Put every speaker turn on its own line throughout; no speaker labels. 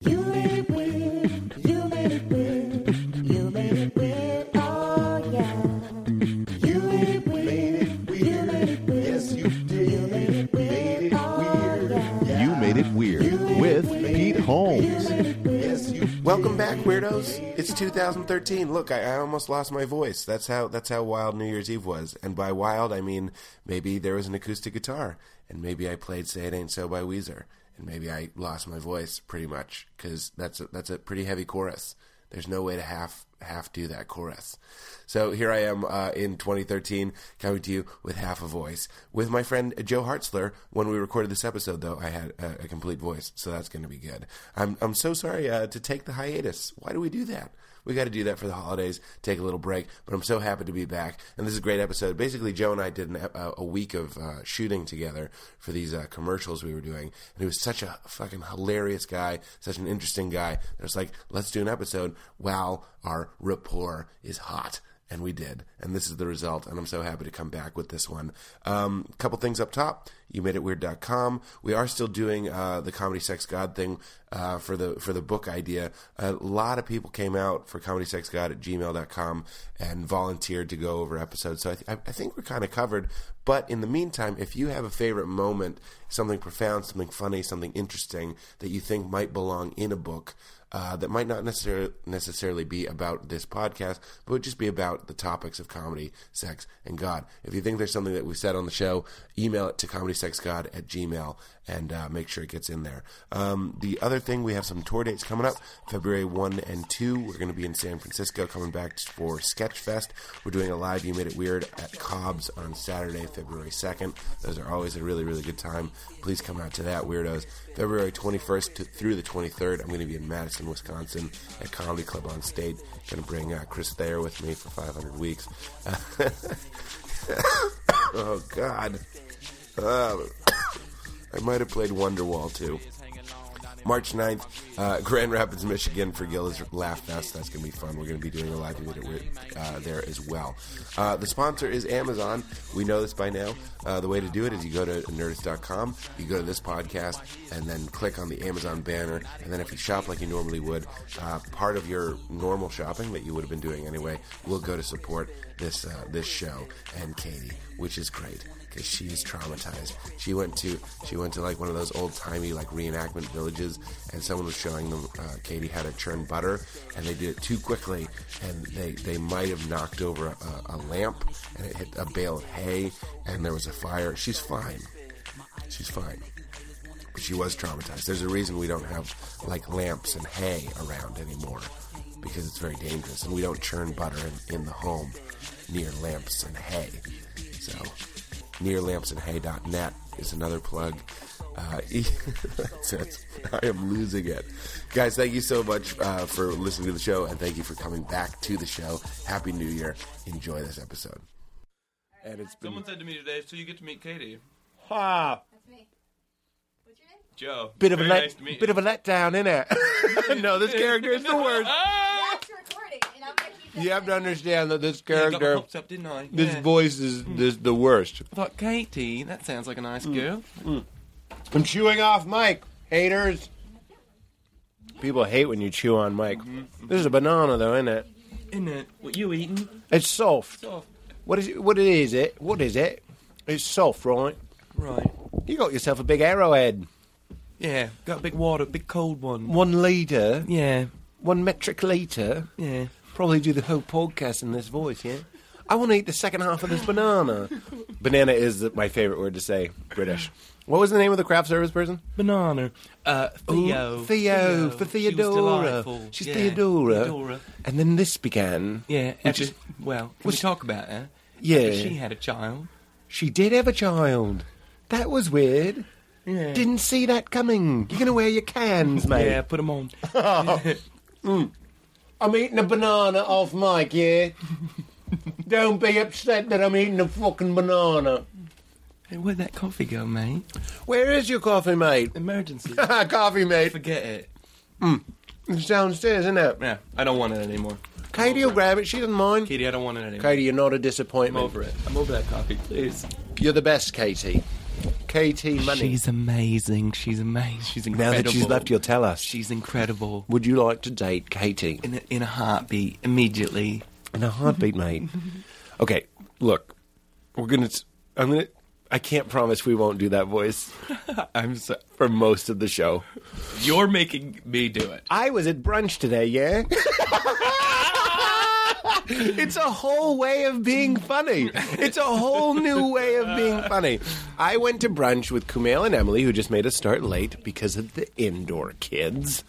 You made it weird. You made it weird. You made it weird. Oh yeah. You made it weird. You made it weird. Yes, you did. You made it weird. Oh yeah.
You Made It Weird with Pete Holmes.
Welcome back, weirdos. It's 2013. Look, I, I almost lost my voice. That's how that's how wild New Year's Eve was. And by wild, I mean maybe there was an acoustic guitar, and maybe I played "Say It Ain't So" by Weezer, and maybe I lost my voice pretty much because that's a, that's a pretty heavy chorus. There's no way to half half do that chorus. So here I am uh, in 2013, coming to you with half a voice with my friend Joe Hartzler. When we recorded this episode, though, I had a, a complete voice, so that's going to be good. I'm I'm so sorry uh, to take the hiatus. Why do we do that? We got to do that for the holidays, take a little break. But I'm so happy to be back, and this is a great episode. Basically, Joe and I did an, ep- a, a week of uh, shooting together for these uh, commercials we were doing, and he was such a fucking hilarious guy, such an interesting guy. It was like, let's do an episode while our rapport is hot. And we did. And this is the result. And I'm so happy to come back with this one. A um, couple things up top. You made it weird.com. We are still doing uh, the comedy sex god thing uh, for the for the book idea. A lot of people came out for comedy sex god at gmail.com and volunteered to go over episodes. So I, th- I think we're kind of covered. But in the meantime, if you have a favorite moment, something profound, something funny, something interesting that you think might belong in a book, uh, that might not necessarily necessarily be about this podcast, but would just be about the topics of comedy, sex, and God. If you think there's something that we said on the show, email it to comedysexgod at gmail and uh, make sure it gets in there. Um, the other thing, we have some tour dates coming up. February 1 and 2, we're going to be in San Francisco, coming back for Sketchfest. We're doing a live You Made It Weird at Cobb's on Saturday, February 2nd. Those are always a really, really good time. Please come out to that, weirdos. February 21st to, through the 23rd, I'm going to be in Madison, Wisconsin at Comedy Club on State. Going to bring uh, Chris Thayer with me for 500 weeks. oh, God. Oh. I might have played Wonderwall too. March 9th, uh, Grand Rapids, Michigan for Gilla's Laugh Fest. That's going to be fun. We're going to be doing a live with it uh, there as well. Uh, the sponsor is Amazon. We know this by now. Uh, the way to do it is you go to nerdist.com, you go to this podcast, and then click on the Amazon banner. And then if you shop like you normally would, uh, part of your normal shopping that you would have been doing anyway will go to support this, uh, this show and Katie, which is great because she is traumatized. She went to she went to like one of those old timey like reenactment villages, and someone was showing them uh, Katie how to churn butter, and they did it too quickly, and they they might have knocked over a, a lamp, and it hit a bale of hay, and there was a fire. She's fine. She's fine. But she was traumatized. There's a reason we don't have like lamps and hay around anymore because it's very dangerous, and we don't churn butter in, in the home near lamps and hay. So, nearlampsandhay.net is another plug. Uh, that's it. I am losing it. Guys, thank you so much uh, for listening to the show, and thank you for coming back to the show. Happy New Year. Enjoy this episode. And it's been
Someone said to me today, so you get to meet Katie.
ah,
Joe.
bit of a
Very
let,
nice to meet
bit
you.
of a letdown, innit? no, this character is the worst.
Ah!
That's recording, and I'm gonna keep that
You have to
in.
understand that this
Yeah, I got my
character,
hopes up, didn't I?
this
Yeah. Hmm.
voice is this the worst.
I thought Katie, that sounds like a
Mm.
nice girl.
I'm chewing off Mike, haters. People hate when you chew on Mike.
Mm-hmm,
This is a banana, though, isn't it?
Isn't it? What you eating?
It's soft.
Soft.
What is it? What it is it? What is it? It's soft, right?
Right.
You got yourself a big arrowhead.
Yeah. Got a big water, big cold one.
One liter,
Yeah.
one metric liter.
Yeah.
Probably do the whole podcast in this voice, yeah? I want to eat the second half of this banana. banana is the, my favorite word to say, British. What was the name of the craft service person?
Banana. Uh,
Ooh,
Theo.
Theo, for
She was
Theodora.
delightful.
She's
Yeah,
Theodora.
Theodora.
And then this began.
Yeah.
Which
After,
is,
well, can
was-
we talk about her?
Yeah.
After She had a child.
she did have a child. That was weird.
Yeah.
Didn't see that coming. You're going to wear your cans, mate.
Yeah, put them on.
I'm eating a banana off Mike, yeah? Don't be upset that I'm eating a fucking banana.
Hey, where'd that coffee go, mate?
Where is your coffee, mate?
Emergency.
coffee, mate.
Forget it.
It's downstairs, isn't it?
Yeah, I don't want it anymore.
Katie will grab it. She doesn't mind.
Katie, I don't want it anymore.
Katie, you're not a
I'm
disappointment.
over it. I'm over that coffee, please.
You're the best, Katie. KT Money.
She's amazing. She's amazing. She's
now
incredible.
that she's left, you'll tell us.
She's incredible.
Would you like to date Katie?
In a, in a heartbeat, immediately.
In a heartbeat, mate. Okay, look, we're gonna. I'm gonna. I can't promise we won't do that voice
I'm so.
for most of the show.
You're making me do it.
I was at brunch today, yeah? it's a whole way of being funny. It's a whole new way of being funny. I went to brunch with Kumail and Emily, who just made us start late because of the indoor kids.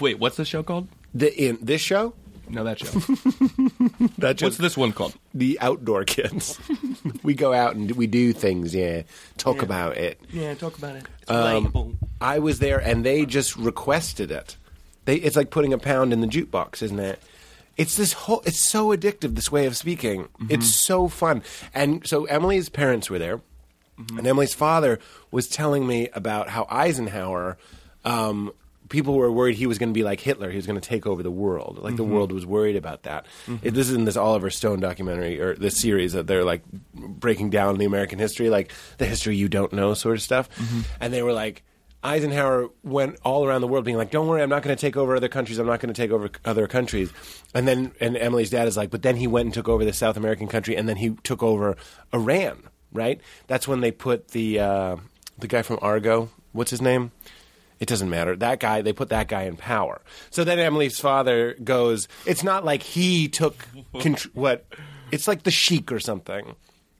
Wait, what's the show called?
The in this show?
No, that show.
That just
what's this one called?
the outdoor kids. we go out and we do things, yeah. Talk about it.
Yeah, talk about it. It's
Um, I was there, and they just requested it. They, it's like putting a pound in the jukebox, isn't it? It's this whole. It's so addictive. This way of speaking. It's so fun. And so Emily's parents were there, Mm-hmm. and Emily's father was telling me about how Eisenhower. Um, people were worried he was going to be like Hitler. He was going to take over the world. Like the world was worried about that. It- this is in this Oliver Stone documentary or this series that they're like breaking down the American history, like the history you don't know sort of stuff. And they were like. Eisenhower went all around the world being like, "Don't worry, I'm not going to take over other countries. I'm not going to take over c- other countries." And then, and Emily's dad is like, "But then he went and took over the South American country, and then he took over Iran." Right? That's when they put the uh, the guy from Argo. What's his name? It doesn't matter. That guy, they put that guy in power. So then Emily's father goes, "It's not like he took contr- what? It's like the sheik or something.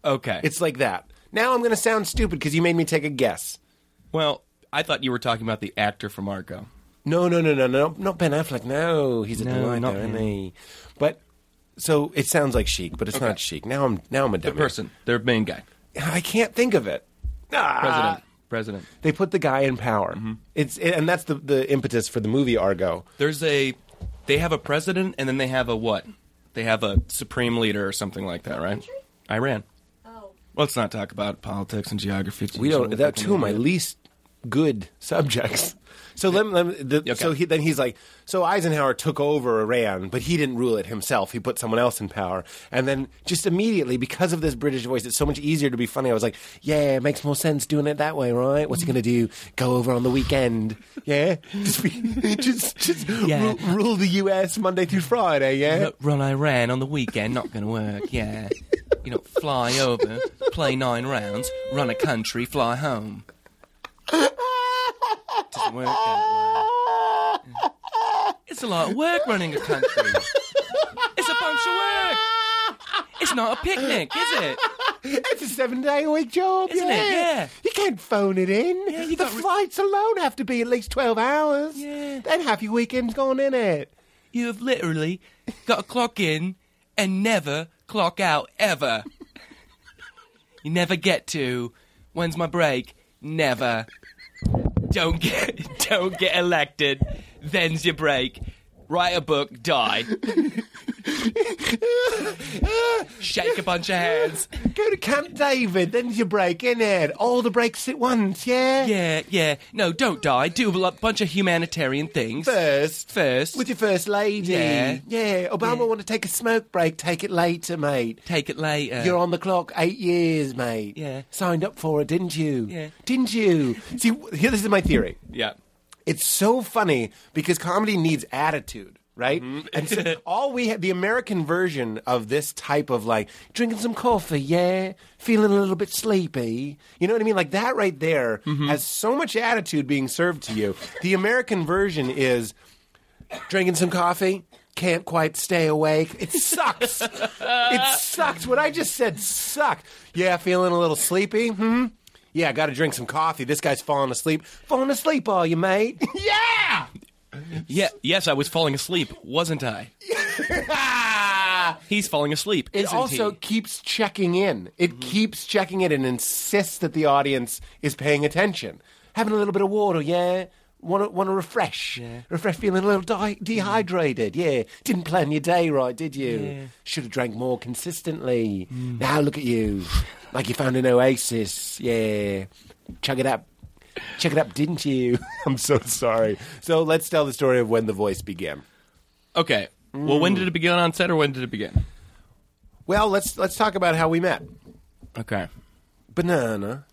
Okay.
It's like that." Now I'm going to sound stupid because you made me take a guess.
well, I thought you were talking about the actor from Argo.
No, no, no, no, no, not Ben Affleck. No, he's a
No,
delight,
not
though, isn't
him.
he? But so it sounds like chic, but it's not chic. Now I'm now I'm a
The
dummy.
person, their main guy,
I can't think of it. Ah!
president, president.
They put the guy in power.
Mm-hmm.
It's and that's the the impetus for the movie Argo.
There's a, they have a president, and then they have a what? They have a supreme leader or something like that, right? Iran.
Oh.
Let's not talk about politics and geography.
We don't.
We're
That
fucking
two of my
idiots.
least good subjects. So let, me- let me- the,
Okay.
so he, then he's like, so Eisenhower took over Iran, but he didn't rule it himself. He put someone else in power, and then just immediately because of this British voice, it's so much easier to be funny. I was like, yeah, it makes more sense doing it that way, right? What's he going to do? Go over on the weekend, yeah? Just be, just just
Yeah.
rule, rule the U.S. Monday through Friday, yeah?
Look, run Iran on the weekend, not going to work, yeah. You know, fly over, play nine rounds, run a country, fly home. Doesn't work that way. It's a lot of work running a country. It's a bunch of work. It's not a picnic, is it?
It's a seven-day-a-week job,
Isn't it?
yeah.
Yeah.
You can't phone it in.
Yeah, you
the
got re-
flights alone have to be at least 12 hours.
Yeah.
That half your weekend's gone in it.
You have literally got to clock in and never clock out ever. You never get to. When's my break? Never. Don't get don't get elected. Then's your break. Write a book. Die. Shake a bunch of hands.
Go to Camp David, then's your break, innit? All the breaks at once, yeah?
Yeah, yeah. No, don't die. Do a lo- bunch of humanitarian things
First.
first.
With your first lady.
Yeah.
Yeah. Obama want to take a smoke break, take it later, mate.
Take it later.
You're on the clock eight years, mate.
Yeah.
Signed up for it, didn't you?
Yeah.
Didn't you? See, here, this is my theory.
yeah.
it's so funny because comedy needs attitude right and so all we have the american version of this type of like drinking some coffee yeah feeling a little bit sleepy you know what i mean like that right there has so much attitude being served to you the american version is drinking some coffee can't quite stay awake it sucks it sucks what i just said sucked yeah feeling a little sleepy hmm yeah i gotta drink some coffee this guy's falling asleep falling asleep are you mate yeah
Yeah. Yes, I was falling asleep, wasn't I? He's falling asleep,
it
isn't
also
he? Mm-hmm.
keeps checking in it keeps checking in and insists that the audience is paying attention having a little bit of water yeah Want to, want to refresh, refresh, feeling a little di-
Mm-hmm.
dehydrated. Yeah, didn't plan your day right, did you? Should have drank more consistently.
Mm.
Now look at you, like you found an oasis. Yeah, chug it up, chug it up, didn't you? I'm so sorry. So let's tell the story of when the voice began.
Okay. Well, when did it begin on set, or when did it begin?
Well, let's let's talk about how we met.
Okay.
banana.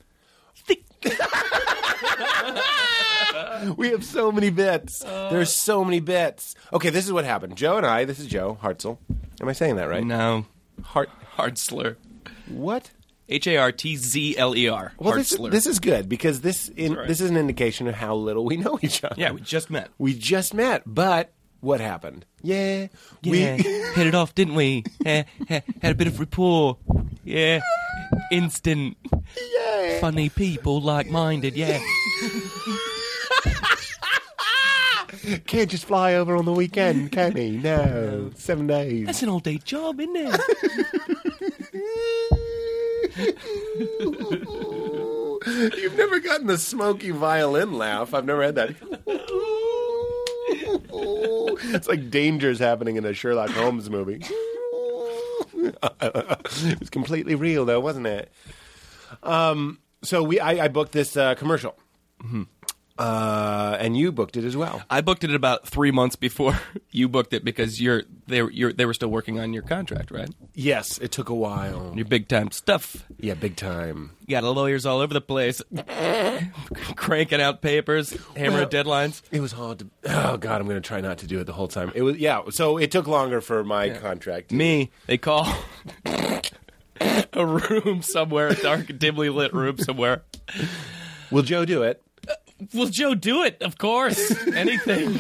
we have so many bits. there are so many bits. Okay, this is what happened. Joe and I. This is Joe Hartzell. Am I saying that right?
No.
Hart.
Hard slur.
What?
H A R T Z L E R.
Well,
Hard
this,
slur.
this is good because this in,
right.
this is an indication of how little we know each other.
yeah, we just met.
we just met, but what happened? Yeah,
Yeah,
we
hit it off, didn't we? Eh, eh, Had a bit of rapport. Yeah, instant.
yeah.
Funny people, like-minded. Yeah,
can't just fly over on the weekend, can he? No, seven days.
that's an all-day job, isn't it?
You've never gotten the smoky violin laugh. I've never had that. It's like dangers happening in a Sherlock Holmes movie. it was completely real, though, wasn't it? Um, so we, I, I booked this uh, commercial, uh, and you booked it as well.
I booked it about three months before you booked it because you're they were you're, they were still working on your contract, right?
Yes, it took a while.
Your big-time stuff.
Yeah, big time.
You got lawyers all over the place, cranking out papers, hammering
Well-
deadlines.
It was hard to. Oh God, I'm going to try not to do it the whole time. It was yeah. So it took longer for my contract.
me, they call a room somewhere, a dark, dimly lit room somewhere.
Will Joe do it?
Will Joe do it? Of course. Anything.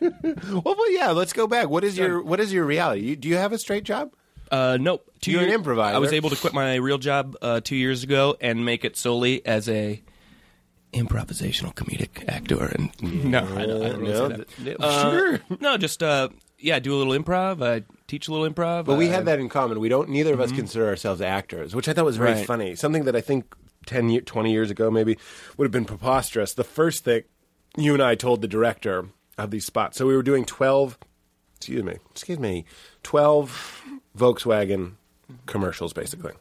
Well, well, yeah. Let's go back. What is your What is your reality? You, do you have a straight job?
Uh, nope. Two
You're an
year-
improviser.
I was able to quit my real job uh, two years ago and make it solely as a improvisational comedic actor. And no, I don't, I don't really
no,
say that.
th-
Uh,
sure.
No, just uh, yeah, do a little improv. I teach a little improv.
But we had that in common. We don't. Neither of us consider ourselves actors, which I thought was very
Right.
funny. Something that I think 10, year, 20 years ago maybe would have been preposterous. The first thing you and I told the director of these spots. So we were doing twelve. Excuse me. Excuse me. Twelve Volkswagen commercials, basically.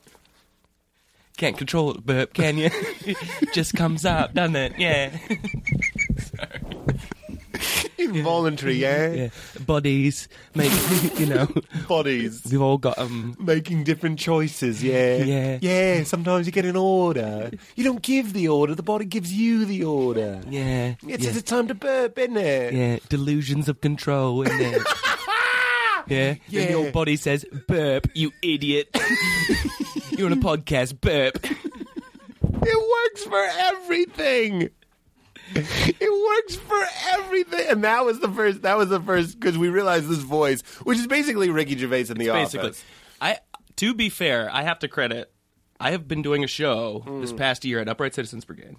Can't control it, burp, can you? just comes out, doesn't it? Yeah.
Involuntary,
yeah. Bodies, make, you know.
Bodies.
We've all got um.
making different choices. Yeah,
Yeah.
yeah. Sometimes you get an order. You don't give the order. The body gives you the order.
Yeah.
It's,
yeah,
it's time to burp, isn't it?
yeah, delusions of control, isn't it? yeah.
Yeah.
Then your body says, burp, you idiot. You're on a podcast, burp.
It works for everything. It works for everything, and that was the first. That was the first because we realized this voice, which is basically Ricky Gervais in the
Basically.
office.
I to be fair, I have to credit I have been doing a show this past year at Upright Citizens Brigade.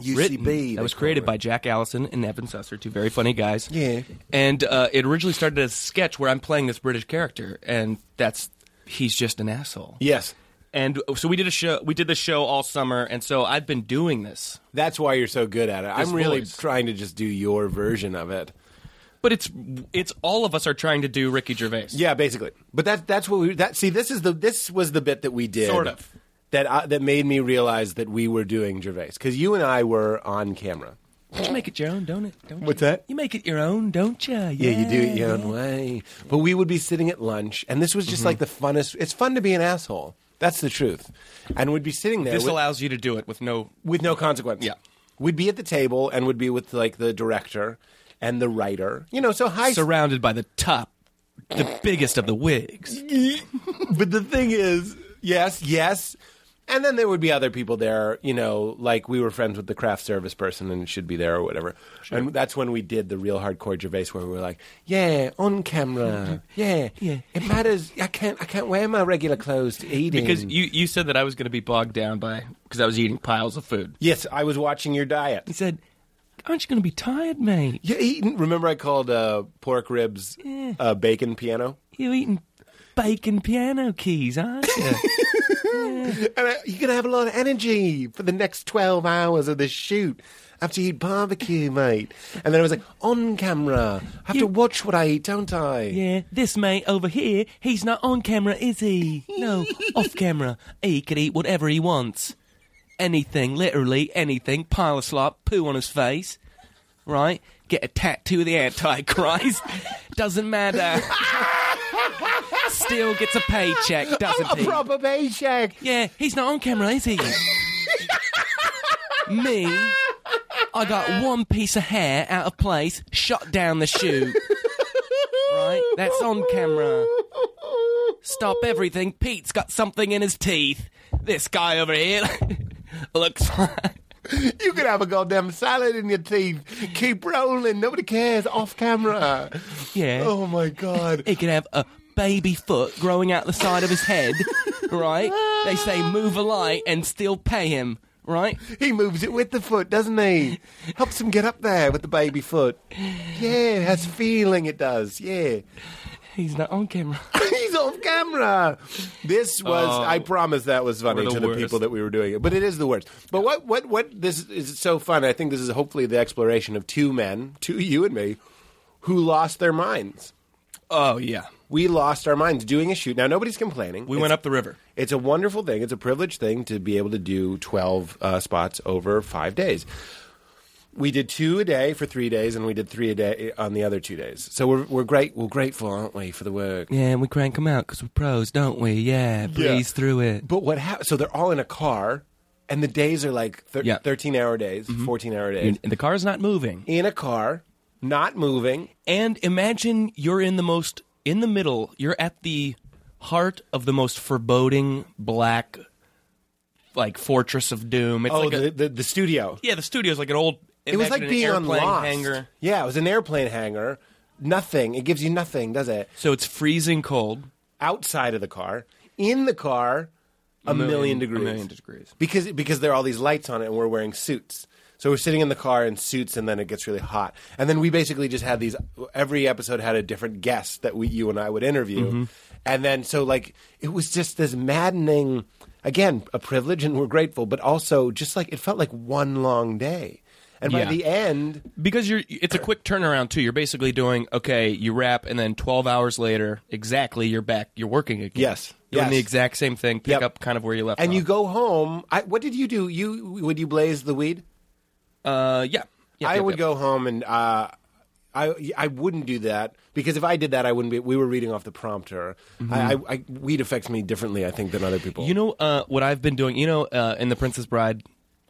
UCB.
written
Mm. they
that was
call
created
it.
by Jack Allison and Evan Susser, two very funny guys.
Yeah.
and uh, it originally started as a sketch where I'm playing this British character, and that's he's just an asshole.
Yes,
And so we did a show. We did this show all summer, and so I've been doing this,
that's why you're so good at it.
This
I'm really
voice.
trying to just do your version of it.
but it's it's all of us are trying to do Ricky Gervais.
Yeah, basically. But that that's what we that see this is the this was the bit that we did
Sort of.
that I, that made me realize that we were doing Gervais cuz you and I were on camera.
you make it your own, don't it? Don't
What's
you?
that?
You make it your own, don't you? Yeah,
Yeah, you do it your own way. But we would be sitting at lunch and this was just like the funnest it's fun to be an asshole. That's the truth. And we'd be sitting there
This
with,
allows you to do it with no.
with no consequence.
Yeah.
We'd be at the table and would be with like the director and the writer. You know, so high
Surrounded by the top, the biggest of the wigs.
but the thing is, yes, yes. And then there would be other people there, you know, like we were friends with the craft service person and it should be there or whatever. And that's when we did the real hardcore Gervais where we were like, yeah, on camera. Yeah.
Yeah.
It matters. I can't I can't wear my regular clothes to eating.
Because you, you said that I was going to be bogged down by because I was eating piles of food.
Yes, I was watching your diet.
He said, "Aren't you going to be tired, mate?
You eating remember I called uh, pork ribs
Yeah.
uh, bacon piano?
You're eating bacon piano keys, aren't you?"
And I, you're gonna have a lot of energy for the next twelve hours of this shoot. I have to eat barbecue, mate. And then I was like, on camera. I have to
You-
watch what I eat, don't I?
yeah, this mate over here, he's not on camera, is he? No, off camera. He could eat whatever he wants, anything, literally anything. Pile of slop, poo on his face, right? Get a tattoo of the Antichrist. Doesn't matter. still gets a paycheck, doesn't he?
paycheck.
Yeah, he's not on camera, is he? Me, I got one piece of hair out of place, shot down the chute. Right? That's on camera. Stop everything. Pete's got something in his teeth. This guy over here looks like.
You could have a goddamn salad in your teeth. Keep rolling. Nobody cares. Off camera.
Yeah.
Oh my god.
He can have a baby foot growing out the side of his head, right? They say move a light and still pay him, right?
He moves it with the foot, doesn't he? Helps him get up there with the baby foot. Yeah, it has feeling. It does. Yeah.
He's not on camera.
He's off camera. This was.
Oh.
I promise that was funny
We're the
to the
worst.
people that we were doing it, but it is the worst. But what what what this is so fun. I think this is hopefully the exploration of two men, two you and me, who lost their minds.
Oh, yeah.
We lost our minds doing a shoot. Now nobody's complaining.
We went up the river.
It's a wonderful thing. It's a privileged thing to be able to do 12 uh, spots over five days. We did two a day for three days, and we did three a day uh, on the other two days. So we're, we're great. We're grateful, aren't we, for the work?
Yeah, and we crank them out because we're pros, don't we? Yeah, breeze through it.
But what happened? So they're all in a car, and the days are like thir-
Yeah. Mm-hmm.
13 hour days, 14 hour days.
And the car's not moving.
in a car, not moving.
And imagine you're in the most, in the middle, you're at the heart of the most foreboding black, like, fortress of doom. It's
Oh,
like a,
the, the, the studio.
yeah, the studio's like an old,
It was like
imagine an
being on
airplane
Lost.
hangar.
Yeah, it was an airplane hangar. Nothing. It gives you nothing, does it?
So it's freezing cold.
outside of the car, in the car, a, million, degrees.
A million degrees.
Because because there are all these lights on it, and we're wearing suits. So we're sitting in the car in suits, and then it gets really hot. And then we basically just had these. Every episode had a different guest that we, you and I would interview,
Mm-hmm.
and then so like it was just this maddening. Again, a privilege, and we're grateful, but also just like it felt like one long day. And by
Yeah.
the end,
Because you're, it's a quick turnaround too. You're basically doing okay. You wrap, and then 12 hours later, exactly, you're back. You're working again.
Yes.
you're doing the
Yes.
exact same thing. Pick
Yep.
up kind of where you left.
and you
off.
go home. I, what did you do? You would you blaze the weed?
uh, yeah. Yep,
I
yep,
would
yep.
go home and uh, I I wouldn't do that because if I did that, I wouldn't be. We were reading off the prompter. I, I, I weed affects me differently, I think, than other people.
Mm-hmm. You know uh, what I've been doing? You know, uh, in the Princess Bride,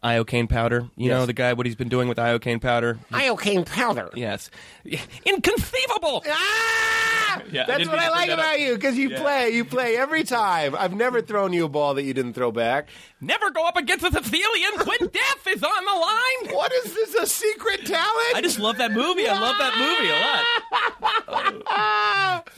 iocane powder. You know the guy what he's been doing with iocane powder.
iocane powder.
Yes, inconceivable.
Ah!
Yeah, I
That's
didn't
what
mean
I
to
like
bring that up.
about you because you play, you play every time. I've never thrown you a ball that you didn't throw back.
Never go up against a Sicilian when death is on the line.
What is this? A secret
I
talent?
just love that movie. I love that movie a lot.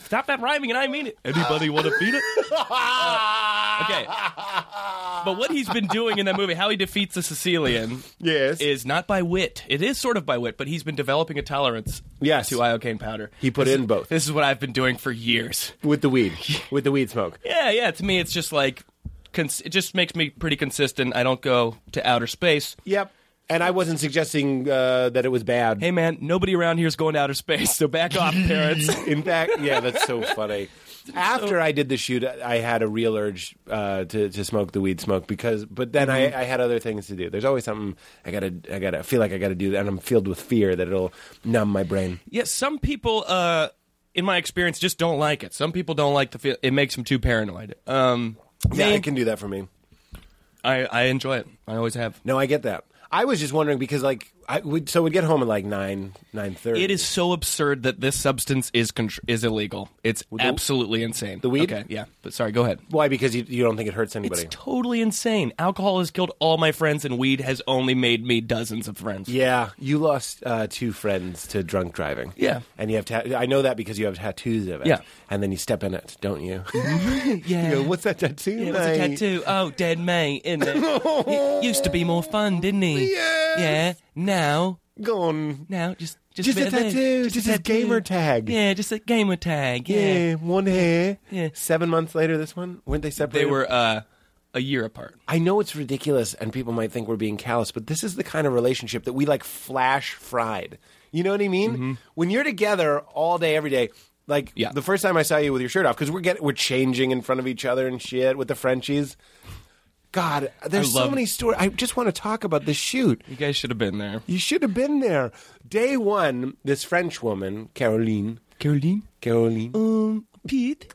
Stop that rhyming, and I mean it. Anybody want to beat it?
Ah!
okay. But what he's been doing in that movie, how he defeats the Sicilian,
yes.
is not by wit. It is sort of by wit, but he's been developing a tolerance
Yes.
to iocane powder.
he put in both
This is what I've been doing for years.
with the weed, with the weed smoke.
Yeah, yeah. To me, it's just like cons- it just makes me pretty consistent. I don't go to outer space.
Yep. And I wasn't suggesting uh, that it was bad.
Hey, man, nobody around here is going to outer space, so back off, parents.
In fact, yeah, that's so funny. After I did the shoot, I had a real urge uh, to to smoke the weed smoke because, but then
Mm-hmm.
I, I had other things to do. There's always something I gotta I gotta I feel like I gotta do, and I'm filled with fear that it'll numb my brain.
Yeah, some people, uh, in my experience, just don't like it. Some people don't like the feel. It makes them too paranoid. Um,
Yeah,
me,
it can do that for me.
I, I enjoy it. I always have.
No, I get that. I was just wondering because like I would so we'd get home at like nine nine thirty.
It is so absurd that this substance is contr- is illegal. It's absolutely insane. The
weed?
Okay, yeah. But sorry, go ahead.
why because you you don't think it hurts
It's
anybody.
totally insane. Alcohol has killed all my friends, and weed has only made me dozens of friends.
yeah, you lost uh, two friends to drunk driving.
Yeah.
and you have ta- I know that because you have tattoos of it.
Yeah. Mm-hmm.
and then you step in it, don't you?
yeah.
You go, what's that tattoo?
Yeah, what's a
mate?"
tattoo? Oh, dead mate, isn't it? it used to be more fun, didn't he?
Yes.
Yeah. Now,
Gone.
now, just just,
Just
bit
a
of this.
tattoo. Just a
tattoo.
gamer tag.
Yeah, just a gamer tag.
Yeah,
Yeah.
one hair.
Yeah.
Seven months later, this one weren't they
They
separated?
were uh, a year apart.
I know it's ridiculous, and people might think we're being callous, but this is the kind of relationship that we like flash fried. You know what I mean? When you're together all day, every day. Like
Yeah.
the first time I saw you with your shirt off, because we're getting we're changing in front of each other and shit with the Frenchies. God, there's so
love-
many stories. I just want to talk about this shoot.
You guys should have been there.
You should have been there. Day one, this French woman, Caroline,
Caroline,
Caroline,
um, Pete.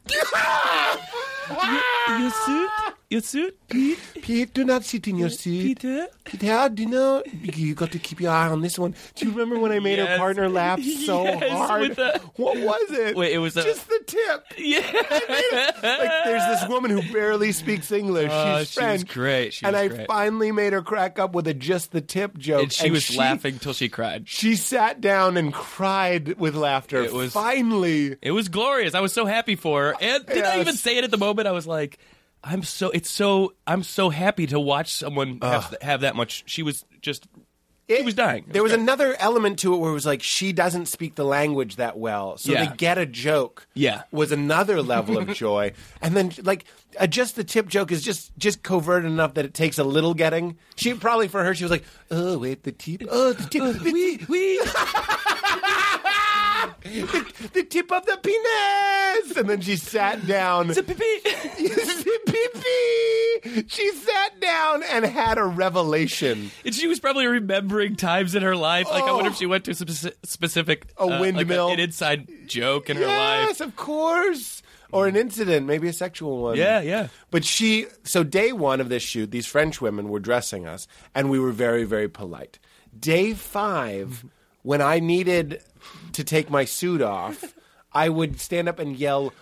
your, your suit. Your suit, Pete.
Pete, do not sit in your seat.
Peter.
Dad, do you know you got to keep your eye on this one? Do you remember when I made her
Yes.
partner laugh so
Yes,
hard?
with the-
What was it?
Wait, it was a-
just the tip.
Yeah.
Like, there's this woman who barely speaks English.
Oh,
she's
she was
French.
great. She
and
was
I
great.
finally made her crack up with a just the tip joke.
and she was laughing till she cried.
She sat down and cried with laughter.
It was-
finally.
It was glorious. I was so happy for her. And did I
Yes.
even say it at the moment? I was like, I'm so it's so I'm so happy to watch someone have, have that much. She was just she was dying. It
There was
great.
another element to it where it was like she doesn't speak the language that well, so
Yeah.
to get a joke
Yeah.
was another level of joy. And then like uh, just the tip joke is just just covert enough that it takes a little getting. She probably for her she was like, oh wait the tip, oh the tip, the,
Uh, we we
the, the tip of the penis, and then she sat down.
it's a pee-pee.
Pee-pee. she sat down and had a revelation.
And she was probably remembering times in her life. Like I wonder if
Oh.
she went to some speci- specific
A
uh, like
windmill.
an inside joke in her
yes,
life.
of course. Or an incident, maybe a sexual one.
Yeah, yeah.
But she, so day one of this shoot, these French women were dressing us, and we were very, very polite. Day five, when I needed to take my suit off, I would stand up and yell,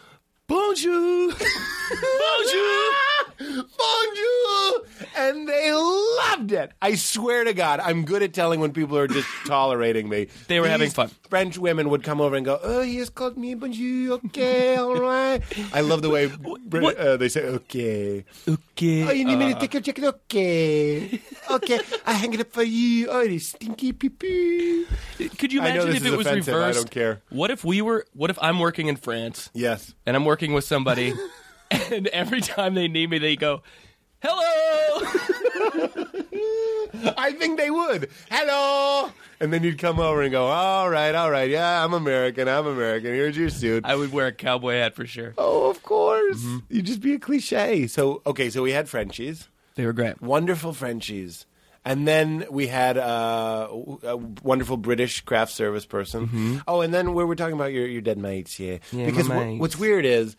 Bonjour! Bonjour! Bonjour! And they loved it. I swear to God, I'm good at telling when people are just tolerating me.
They were
These
having fun.
French women would come over and go, "Oh, he has called me bonjour, okay, all right." I love the way Brit- uh, they say "okay."
Okay. Uh.
Oh, you need me to take your jacket? Okay, okay. I hang it up for you. Oh, it is stinky pee pee.
Could you
I know
imagine
this
if
is
it was
offensive. I
reversed?
don't care.
What if we were? What if I'm working in France?
Yes.
and I'm working with somebody, and every time they need me, they go, "Hello."
I think they would. Hello. And then you'd come over and go, all right, all right, yeah, I'm American, I'm American. Here's your suit.
I Mm-hmm. would wear a cowboy hat for sure.
oh, of course. You'd just be a cliche. So, okay, so we had Frenchies.
They were great.
wonderful Frenchies. And then we had uh, w- a wonderful British craft service person. Oh, and then we were talking about your, your dead mates, yeah.
Mm-hmm. Yeah,
because
my
wha-
mates.
what's weird is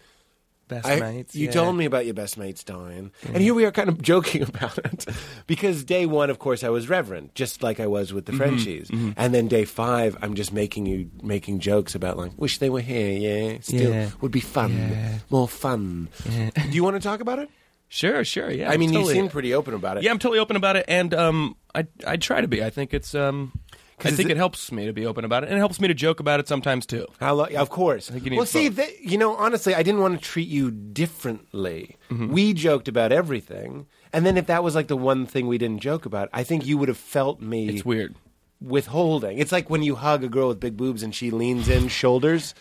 Best
I,
mates.
you
yeah.
told me about your best mates dying, and here we are kind of joking about it. because day one, of course, I was reverent, just like I was
Mm-hmm.
with the Frenchies, and then day five, I'm just making you making jokes about like, wish they were here, yeah, still
Yeah.
would be fun,
Yeah.
more fun. Do you want to talk about it?
Sure, sure. Yeah.
I mean,
totally-
you seem pretty open about it.
Yeah, I'm totally open about it, and um, I I try to be. I think it's um, I think
it-
it, helps me to be open about it, and it helps me to joke about it sometimes too.
How long? Of course.
you need
well, see,
both.
that, you know, honestly, I didn't want to treat you differently.
Mm-hmm.
We joked about everything, and then if that was like the one thing we didn't joke about, I think you would have felt me
It's weird.
withholding. It's like when you hug a girl with big boobs and she leans in shoulders.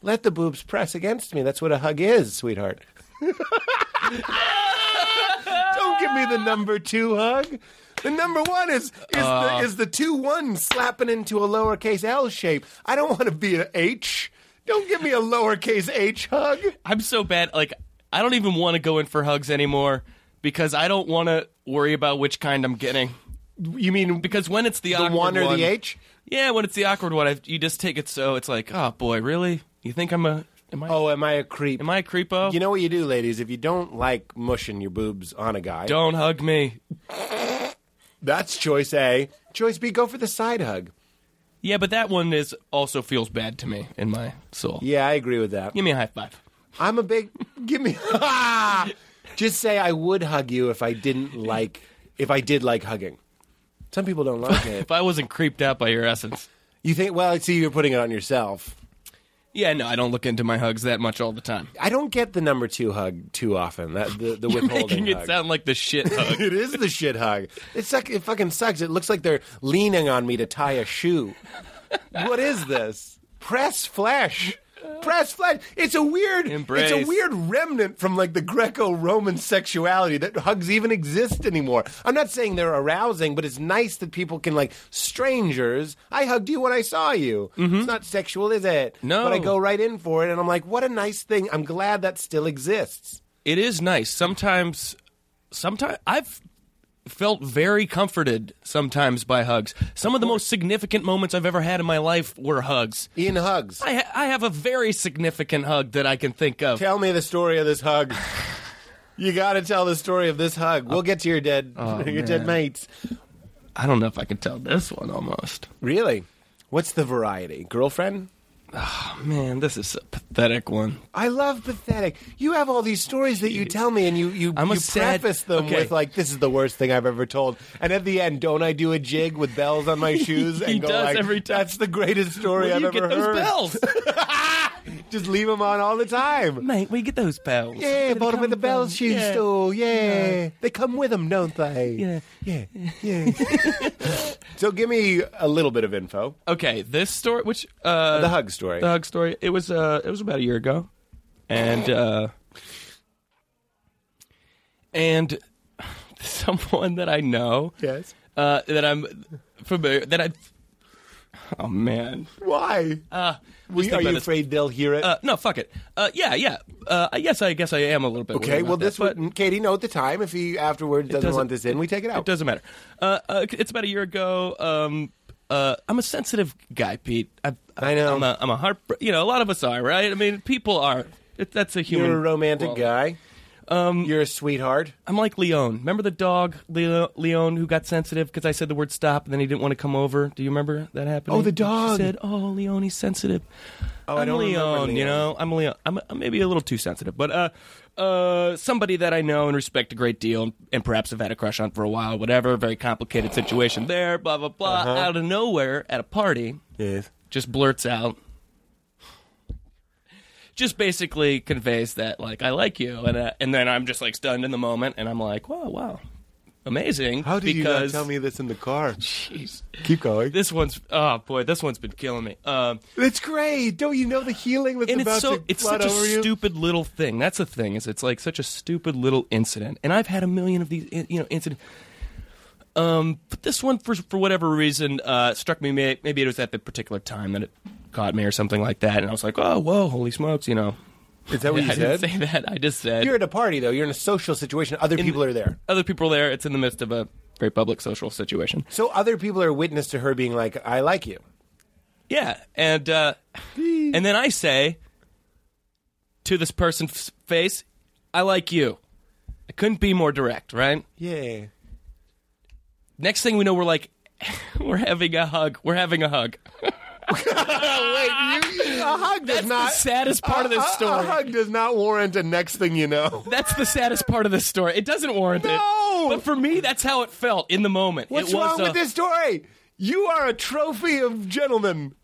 Let the boobs press against me. That's what a hug is, sweetheart. Don't give me the number two hug. The number one is is,
Uh.
the, is the two one slapping into a lowercase L shape. I don't want to be an H. Don't give me a lowercase H hug.
I'm so bad. Like I don't even want to go in for hugs anymore because I don't want to worry about which kind I'm getting.
You mean
Because when it's the,
the
awkward
one or
one
the H?
Yeah, when it's the awkward one, I, you just take it so it's like, oh boy, really? You think I'm a am I
Oh, am I a creep?
am I a creepo?
You know what you do, ladies. If you don't like mushing your boobs on a guy,
don't hug me.
That's choice A. Choice B, go for the side hug.
Yeah, but that one is also feels bad to me in my soul.
Yeah, I agree with that.
Give me a high five.
I'm a big. Give me. Ah! Just say I would hug you if I didn't like. If I did like hugging. Some people don't like it.
If I wasn't creeped out by your essence.
You think, well, see, you're putting it on yourself.
Yeah, no, I don't look into my hugs that much all the time.
I don't get the number two hug too often. That the, the withholding
Making it
hug.
sound like the shit hug.
it is the shit hug. It's like, it fucking sucks. It looks like they're leaning on me to tie a shoe. What is this? Press flesh. Press flesh. It's a weird
Embrace.
it's a weird remnant from like the Greco-Roman sexuality that hugs even exist anymore. I'm not saying they're arousing, but it's nice that people can like strangers, I hugged you when I saw you. It's not sexual, is it?
Mm-hmm. No.
But I go right in for it and I'm like, what a nice thing. I'm glad that still exists.
it is nice. Sometimes, sometimes I've felt very comforted sometimes by hugs. Some of the most significant moments I've ever had in my life were hugs.
Ian hugs.
I, ha- I have a very significant hug that I can think of.
Tell me the story of this hug. You got to tell the story of this hug. We'll get to your dead, your dead mates.
I don't know if I can tell this one almost.
Really? What's the variety? Girlfriend?
Man, this is a pathetic one.
I love pathetic. You have all these stories that you tell me, and you you,
I'm a
you
sad-
preface them
okay.
with like, "This is the worst thing I've ever told," and at the end, don't I do a jig with bells on my shoes? And
He
go
does
like,
every time.
That's the greatest story
Where do
I've
you
ever
get those
heard.
bells?
Just leave them on all the time.
Mate, where you get those bells?
Yeah, bought them at the Bell Shoe
Yeah.
Store. Yeah. they come with them, don't they?
Yeah.
yeah, yeah. so give me a little bit of info.
Okay, this story, which uh,
The hug story.
the hug story, it was uh, it was about a year ago, and uh, and someone that I know,
yes.
uh, that I'm familiar, that I, oh man,
Why?
uh,
We-
just think
are
about
you
this.
afraid they'll hear it?
Uh, no, fuck it. Uh, yeah, yeah. Uh, I guess I guess I am a little bit. worried
Okay,
about
well,
that,
this
but
would Katie note the time. If he afterwards doesn't,
doesn't-
want this in, we take it out.
it doesn't matter. Uh, uh, it's about a year ago. Um, uh, I'm a sensitive guy, Pete. I,
I know.
I'm a, I'm a heart. You know, a lot of us are, right? I mean, people are. It, that's a human.
You're a romantic
quality.
guy.
Um,
You're a sweetheart.
I'm like Leon. Remember the dog Leo, Leon who got sensitive because I said the word stop and then he didn't want to come over. Do you remember that happening?
Oh, the
She
dog.
said, "Oh, Leon, he's sensitive."
Oh,
I'm
I don't remember
Leon, You
Leon.
know, I'm Leon. I'm, I'm maybe a little too sensitive, but uh, uh, somebody that I know and respect a great deal, and, and perhaps have had a crush on for a while. Whatever. Very complicated situation there. Blah blah blah.
Uh-huh.
Out of nowhere at a party,
Yes.
just blurts out just basically conveys that like I like you and uh, and then I'm just like stunned in the moment and I'm like wow wow amazing
How did
because
you not tell me this in the car?
Jeez.
Keep going.
this one's oh boy this one's been killing me um
It's great. Don't you know the healing that's
and
about
it's so
to
it's
flood
such a
over you?
stupid little thing that's the thing is it's like such a stupid little incident and I've had a million of these you know incidents um but this one for for whatever reason uh struck me may- maybe it was at the particular time that it caught me or something like that and I was like oh whoa holy smokes you know
Is that what you
I
said?
didn't say that. I just said
You're at a party though. You're in a social situation. Other people are there.
other people are there. It's in the midst of a very public social situation.
So other people are witness to her being like, "I like you."
Yeah, and uh, and then I say to this person's face, "I like you." I couldn't be more direct, right?
Yeah.
Next thing we know, we're like, we're having a hug. We're having a hug.
A hug does
That's the
not. Uh-huh.
saddest part of
a-
this
a-
story.
A hug does not warrant a next thing you know.
That's the saddest part of this story. It doesn't warrant it.
No!
But for me, that's how it felt in the moment.
What's
it was
wrong
a-
with this story? You are a trophy of gentlemen.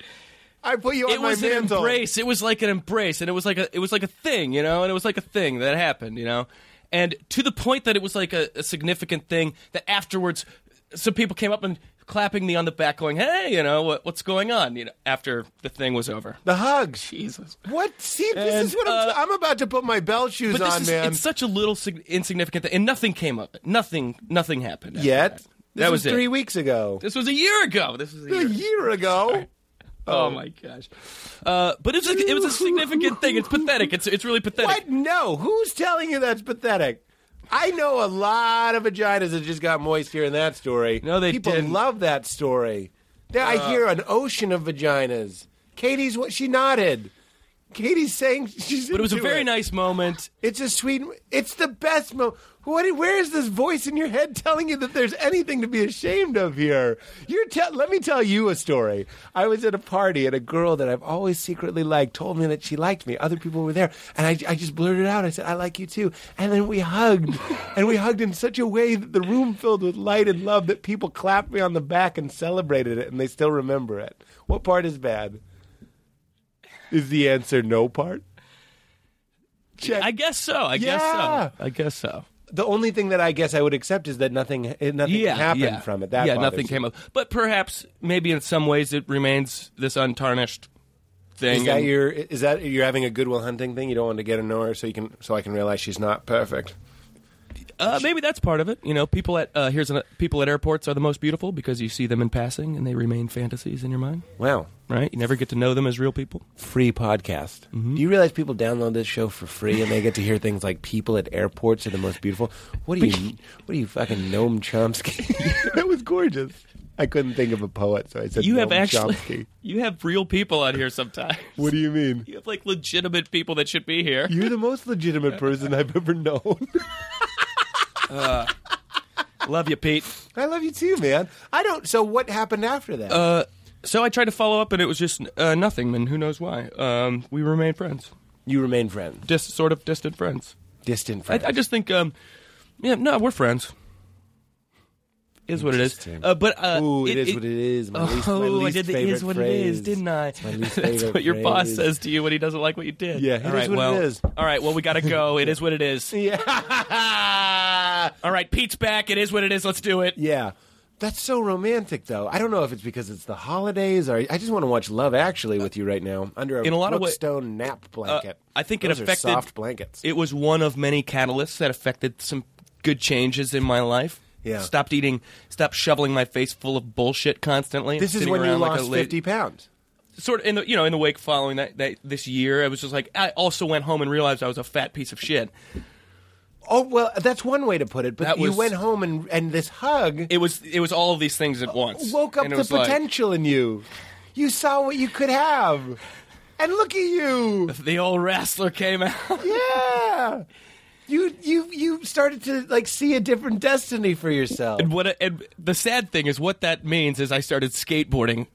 I put you on
it
my
was an
mantle.
embrace. It was like an embrace, and it was like a it was like a thing, you know, and it was like a thing that happened, you know, and to the point that it was like a, a significant thing that afterwards, some people came up and clapping me on the back, going, "Hey, you know, what, what's going on?" You know, after the thing was over.
The hugs.
Jesus.
What? See, this
And,
is what I'm,
uh,
I'm about to put my bell shoes
But this
on,
is,
man.
it's such a little sig- insignificant thing, and nothing came up. Nothing, nothing happened. after
Yet,
that,
this
That was,
three
it.
weeks ago,
This was a year ago. This was a
a
year.
year ago.
Oh my gosh! Uh, but it was a, it was a significant thing. It's pathetic. It's it's really pathetic.
What? No. Who's telling you that's pathetic? I know a lot of vaginas that just got moist here in that story.
No, they
people
didn't. Uh,
love that story. There, I hear an ocean of vaginas. Katie's what she nodded. Katie's saying she's.
But it was a very nice moment.
It's a sweet. It's the best mo. What? Where is this voice in your head telling you that there's anything to be ashamed of here? You're. Te- let me tell you a story. I was at a party and a girl that I've always secretly liked told me that she liked me. Other people were there, and I, I just blurted out. I said, "I like you too." And then we hugged, and we hugged in such a way that the room filled with light and love that people clapped me on the back and celebrated it, and they still remember it. What part is bad? Is the answer no part? Check.
I guess so. I
Yeah.
guess so. I guess so.
the only thing that I guess I would accept is that nothing eh, nothing
Yeah,
happened
yeah.
from it. That
yeah,
bothers
nothing
me.
came up. But perhaps, maybe in some ways, it remains this untarnished thing.
Is that
and-
your is that you're having a Goodwill Hunting thing? You don't want to get to know her so you can so I can realize she's not perfect.
Uh, maybe that's part of it. You know, people at uh, here's an, people at airports are the most beautiful because you see them in passing and they remain fantasies in your mind.
Wow.
Right? You never get to know them as real people.
Free podcast.
Mm-hmm.
Do you realize people download this show for free and they get to hear things like people at airports are the most beautiful? What do you what do you fucking Noam Chomsky? that was gorgeous. I couldn't think of a poet, so I said
You have
Noam
actually
Chomsky.
you have real people out here sometimes.
What do you mean?
You have like legitimate people that should be here.
You're the most legitimate person I've ever known.
Love you, Pete.
I love you too, man. I don't. So what happened after that?
Uh, so I tried to follow up, and it was just uh, nothing, and who knows why. Um, we remained friends,
you remain friends,
just sort of distant friends.
distant
I,
friends.
I just think, um, yeah, no, we're friends. Is what it is.
Interesting.
Uh, but uh,
Ooh, it is what it is. My least, my
oh, I
least
did the
favorite
is what
phrase.
it is, didn't I?
my least
That's
favorite
what your boss
phrase.
says to you when he doesn't like what you did.
Yeah, it
All
is
right,
what it
well,
is.
all right. Well, we gotta go. It is what it is.
Yeah.
All right, Pete's back. It is what it is. Let's do it.
yeah. That's so romantic, though. I don't know if it's because it's the holidays, or I just want to watch Love Actually with you right now under a,
In a lot of
Brooke
wa-
Stone nap blanket.
I think it
Those
affected-
are soft blankets.
It was one of many catalysts that affected some good changes in my life.
Yeah.
Stopped eating. Stopped shoveling my face full of bullshit constantly.
this is
sitting
when you
around like
lost
a lady.
fifty pounds.
sort of in the you know in the wake following that, that this year, I was just like I also went home and realized I was a fat piece of shit.
Oh well, that's one way to put it. But
That
you
was-
went home and and this hug
It was it was all of these things at once.
Uh, woke up
And it
the
was like,
potential in you. You saw what you could have, and look at you.
the old wrestler came out.
Yeah. You you you started to like see a different destiny for yourself.
and what a, and the sad thing is, what that means is I started skateboarding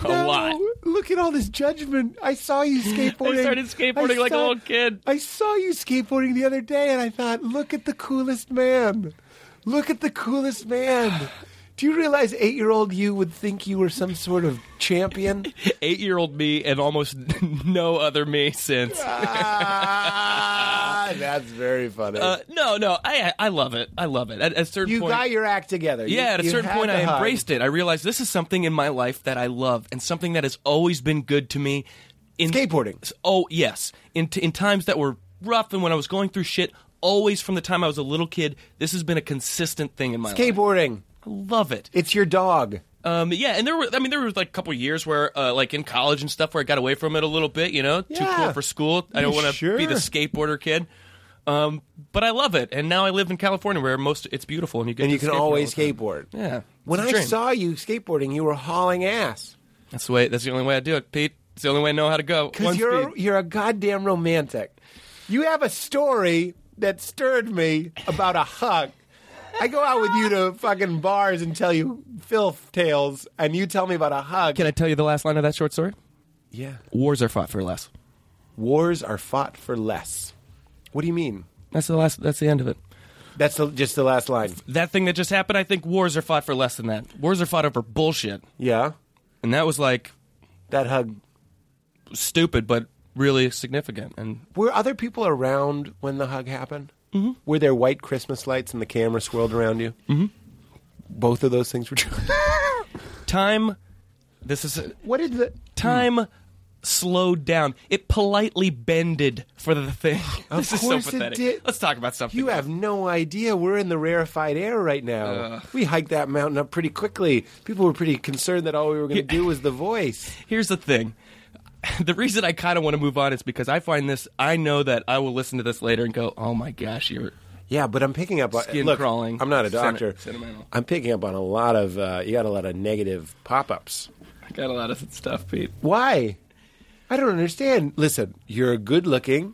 a
No,
lot.
Look at all this judgment. I saw you skateboarding.
I started skateboarding
I
like a
saw-
little kid.
I saw you skateboarding the other day and I thought, look at the coolest man. Look at the coolest man. Do you realize eight year old you would think you were some sort of champion?
Eight year old me and almost no other me since.
ah, that's very funny.
Uh, no, no, I I love it. I love it. At, at a certain
you
point,
got your act together. You-
Yeah, at a
you
certain
had
point,
the
I
hug.
embraced it. I realized this is something in my life that I love and something that has always been good to me. In
Skateboarding.
Oh yes, in t- in times that were rough and when I was going through shit. Always from the time I was a little kid, this has been a consistent thing in my life.
Skateboarding.
I love it.
It's your dog.
Um, yeah, and there were I mean there was like a couple years where uh, like in college and stuff where I got away from it a little bit. You know, too
Yeah.
cool for school. I don't
Yeah,
want to
sure.
be the skateboarder kid. Um, but I love it, and now I live in California where most it's beautiful and you get
And
to
you can
skateboard all
always
the time.
skateboard.
Yeah,
When
It's a
I
dream.
saw you skateboarding, you were hauling ass.
That's the way. That's the only way I do it, Pete. It's the only way I know how to go. One
Because you're
speed.
you're a goddamn romantic. You have a story that stirred me about a hug. I go out with you to fucking bars and tell you filth tales, and you tell me about a hug.
Can I tell you the last line of that short story?
yeah,
Wars are fought for less.
wars are fought for less. What do you mean?
That's the last. That's the end of it.
That's the, just the last line.
That thing that just happened. I think wars are fought for less than that. Wars are fought over bullshit,
Yeah,
and that was like
that hug.
stupid, but really significant. And
Were other people around when the hug happened? Mm-hmm. Were there white Christmas lights and the camera swirled around you? Mm-hmm. Both of those things were true.
time. This is
what did the
time.
Hmm.
Slowed down. It politely bended for the thing.
Of
this is
course
so
it
pathetic.
did.
Let's talk about something.
You
else.
have no idea. We're in the rarefied air right now. We hiked that mountain up pretty quickly. People were pretty concerned that all we were going to do was the voice.
here's the thing. The reason I kind of want to move on is because I find this. I know that I will listen to this later and go, "Oh my gosh, you're."
Yeah, but I'm picking up on
Skin
look,
crawling.
I'm not a
Senti-
doctor.
sentimental.
I'm picking up on a lot of uh, you got a lot of negative pop-ups.
I got a lot of stuff, Pete.
Why? I don't understand. Listen, you're a good-looking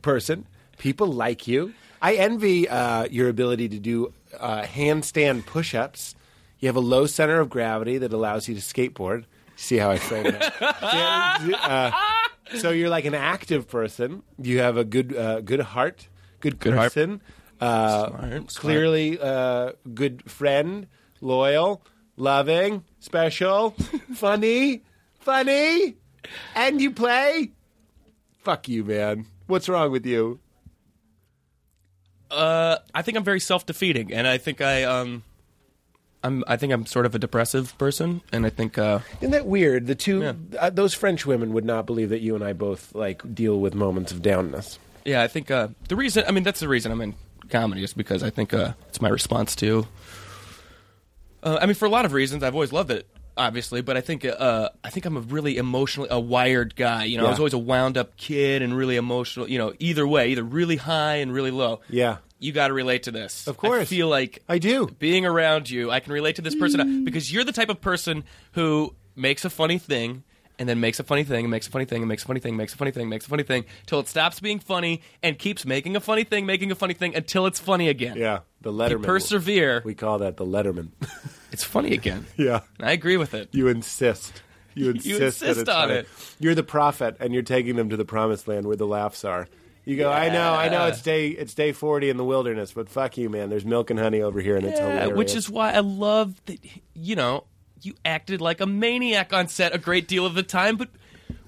person. People like you. I envy uh, your ability to do uh, handstand push-ups. You have a low center of gravity that allows you to skateboard. See how I frame that? Yeah, uh, so you're like an active person. You have a good, uh, good heart, good,
Good heart.
person, uh,
Smart, smart.
clearly uh, good friend, loyal, loving, special, funny, funny, and you play. Fuck you, man. What's wrong with you?
Uh, I think I'm very self-defeating, and I think I um, I'm I think I'm sort of a depressive person, and I think uh,
Isn't that weird? The two, uh, those French women would not believe that you and I both like deal with moments of downness.
yeah, I think uh, the reason. I mean, that's the reason I'm in comedy just because I think uh, it's my response to. Uh, I mean, for a lot of reasons, I've always loved it, obviously, but I think uh, I think I'm a really emotionally a wired guy. You know, I was
Yeah.
always a wound up kid and really emotional. You know, either way, either really high and really low.
Yeah.
you got to relate to this.
Of course.
I feel like
I do.
being around you, I can relate to this person because you're the type of person who makes a funny thing and then makes a funny thing and makes a funny thing and makes a funny thing, makes a funny thing, makes a funny thing till it stops being funny and keeps making a funny thing, making a funny thing until it's funny again.
Yeah, the
You
Letterman.
persevere.
We call that the Letterman.
It's funny again.
yeah,
And I agree with it.
you insist. You insist,
You
that
insist
it's
on
funny.
it.
You're the prophet, and you're taking them to the promised land where the laughs are. You go. I know. I know. It's day. It's day forty in the wilderness, but fuck you, man. There's milk and honey over here, and it's
Yeah,
hilarious.
which is why I love that, you know, you acted like a maniac on set a great deal of the time, but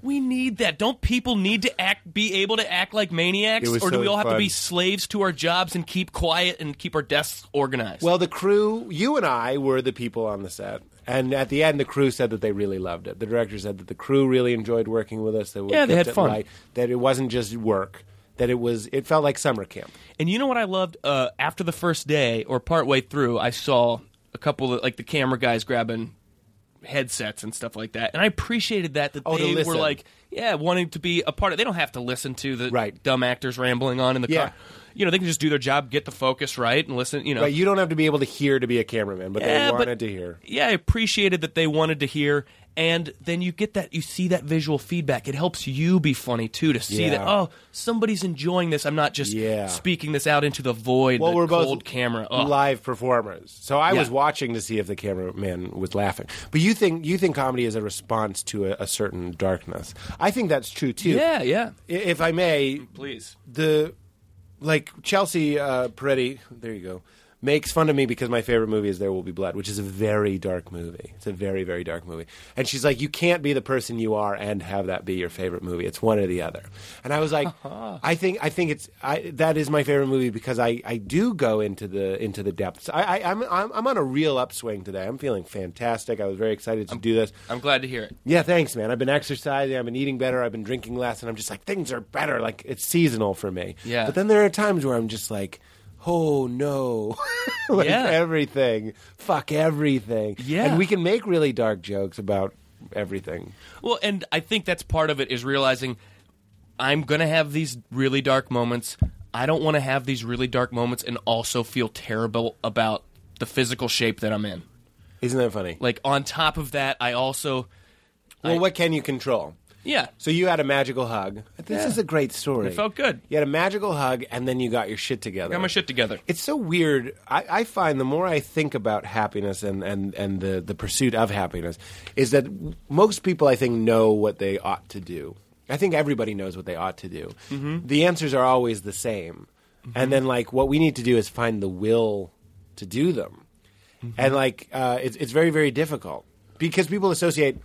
we need that. Don't people need to act, be able to act like maniacs?
It was
Or do
so
we all have to
fun.
be slaves to our jobs and keep quiet and keep our desks organized?
Well, the crew, you and I were the people on the set. And at the end, the crew said that they really loved it. The director said that the crew really enjoyed working with us. That we
Yeah, they
kept
had
it
fun.
light, that it wasn't just work. That it was. It felt like summer camp.
And you know what I loved? Uh, after the first day or partway through, I saw a couple of like the camera guys grabbing headsets and stuff like that, and I appreciated that that
Oh, to
they were
listen.
like, yeah, wanting to be a part of. They don't have to listen to the
Right.
dumb actors rambling on in the
Yeah.
car. You know, they can just do their job, get the focus right, and listen. You know,
Right? You don't have to be able to hear to be a cameraman, but
Yeah,
they
but-
wanted to hear.
yeah, I appreciated that they wanted to hear. And then you get that, you see that visual feedback. It helps you be funny too to see
Yeah.
that. Oh, somebody's enjoying this. I'm not just
Yeah.
speaking this out into the void.
Well,
the
we're
cold
both
camera. Ugh.
live performers, so I
Yeah.
was watching to see if the cameraman was laughing. But you think you think comedy is a response to a, a certain darkness. I think that's true too.
Yeah, yeah.
I- If I may,
Please.
the like Chelsea uh, Peretti, there you go, makes fun of me because my favorite movie is There Will Be Blood, which is a very dark movie. It's a very very dark movie, and she's like, you can't be the person you are and have that be your favorite movie. It's one or the other. And I was like,
Uh-huh.
I think I think it's I, that is my favorite movie because I, I do go into the into the depths. I, I I'm, I'm I'm on a real upswing today. I'm feeling fantastic. I was very excited to do this.
I'm glad to hear it.
Yeah, thanks, man. I've been exercising, I've been eating better, I've been drinking less, and I'm just like, things are better. Like, it's seasonal for me.
Yeah.
But then there are times where I'm just like, oh no. like,
Yeah.
everything. Fuck everything.
Yeah.
And we can make really dark jokes about everything.
Well, and I think that's part of it is realizing I'm going to have these really dark moments. I don't want to have these really dark moments and also feel terrible about the physical shape that I'm in.
Isn't that funny?
Like on top of that, I also
well, what can you control?
yeah.
So you had a magical hug. This is a great story.
It felt good.
You had a magical hug, and then you got your shit together.
Got my shit together.
It's so weird. I, I find the more I think about happiness and, and, and the, the pursuit of happiness, is that most people, I think, know what they ought to do. I think everybody knows what they ought to do. The answers are always the same. And then, like, what we need to do is find the will to do them. And, like, uh, it's, it's very, very difficult because people associate.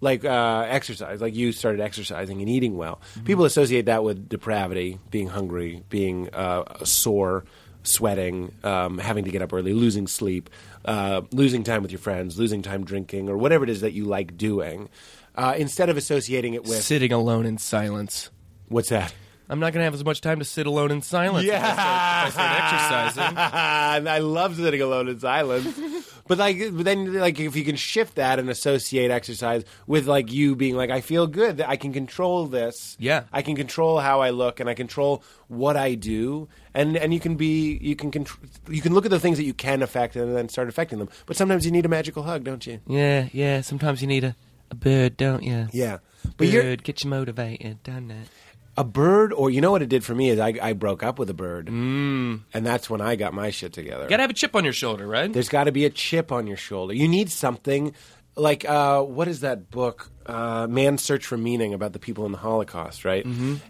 Like uh, exercise, like you started exercising and eating well. People associate that with depravity, being hungry, being uh, sore, sweating, um, having to get up early, losing sleep, uh, losing time with your friends, losing time drinking, or whatever it is that you like doing, uh, instead of associating it with
Sitting alone in silence.
what's that?
I'm not going to have as much time to sit alone in silence. if I start- if I start exercising.
and I love sitting alone in silence. but like but then like if you can shift that and associate exercise with like you being like I feel good that I can control this.
Yeah.
I can control how I look and I control what I do and and you can be you can contr- you can look at the things that you can affect and then start affecting them. But sometimes you need a magical hug, don't you?
Yeah, yeah. Sometimes you need a, a bird, don't you?
Yeah. But
But
you're
bird gets you motivated, doesn't it?
a bird or you know what it did for me is I I broke up with a bird. Mm. And that's when I got my shit together.
Got to have a chip on your shoulder, right?
There's got to be a chip on your shoulder. You need something like uh, what is that book, uh, Man's Search for Meaning, about the people in the Holocaust, right?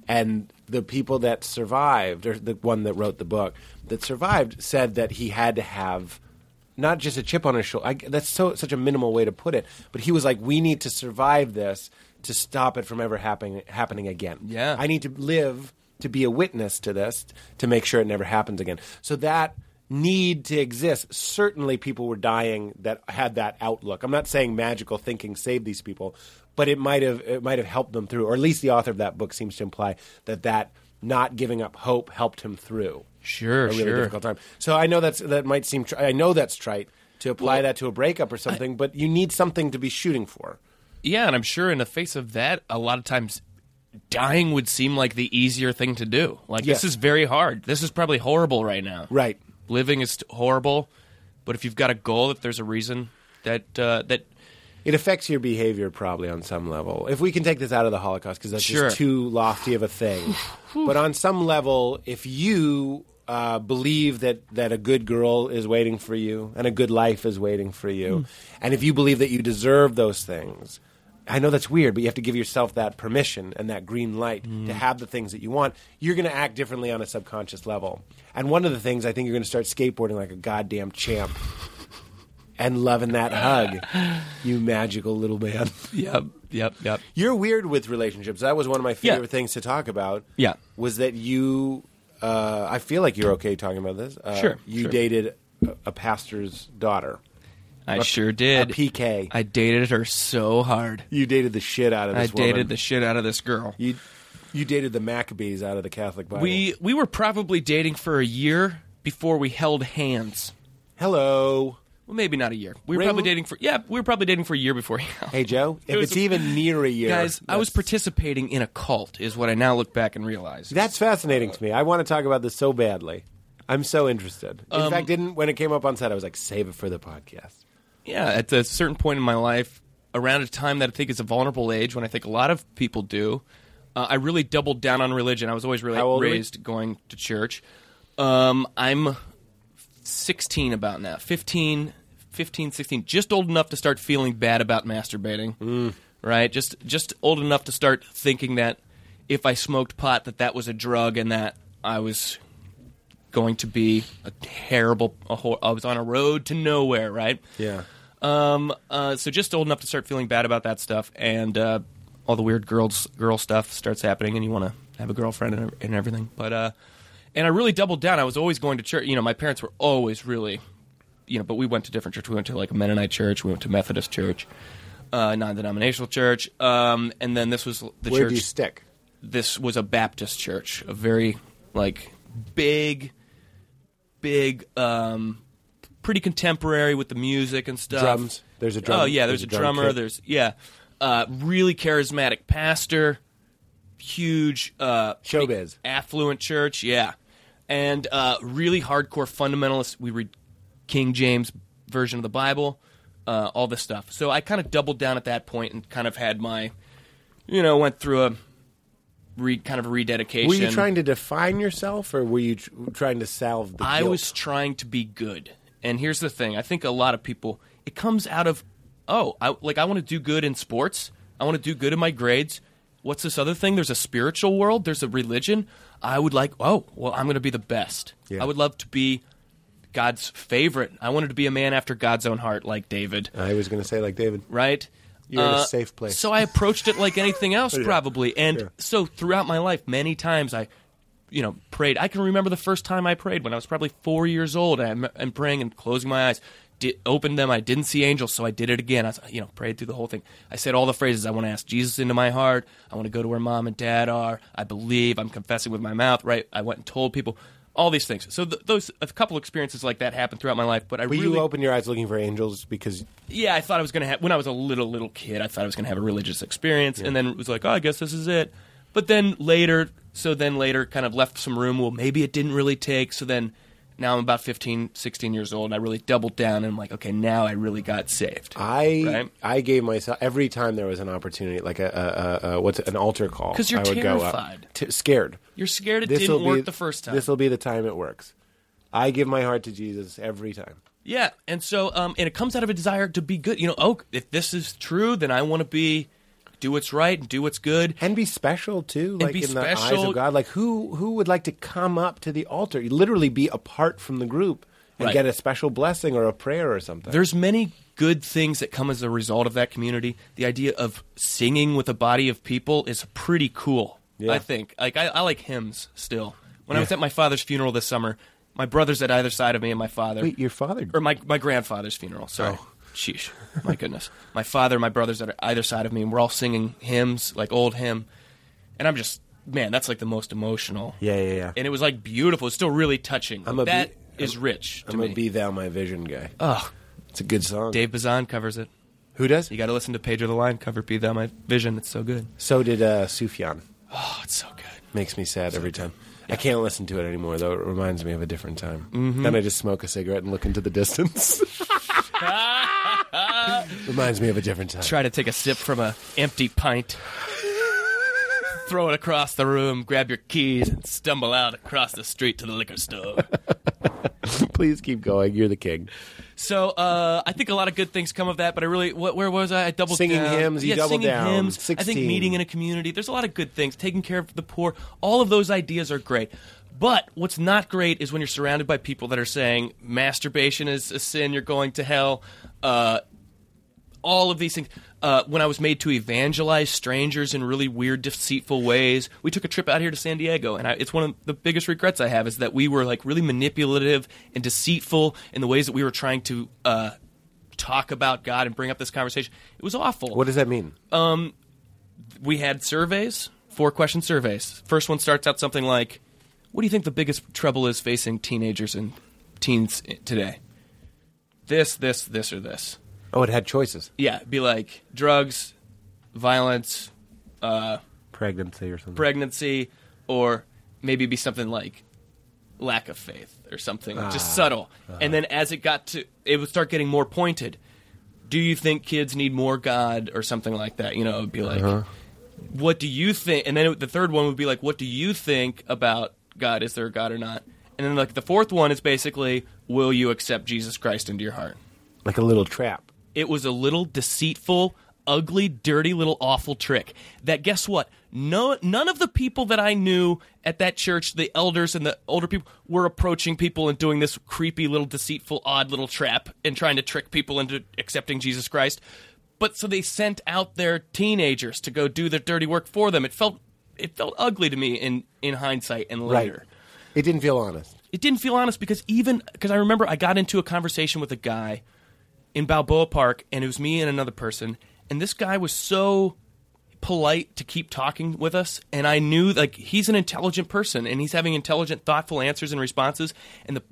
And the people that survived, or the one that wrote the book that survived, said that he had to have not just a chip on his shoulder. I, that's so such a minimal way to put it, but he was like, "We need to survive this to stop it from ever happening happening again."
Yeah.
I need to live to be a witness to this to make sure it never happens again. So that need to exist. Certainly, people were dying that had that outlook. I'm not saying magical thinking saved these people, but it might have it might have helped them through, or at least the author of that book seems to imply that that not giving up hope helped him through.
Sure,
a really
sure.
difficult time. So I know that's that might seem tr- I know that's trite to apply that to a breakup or something, but you need something to be shooting for.
Yeah, and I'm sure in the face of that, a lot of times dying would seem like the easier thing to do. Like,
Yes.
this is very hard. This is probably horrible right now.
Right.
Living is horrible, but if you've got a goal, if there's a reason that, uh, that
It affects your behavior probably on some level. If we can take this out of the Holocaust, because that's
Sure.
just too lofty of a thing. but on some level, if you uh, believe that, that a good girl is waiting for you and a good life is waiting for you, and if you believe that you deserve those things, I know that's weird, but you have to give yourself that permission and that green light to have the things that you want. You're going to act differently on a subconscious level. And one of the things I think you're going to start skateboarding like a goddamn champ and loving that hug, you magical little man.
Yep, Uh, yep, yep.
You're weird with relationships. That was one of my favorite
Yeah.
things to talk about.
Yeah.
was that you? Uh, I feel like you're okay talking about this. Uh,
Sure,
you
sure.
dated a, a pastor's daughter.
I sure did.
a PK.
I dated her so hard.
You dated the shit out of
I
this woman.
dated the shit out of this girl.
you. You dated the Maccabees out of the Catholic Bible.
We we were probably dating for a year before we held hands.
hello.
Well, maybe not a year. We were
Ring-
probably dating for yeah, we were probably dating for a year before. Yeah.
Hey Joe, if
was-
it's even near a year,
Guys, I was
that's-
participating in a cult, is what I now look back and realize.
That's fascinating to me. I want to talk about this so badly. I'm so interested. In
Um,
fact, didn't when it came up on set, I was like, save it for the podcast.
yeah, at a certain point in my life, around a time that I think is a vulnerable age, when I think a lot of people do, uh, I really doubled down on religion. I was always really
How old were you?
raised going to church. Um, I'm 16 about now, 15, 15, 16, just old enough to start feeling bad about masturbating,
Mm.
right? Just just old enough to start thinking that if I smoked pot, that that was a drug and that I was going to be a terrible. A hor- I was on a road to nowhere, right?
Yeah.
Um, uh, so just old enough to start feeling bad about that stuff, and uh, all the weird girls girl stuff starts happening, and you want to have a girlfriend and, and everything. But uh, and I really doubled down. I was always going to church. You know, my parents were always really, you know, but we went to different church. We went to like a Mennonite church. We went to Methodist church, uh, non-denominational church, um, and then this was the
Where
church
do you stick?
this was a Baptist church, a very like big, big, um, pretty contemporary with the music and stuff.
Drums. There's a drum-
Oh yeah, there's, a,
drum
drummer.
kit.
There's yeah, uh, really charismatic pastor, huge uh, pretty
Showbiz.
affluent church. Yeah, and uh, really hardcore fundamentalist. We read King James version of the Bible. Uh, all this stuff. So I kind of doubled down at that point and kind of had my, you know, went through a re, kind of a rededication.
Were you trying to define yourself, or were you tr- trying to salve the?
I
guilt?
was trying to be good. And here's the thing: I think a lot of people it comes out of oh, I, like I want to do good in sports. I want to do good in my grades. What's this other thing? There's a spiritual world. There's a religion. I would like oh well, I'm going to be the best.
Yeah.
I would love to be God's favorite. I wanted to be a man after God's own heart, like David.
I was going to say like David.
right? Uh,
You're in a safe place.
So I approached it like anything else, probably. And
Sure.
so throughout my life, many times I, you know, prayed. I can remember the first time I prayed when I was probably four years old. And I'm, I'm praying and closing my eyes. Di opened them. I didn't see angels, so I did it again. I, was, you know, prayed through the whole thing. I said all the phrases. I want to ask Jesus into my heart. I want to go to where mom and dad are. I believe. I'm confessing with my mouth. Right. I went and told people all these things. So th- those a couple experiences like that happened throughout my life. But I
Were
really
you open your eyes looking for angels because
yeah, I thought I was gonna have when I was a little little kid. I thought I was gonna have a religious experience, and then it was like, oh, I guess this is it. But then later, so then later, kind of left some room. Well, maybe it didn't really take. So then now I'm about 15, 16 years old, and I really doubled down. And I'm like, okay, now I really got saved.
I
Right.
I gave myself every time there was an opportunity like a, a, a, a what's it, an altar call
'Cause you're
I would go
terrified.
up T- scared.
You're scared it
This'll
didn't work
be-
the first time.
This will be the time it works. I give my heart to Jesus every time.
Yeah, and so um, and it comes out of a desire to be good. You know, oh, if this is true, then I want to be do what's right and do what's good.
and be special too, like
be
in the eyes
special.
of God. Like who who would like to come up to the altar, You literally be apart from the group and
Right.
get a special blessing or a prayer or something?
There's many good things that come as a result of that community. The idea of singing with a body of people is pretty cool.
Yeah.
I think. Like I, I like hymns still. When I was at my father's funeral this summer, my brothers at either side of me and my father
Wait, your Oh. father?
or my my grandfather's funeral. Sorry. Sheesh. My goodness. My father, my brothers that are either side of me, and we're all singing hymns, like old hymn. And I'm just man, that's like the most emotional.
Yeah, yeah, yeah.
And it was like beautiful. It's still really touching.
I'm a
That
be-
is rich to
I'm
me.
a be thou my vision guy.
Ugh.
It's a good song.
Dave Bazan covers it.
Who does?
You got to listen to Pedro the Lion cover "Be Thou My Vision." It's so good.
So did uh, Sufjan.
Oh, it's so good.
Makes me sad every time. I can't listen to it anymore, though. It reminds me of a different time.
Mm-hmm.
Then I just smoke a cigarette and look into the distance. reminds me of a different time.
Try to take a sip from a empty pint. Throw it across the room, grab your keys, and stumble out across the street to the liquor store.
Please keep going. You're the king.
So uh, I think a lot of good things come of that. But I really, what, where was I? I doubled
Singing
down.
hymns, you
yeah,
doubled
singing
down.
hymns. I
16.
think meeting in a community. There's a lot of good things. Taking care of the poor. All of those ideas are great. But what's not great is when you're surrounded by people that are saying masturbation is a sin. You're going to hell. Uh, all of these things. Uh, when I was made to evangelize strangers in really weird, deceitful ways, we took a trip out here to San Diego, and I, it's one of the biggest regrets I have is that we were like really manipulative and deceitful in the ways that we were trying to uh, talk about God and bring up this conversation. It was awful.
What does that mean?
Uh, we had surveys, four question surveys. First one starts out something like, "What do you think the biggest trouble is facing teenagers and teens today?" This, this, this, or this.
oh, it had choices.
Yeah, be like drugs, violence,
Pregnancy or something.
pregnancy, or maybe be something like lack of faith or something, just subtle. And then as it got to, it would start getting more pointed. Do you think kids need more God or something like that? You know, it would be like,
Uh-huh.
what do you think? And then it- the third one would be like, what do you think about God? Is there a God or not? And then like the fourth one is basically, will you accept Jesus Christ into your heart?
like a little trap.
It was a little deceitful, ugly, dirty little awful trick. That guess what? No none of the people that I knew at that church, the elders and the older people were approaching people and doing this creepy little deceitful odd little trap and trying to trick people into accepting Jesus Christ. But so they sent out their teenagers to go do their dirty work for them. It felt it felt ugly to me in in hindsight and later
It didn't feel honest.
it didn't feel honest because even because I remember I got into a conversation with a guy in Balboa Park, and it was me and another person, and this guy was so polite to keep talking with us, and I knew like he's an intelligent person, and he's having intelligent, thoughtful answers and responses, and the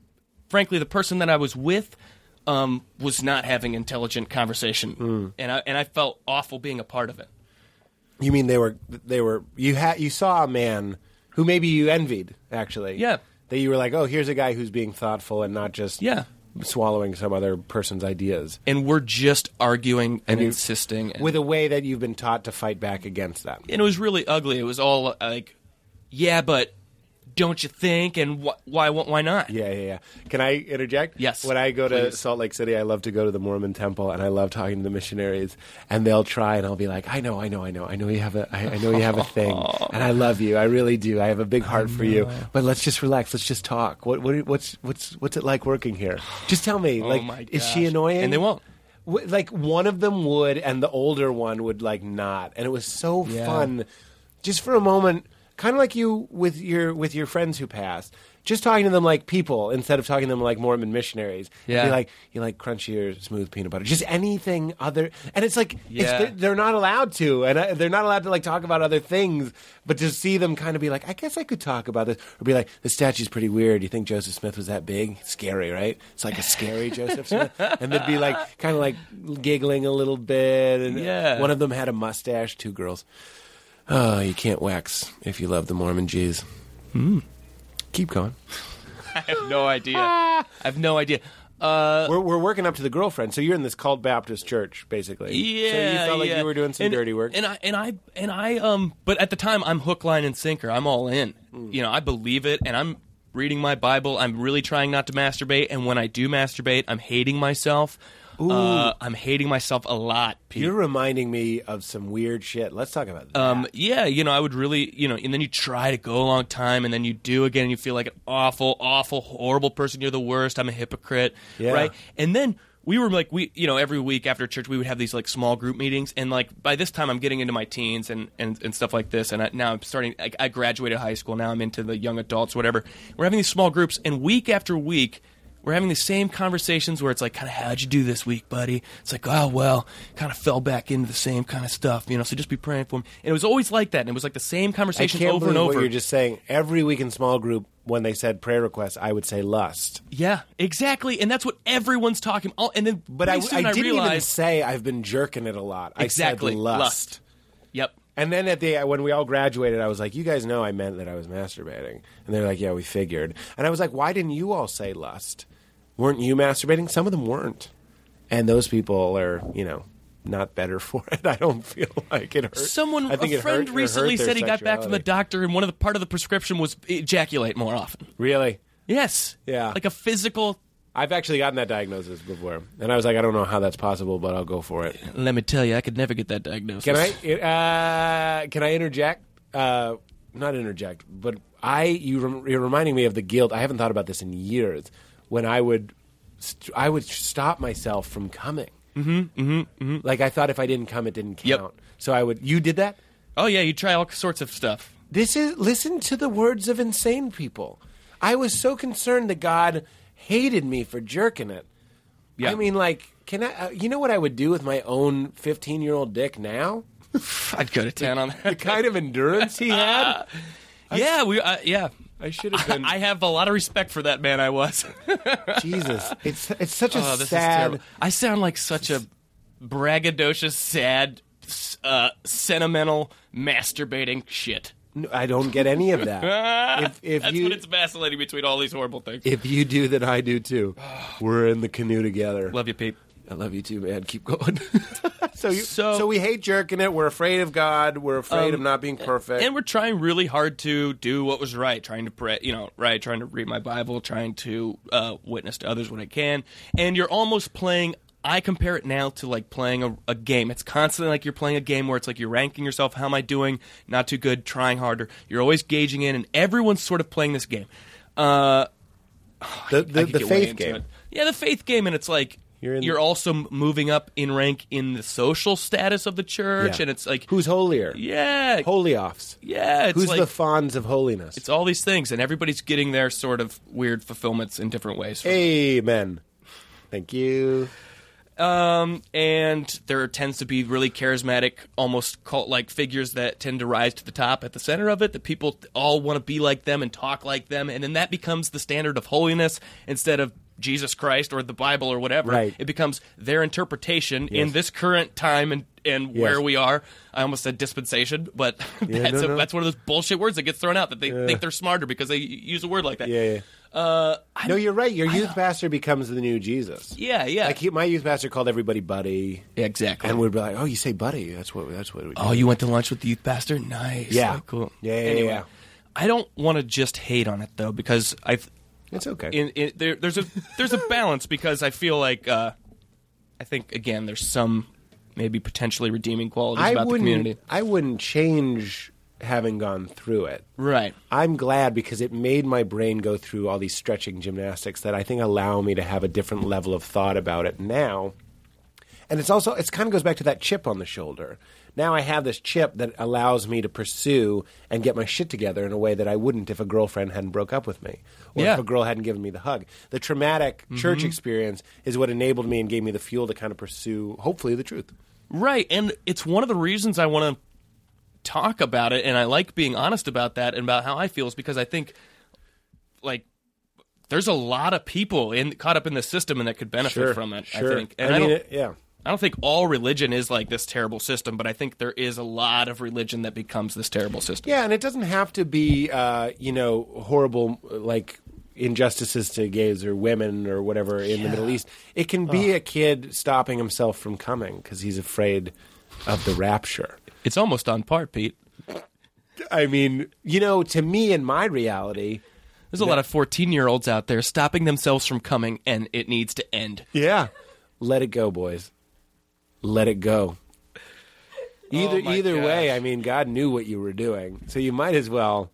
frankly the person that I was with. Um, was not having intelligent conversation,
Hmm.
and I and I felt awful being a part of it.
You mean they were they were you had you saw a man who maybe you envied actually.
Yeah.
That you were like, "Oh, here's a guy who's being thoughtful and not just
Yeah.
swallowing some other person's ideas."
And we're just arguing and,
you-
insisting and-
With a way that you've been taught to fight back against that.
and it was really ugly. It was all like, yeah, but don't you think? And wh- why? won't- Why not?
Yeah, yeah, yeah. Can I interject?
Yes,
When I go to
please.
Salt Lake City, I love to go to the Mormon temple and I love talking to the missionaries and they'll try and I'll be like, I know, I know, I know, I know you have a I, I know you have a thing and I love you. I really do. I have a big heart for you. But let's just relax. Let's just talk. What, what what's what's what's it like working here? Just tell me.
Oh
like
my
is she
gosh.
annoying?
And they won't.
W- like one of them would and the older one would like not and it was so
Yeah.
fun just for a moment kind of like you with your with your friends who passed just talking to them like people instead of talking to them like mormon missionaries It'd be
Yeah.
like you like crunchy or smooth peanut butter just anything other and it's like
Yeah.
it's, they're, they're not allowed to and I, they're not allowed to like talk about other things but to see them kind of be like i guess i could talk about this or be like the statue's pretty weird you think joseph smith was that big scary right it's like a scary joseph smith and they'd be like kind of like giggling a little bit and
Yeah.
one of them had a mustache two girls oh you can't wax if you love the mormon jews
Hmm.
keep going
I have no idea. I have no idea. Uh,
we're, we're working up to the girlfriend so you're in this called baptist church basically
yeah.
so you felt like
yeah.
you were doing some
And-
dirty work
And I and I and I um. But at the time, I'm hook, line, and sinker. I'm all in.
Hmm.
You know, I believe it, and I'm reading my Bible. I'm really trying not to masturbate, and when I do masturbate, I'm hating myself. Uh, I'm hating myself a lot. Pete.
You're reminding me of some weird shit. Let's talk about that.
Um, yeah, you know, I would really, you know, and then you try to go a long time, and then you do again, and you feel like an awful, awful, horrible person. You're the worst. I'm a hypocrite,
Yeah.
right? And then we were like, we, you know, every week after church, we would have these like small group meetings, and like by this time, I'm getting into my teens and and, and stuff like this, and I, now I'm starting. I, I graduated high school. Now I'm into the young adults, whatever. We're having these small groups, and week after week, We're having the same conversations where it's like, kind of, how'd you do this week, buddy? It's like, oh, well, kind of fell back into the same kind of stuff, you know, so just be praying for him. And it was always like that. And it was like the same
I
conversation
can't
over
believe
and over.
what you're just saying. Every week in small group, when they said prayer requests, I would say lust.
yeah, exactly. And that's what everyone's talking all And then,
But I,
pretty soon
I didn't even
realized-
say I've been jerking it a lot.
Exactly.
I said lust.
Lust. Yep.
And then at the when we all graduated, I was like, "You guys know I meant that I was masturbating," and they're like, "Yeah, we figured." And I was like, "Why didn't you all say lust? Weren't you masturbating?" Some of them weren't, and those people are, you know, not better for it. I don't feel like it hurt.
Someone,
I think
a
it
friend
hurt- it hurt
recently
their
said he got back from the
sexuality.
doctor, and one of the part of the prescription was ejaculate more often.
Really?
Yes.
Yeah.
Like a physical.
I've actually gotten that diagnosis before, and I was like, "I don't know how that's possible, but I'll go for it."
Let me tell you, I could never get that diagnosis.
Can I? Uh, can I interject? Uh, not interject, but I. You rem- you're reminding me of the guilt. I haven't thought about this in years. When I would, st- I would stop myself from coming. Mm-hmm, mm-hmm, Like I thought if I didn't come, it didn't count.
Yep.
So I would. You did that.
Oh yeah, you try all sorts of stuff.
This is listen to the words of insane people. I was so concerned that God hated me for jerking it.
Yeah.
I mean, like, can I? Uh, you know what I would do with my own 15 year old dick now?
I'd go to town on
The
that.
kind of endurance he had.
yeah, we. Uh, yeah,
I should have been.
I have a lot of respect for that man. I was.
Jesus, it's it's such a
oh, this is
sad.
terrible. I sound like such a braggadocious, sad, s- uh, sentimental, masturbating shit.
No, I don't get any of that. if if
That's
you
what it's vacillating between all these horrible things.
if you do, then I do too. We're in the canoe together.
Love you, Pete.
I love you too, man. Keep going. so you
So- Um,
so, we hate jerking it. We're afraid of God. We're afraid of not being perfect.
And we're trying really hard to do what was right, trying to pray, you know, right, trying to read my Bible, trying to uh, witness to others when I can. And you're almost playing. I compare it now to like playing a, a game. It's constantly like you're playing a game where it's like you're ranking yourself. How am I doing? Not too good. Trying harder. You're always gauging in, and everyone's sort of playing this game. Uh,
the
I
the,
could
the
get way
faith
into
game.
it. Yeah, the faith game, and it's like you're,
You're in-
also m- moving up in rank in the social status of the church,
Yeah.
and it's like
Who's holier?
yeah,
Holy offs.
yeah, it's
Who's
like
the fawns of holiness?
it's all these things, and everybody's getting their sort of weird fulfillments in different ways. from it.
Amen. Thank you.
And there tends to be really charismatic, almost cult-like figures that tend to rise to the top at the center of it. That people all want to be like them and talk like them, and then that becomes the standard of holiness instead of Jesus Christ or the Bible or whatever.
Right.
It becomes their interpretation in this current time and. And where we are, I almost said dispensation, but that's,
no,
a,
no.
that's one of those bullshit words that gets thrown out that they think they're smarter because they use a word like that.
Yeah. yeah. no, you're right. Your youth pastor becomes the new Jesus.
yeah, yeah.
Like he, my youth pastor called everybody buddy.
Exactly.
And we'd be like, "Oh, you say buddy? That's what. That's what we." Do.
oh, you went to lunch with the youth pastor? Nice.
Yeah.
Oh, cool.
Yeah, yeah,
anyway,
yeah.
I don't want to just hate on it though, because I,
it's okay.
in, in, there, there's a there's a balance because I feel like uh, I think again there's some maybe potentially redeeming qualities
I
about the
wouldn't.
community.
I wouldn't change having gone through it.
Right.
I'm glad because it made my brain go through all these stretching gymnastics that I think allow me to have a different level of thought about it now. And it's also it kind of goes back to that chip on the shoulder. Now I have this chip that allows me to pursue and get my shit together in a way that I wouldn't if a girlfriend hadn't broke up with me or
Yeah. Mm-hmm.
if a girl hadn't given me the hug. The traumatic church experience is what enabled me and gave me the fuel to kind of pursue hopefully the truth.
Right, and it's one of the reasons I want to talk about it, and I like being honest about that and about how I feel, is because I think, like, there's a lot of people in caught up in the system and that could benefit from it.
Sure.
I think, and I,
mean,
don't,
it- yeah.
I don't think all religion is like this terrible system, but I think there is a lot of religion that becomes this terrible system.
Yeah, and it doesn't have to be, uh, you know, horrible like injustices to gays or women or whatever in the Middle East. It can be a kid stopping himself from coming because he's afraid of the rapture.
It's almost on par, Pete.
I mean, you know, to me in my reality,
There's a lot of 14 year olds out there stopping themselves from coming, and it needs to end.
yeah, let it go, boys, let it go. Either
Oh my
either way,
gosh.
I mean, God knew what you were doing, so you might as well.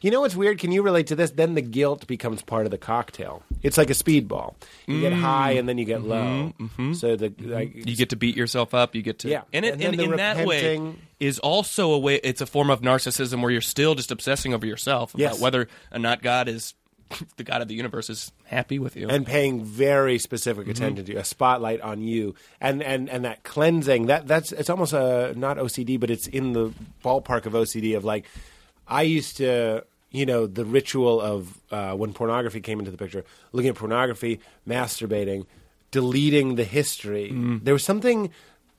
You know what's weird? Can you relate to this? Then the guilt becomes part of the cocktail. It's like a speedball. You get
Mm.
high and then you
Mm-hmm.
get low. So the like,
you get to beat yourself up you get to
Yeah.
and, it,
And
and,
then the
in that way
repenting-
is also a way it's a form of narcissism where you're still just obsessing over yourself about
Yes.
whether or not god is the God of the universe is happy with you.
and paying very specific attention to you, a spotlight on you, and and and that cleansing. That that's it's almost a not OCD, but it's in the ballpark of OCD. Of like, I used to. You know the ritual of uh, when pornography came into the picture, looking at pornography, masturbating, deleting the history.
Mm.
There was something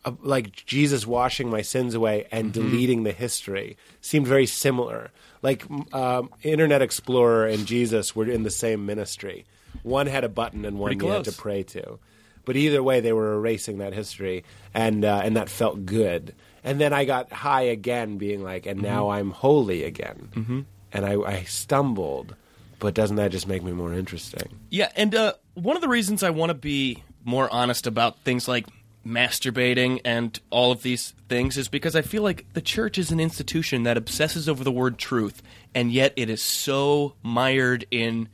uh, like Jesus washing my sins away and
Mm-hmm.
deleting the history seemed very similar. Like m- um, Internet Explorer and Jesus were in the same ministry. One had a button and one
Pretty
you had to
close.
pray to. But either way, they were erasing that history, and uh, and that felt good. And then I got high again, being like, and now
Mm-hmm.
I'm holy again. Mm-hmm. And I, I stumbled, but doesn't that just make me more interesting?
Yeah, and uh, one of the reasons I want to be more honest about things like masturbating and all of these things is because I feel like the church is an institution that obsesses over the word truth, and yet it is so mired in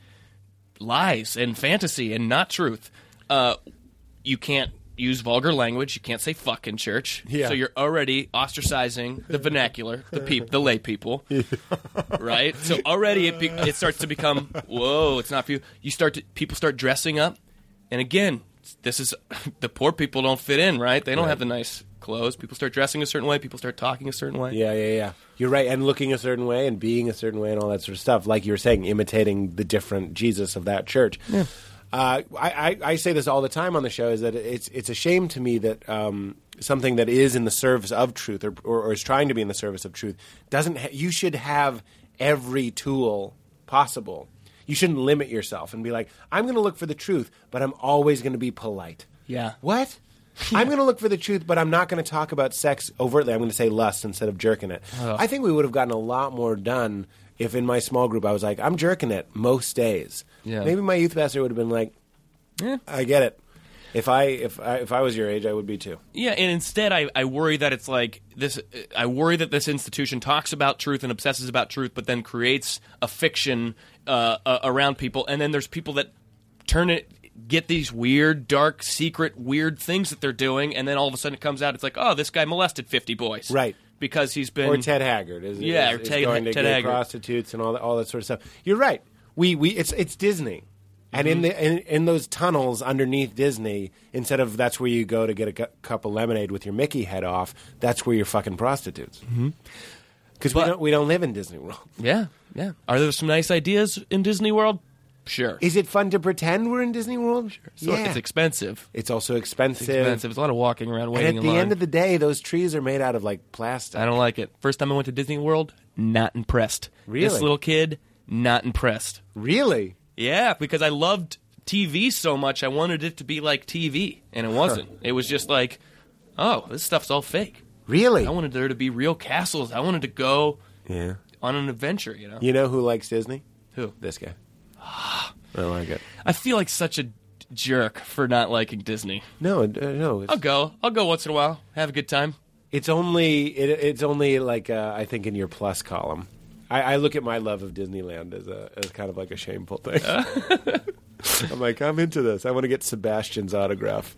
lies and fantasy and not truth. Uh, you can't use vulgar language. You can't say "fuck" in church.
Yeah.
So you're already ostracizing the vernacular, the peop, the lay people, right? So already it be- it starts to become whoa, it's not for you. You start to people start dressing up, and again, this is the poor people don't fit in, right? They don't have the nice clothes. People start dressing a certain way. People start talking a certain way.
Yeah, yeah, yeah. You're right. And looking a certain way and being a certain way and all that sort of stuff. Like you were saying, imitating the different Jesus of that church. Uh, I, I, I say this all the time on the show is that it's it's a shame to me that um, something that is in the service of truth or, or, or is trying to be in the service of truth doesn't. Ha- you should have every tool possible. You shouldn't limit yourself and be like, I'm going to look for the truth, but I'm always going to be polite.
Yeah.
What? I'm going to look for the truth, but I'm not going to talk about sex overtly. I'm going to say lust instead of jerking it. I think we would have gotten a lot more done if in my small group I was like, I'm jerking it most days.
Yeah.
Maybe my youth pastor would have been like, I get it. If I if I, if I was your age, I would be too.
Yeah, and instead, I, I worry that it's like this. I worry that this institution talks about truth and obsesses about truth, but then creates a fiction uh, uh, around people, and then there's people that turn it, get these weird, dark, secret, weird things that they're doing, and then all of a sudden it comes out. It's like, oh, this guy molested fifty boys,
Right.
Because he's been
Or Ted Haggard is
Yeah,
is,
or
is
Ted-
going to
Ted
gay
Haggard.
prostitutes and all that, all that sort of stuff. You're right. We we it's it's Disney. And
Mm-hmm.
in the in, in those tunnels underneath Disney, instead of that's where you go to get a cu- cup of lemonade with your Mickey head off, that's where you're fucking prostitutes. Because we
Mm-hmm. But-
don't we don't live in Disney World.
Yeah, yeah. Are there some nice ideas in Disney World? Sure.
Is it fun to pretend we're in Disney World? Sure.
So
yeah.
It's expensive.
It's also
It's
expensive.
expensive. It's a lot of walking around
And
waiting
at
in
the
line.
end of the day, those trees are made out of like plastic.
I don't like it. First time I went to Disney World, not impressed.
Really?
This little kid, not impressed.
really?
Yeah, because I loved TV so much, I wanted it to be like TV, and it wasn't. It was just like, oh, this stuff's all fake.
Really?
I wanted there to be real castles. I wanted to go
yeah.
on an adventure, you know?
You know who likes Disney?
Who?
This guy. I don't like it.
I feel like such a jerk for not liking Disney.
No, uh, no. It's,
I'll go. I'll go once in a while. Have a good time.
it's only it, it's only like uh, I think in your plus column. I, I look at my love of Disneyland as a as kind of like a shameful thing. I'm like I'm into this. I want to get Sebastian's autograph.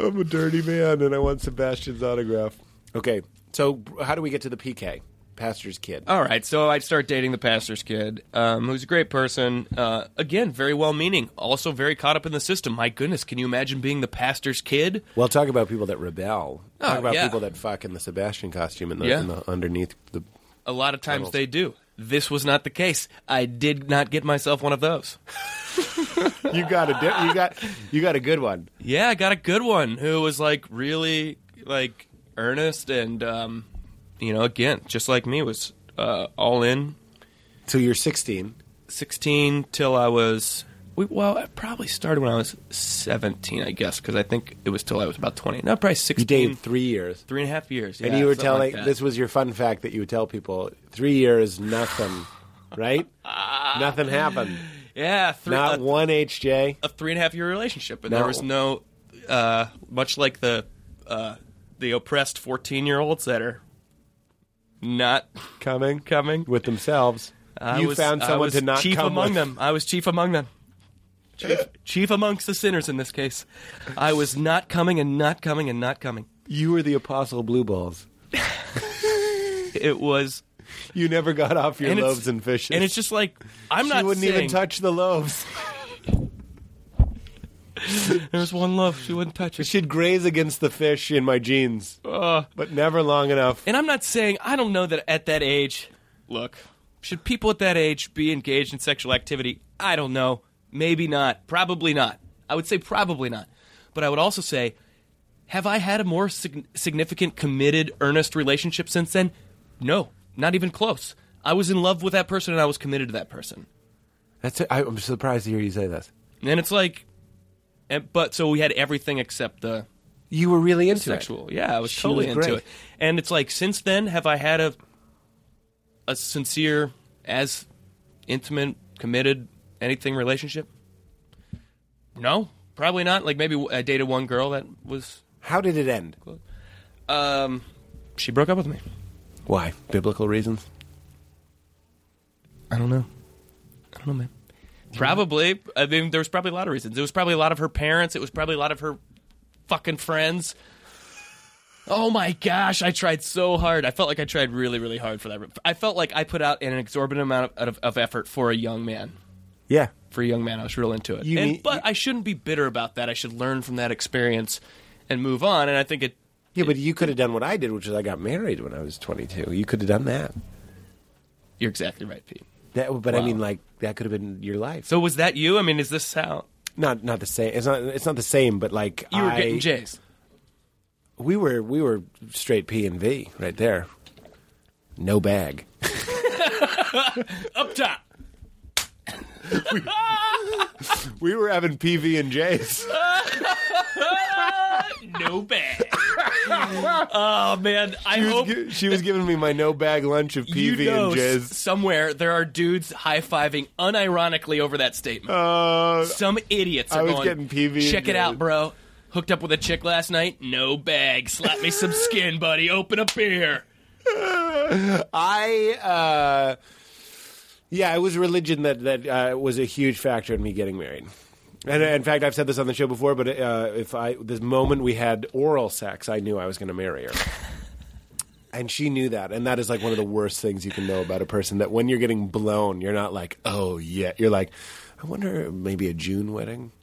I'm a dirty man, and I want Sebastian's autograph. Okay, so how do we get to the PK? Pastor's kid.
All right, so I start dating the pastor's kid, um, who's a great person. Uh, again, very well-meaning, also very caught up in the system. My goodness, can you imagine being the pastor's kid?
Well, talk about people that rebel. talk
Oh,
about
yeah.
people that fuck in the Sebastian costume and the,
Yeah.
and the underneath the.
A lot of times
Tunnels.
they do. This was not the case. I did not get myself one of those.
You got a di- you got you got a good one.
Yeah, I got a good one who was like really like earnest and um, you know, again, just like me, was uh, all in.
So you're 16.
16 till I was we, well, I probably started when I was 17, I guess, because I think it was till I was about 20. No, probably 16.
You dated three years.
three and a half years.
and
Mm-hmm. yeah,
you were
something like
telling
that.
this was your fun fact that you would tell people three years nothing right nothing happened
yeah, three,
not
a,
one hj
a three and a half year relationship, and
No.
there was no uh, much like the uh, the oppressed fourteen year olds that are not
coming
coming.
with themselves
I
you
was-
found
I
someone
was
to not
chief
come
among
with.
them. I was chief among them. Chief, chief amongst the sinners in this case. I was not coming and not coming and not coming.
you were the apostle blue balls
It was
You never got off your
And it's-
loaves and fishes.
And it's just like I'm
she
not.
wouldn't
saying,
even touch the loaves.
There was one love she wouldn't touch it.
She'd graze against the fish in my jeans,
Ugh.
but never long enough.
And I'm not saying I don't know that at that age. Look, should people at that age be engaged in sexual activity? I don't know. Maybe not. Probably not. I would say probably not. But I would also say, have I had a more sig- significant, committed, earnest relationship since then? No, not even close. I was in love with that person and I was committed to that person.
That's. It. I, I'm surprised to hear you say this.
And it's like, and, but so we had everything except the
You were really into
sexual. Yeah, I was
She
totally
was
into
great.
it. And it's like since then have I had a a sincere, as intimate, committed anything relationship? No, probably not. Like maybe I dated one girl that was
How did it end?
um she broke up with me.
Why? Biblical reasons.
I don't know. I don't know, man. Probably. I mean, there was probably a lot of reasons. It was probably a lot of her parents. It was probably a lot of her fucking friends. Oh my gosh, I tried so hard. I felt like I tried really, really hard for that. I felt like I put out an exorbitant amount of, of, of effort for a young man.
Yeah.
For a young man, I was real into it.
You
And-
mean-
but I shouldn't be bitter about that. I should learn from that experience and move on. And I think it.
Yeah, but you could have done what I did, which is I got married when I was 22. You could have done that.
You're exactly right, Pete.
That, but I
Wow.
mean, like that could have been your life.
So was that you? I mean, is this how
not not the same. It's not it's not the same. But like
you were
I-
getting J's?
we were we were straight P and V right there. No bag.
Up top.
We were having PV and J's.
no bag. oh man, I
She was,
hope
gi- she was giving me my no bag lunch of
you
PV
know
and
s-
J's.
somewhere there are dudes high fiving unironically over that statement.
Uh,
Some idiots are
I was
going.
getting PB
Check it
and
out,
J's."
bro. Hooked up with a chick last night. No bag. Slap me some skin, buddy. Open a beer.
I uh, yeah, it was religion that that uh, was a huge factor in me getting married. And uh, in fact, I've said this on the show before, but uh, if I this moment we had oral sex, I knew I was going to marry her. And she knew that, and that is like one of the worst things you can know about a person. That when you're getting blown, you're not like, oh yeah, you're like, I wonder maybe a June wedding.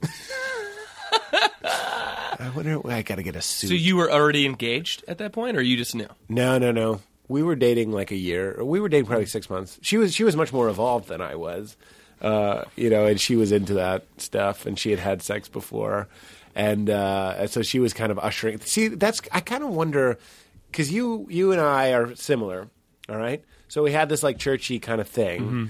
I wonder. I got to get a suit.
So you were already engaged at that point, or you just knew?
No, no, no. We were dating like a year. or We were dating probably six months. She was she was much more evolved than I was, uh, you know, and she was into that stuff, and she had had sex before, and uh, so she was kind of ushering. See, that's I kind of wonder because you you and I are similar, all right. So we had this like churchy kind of thing,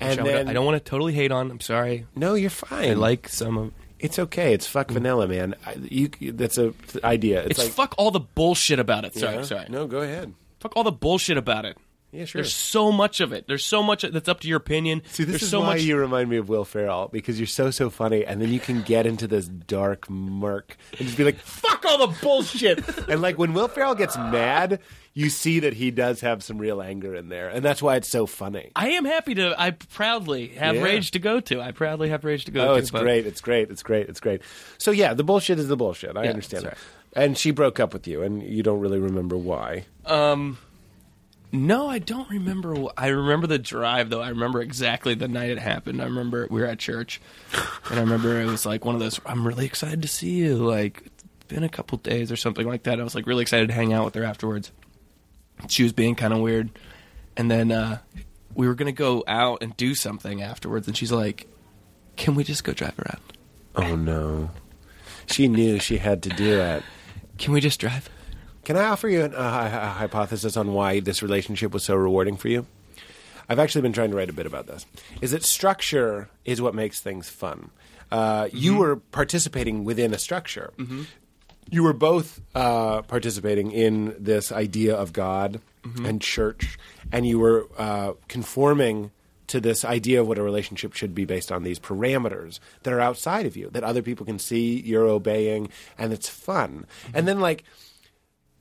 and
Which Mm-hmm. I, would-
then
I don't want to totally hate on. I'm sorry.
No, you're fine.
I like some of.
it's okay. It's fuck vanilla, man. I, you that's a idea. It's,
It's
like
fuck all the bullshit about it. Sorry,
Yeah.
sorry.
No, go ahead.
Fuck all the bullshit about it.
Yeah, sure.
There's so much of it. There's so much that's up to your opinion.
See, this
There's
is
so
why
much.
you remind me of Will Ferrell because you're so so funny, and then you can get into this dark murk and just be like, "Fuck all the bullshit." and like when Will Ferrell gets mad, you see that he does have some real anger in there, and that's why it's so funny.
I am happy to. I proudly have
Yeah.
rage to go to. I proudly have rage to go to.
Oh, it's
but-
great! It's great! It's great! It's great! So yeah, the bullshit is the bullshit. I
Yeah,
understand that.
that's
And she broke up with you, and you don't really remember why.
No, I don't remember. wh- I remember the drive though. I remember exactly the night it happened. I remember we were at church, and I remember it was like one of those. I'm really excited to see you. Like, it's been a couple days or something like that. I was like really excited to hang out with her afterwards. She was being kind of weird, and then uh, we were gonna go out and do something afterwards, and she's like, "Can we just go drive around?
Oh no, she knew she had to do it.
Can we just drive?"
Can I offer you an, a, hy- a hypothesis on why this relationship was so rewarding for you? I've actually been trying to write a bit about this. Is that structure is what makes things fun? Uh, You were participating within a structure. You were both uh, participating in this idea of God and church, and you were uh, conforming to this idea of what a relationship should be based on these parameters that are outside of you, that other people can see, you're obeying, and it's fun. And then, like,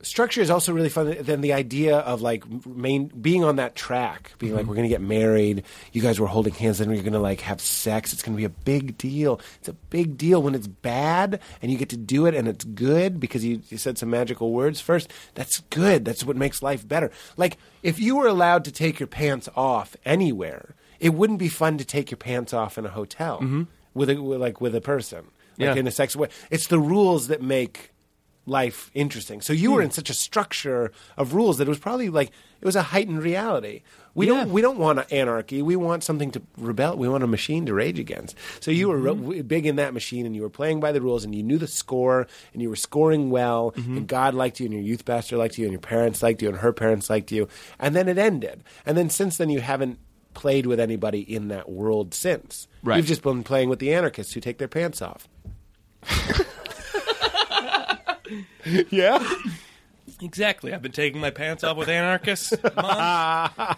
structure is also really fun. Then the idea of like main being on that track, being like we're going to get married. You guys were holding hands, then we're going to like have sex. It's going to be a big deal. It's a big deal when it's bad and you get to do it and it's good because you, you said some magical words first. That's good. That's what makes life better. Like if you were allowed to take your pants off anywhere, it wouldn't be fun to take your pants off in a hotel with a with, like with a person. Like
Yeah.
in a sexual way. It's the rules that make life interesting. So you were in such a structure of rules that it was probably like it was a heightened reality. We don't we don't want anarchy. We want something to rebel. We want a machine to rage against. So you were re- w- big in that machine, and you were playing by the rules, and you knew the score, and you were scoring well, and God liked you, and your youth pastor liked you, and your parents liked you, and her parents liked you, and then it ended. And then since then, you haven't played with anybody in that world since.
Right.
You've just been playing with the anarchists who take their pants off. yeah.
Exactly. I've been taking my pants off with anarchists, months,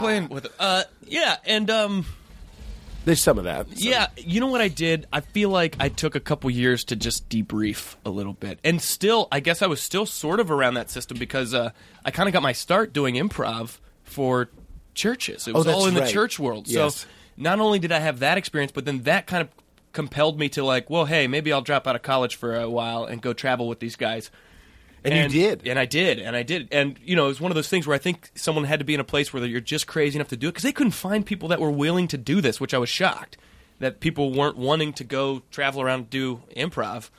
playing with. Uh, yeah, and um,
There's some of that.
yeah, you know what I did? I feel like I took a couple years to just debrief a little bit, and still, I guess I was still sort of around that system because uh, I kind of got my start doing improv for churches. It was
Oh, that's
all in
right.
the church world,
Yes.
so not only did I have that experience, but then that kind of compelled me to like, well, hey, maybe I'll drop out of college for a while and go travel with these guys.
And, you did.
And I did. And I did. And, you know, it was one of those things where I think someone had to be in a place where you're just crazy enough to do it because they couldn't find people that were willing to do this, which I was shocked that people weren't wanting to go travel around and do improv.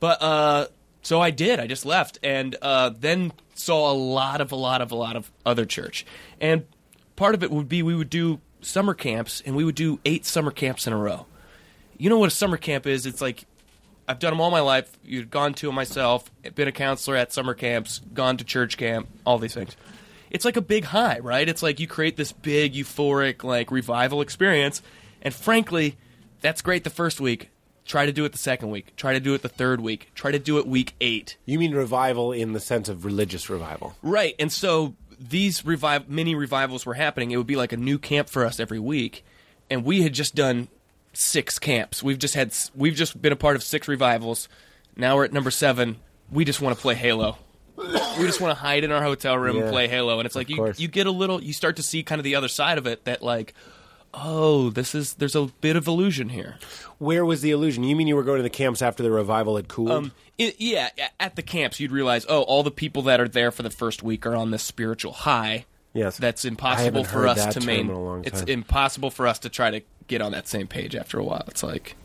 But, uh, so I did. I just left and uh, then saw a lot of, a lot of, a lot of other church. And part of it would be we would do summer camps and we would do eight summer camps in a row you know what a summer camp is? It's like I've done them all my life. You've gone to 'em myself. Been a counselor at summer camps. Gone to church camp. All these things. It's like a big high, right? It's like you create this big euphoric like revival experience, and frankly, that's great the first week. Try to do it the second week. Try to do it the third week. Try to do it week eight.
You mean revival in the sense of religious revival?
Right, and so these revive mini revivals were happening. It would be like a new camp for us every week, and we had just done six camps. We've just had s- we've just been a part of six revivals. Now we're at number seven. We just want to play Halo. we just want to hide in our hotel room
Yeah,
and play Halo, and it's like you
course.
you get a little you start to see kind of the other side of it that like. Oh, this is there's a bit of illusion here.
Where was the illusion? You mean you were going to the camps after the revival had cooled?
Um, i yeah, a- at the camps, you'd realize, oh, all the people that are there for the first week are on this spiritual high.
Yes.
that's
I
impossible
haven't
for
heard
us
that
to
term
main.
in a long
It's
time.
impossible for us to try to get on that same page after a while. It's like,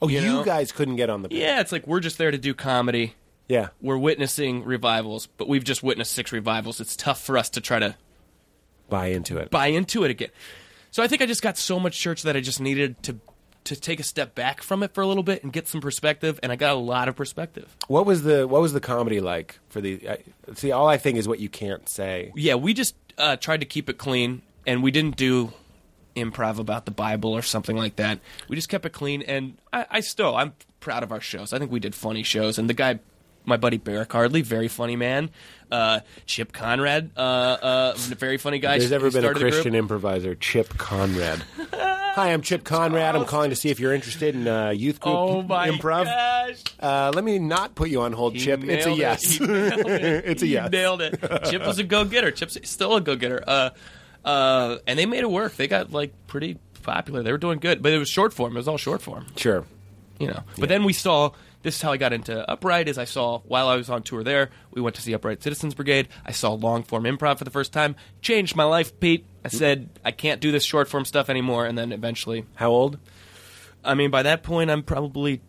oh, you,
you know?
guys couldn't get on the
yeah, it's like we're just there to do comedy.
Yeah.
We're witnessing revivals, but we've just witnessed six revivals. It's tough for us to try to
Buy into it.
buy into it again. So I think I just got so much church that I just needed to to take a step back from it for a little bit and get some perspective, and I got a lot of perspective.
What was the What was the comedy like for the? I, see, all I think is what you can't say.
yeah, we just uh, tried to keep it clean, and we didn't do improv about the Bible or something like that. We just kept it clean, and I, I still I'm proud of our shows. I think we did funny shows, and the guy, my buddy Barrick Hardley, very funny man. Uh, Chip Conrad, uh, uh, very funny guy.
There's
who
ever been a
started the group.
Christian improviser, Chip Conrad. Hi, I'm Chip Conrad. I'm calling to see if you're interested in uh, youth group
Oh my
improv.
gosh!
Uh, let me not put you on hold,
He
Chip. It's a
nailed it.
yes.
He nailed it.
It's a
He
yes.
Nailed it. Chip was a go getter. Chip's still a go getter. Uh, uh, and they made it work. They got like pretty popular. They were doing good, but it was short form. It was all short form.
Sure.
You know. But then we saw. This is how I got into Upright. Is I saw while I was on tour there, we went to see Upright Citizens Brigade. I saw long form improv for the first time. Changed my life, Pete. I said I can't do this short form stuff anymore. And then eventually
How old?
I mean, by that point, I'm probably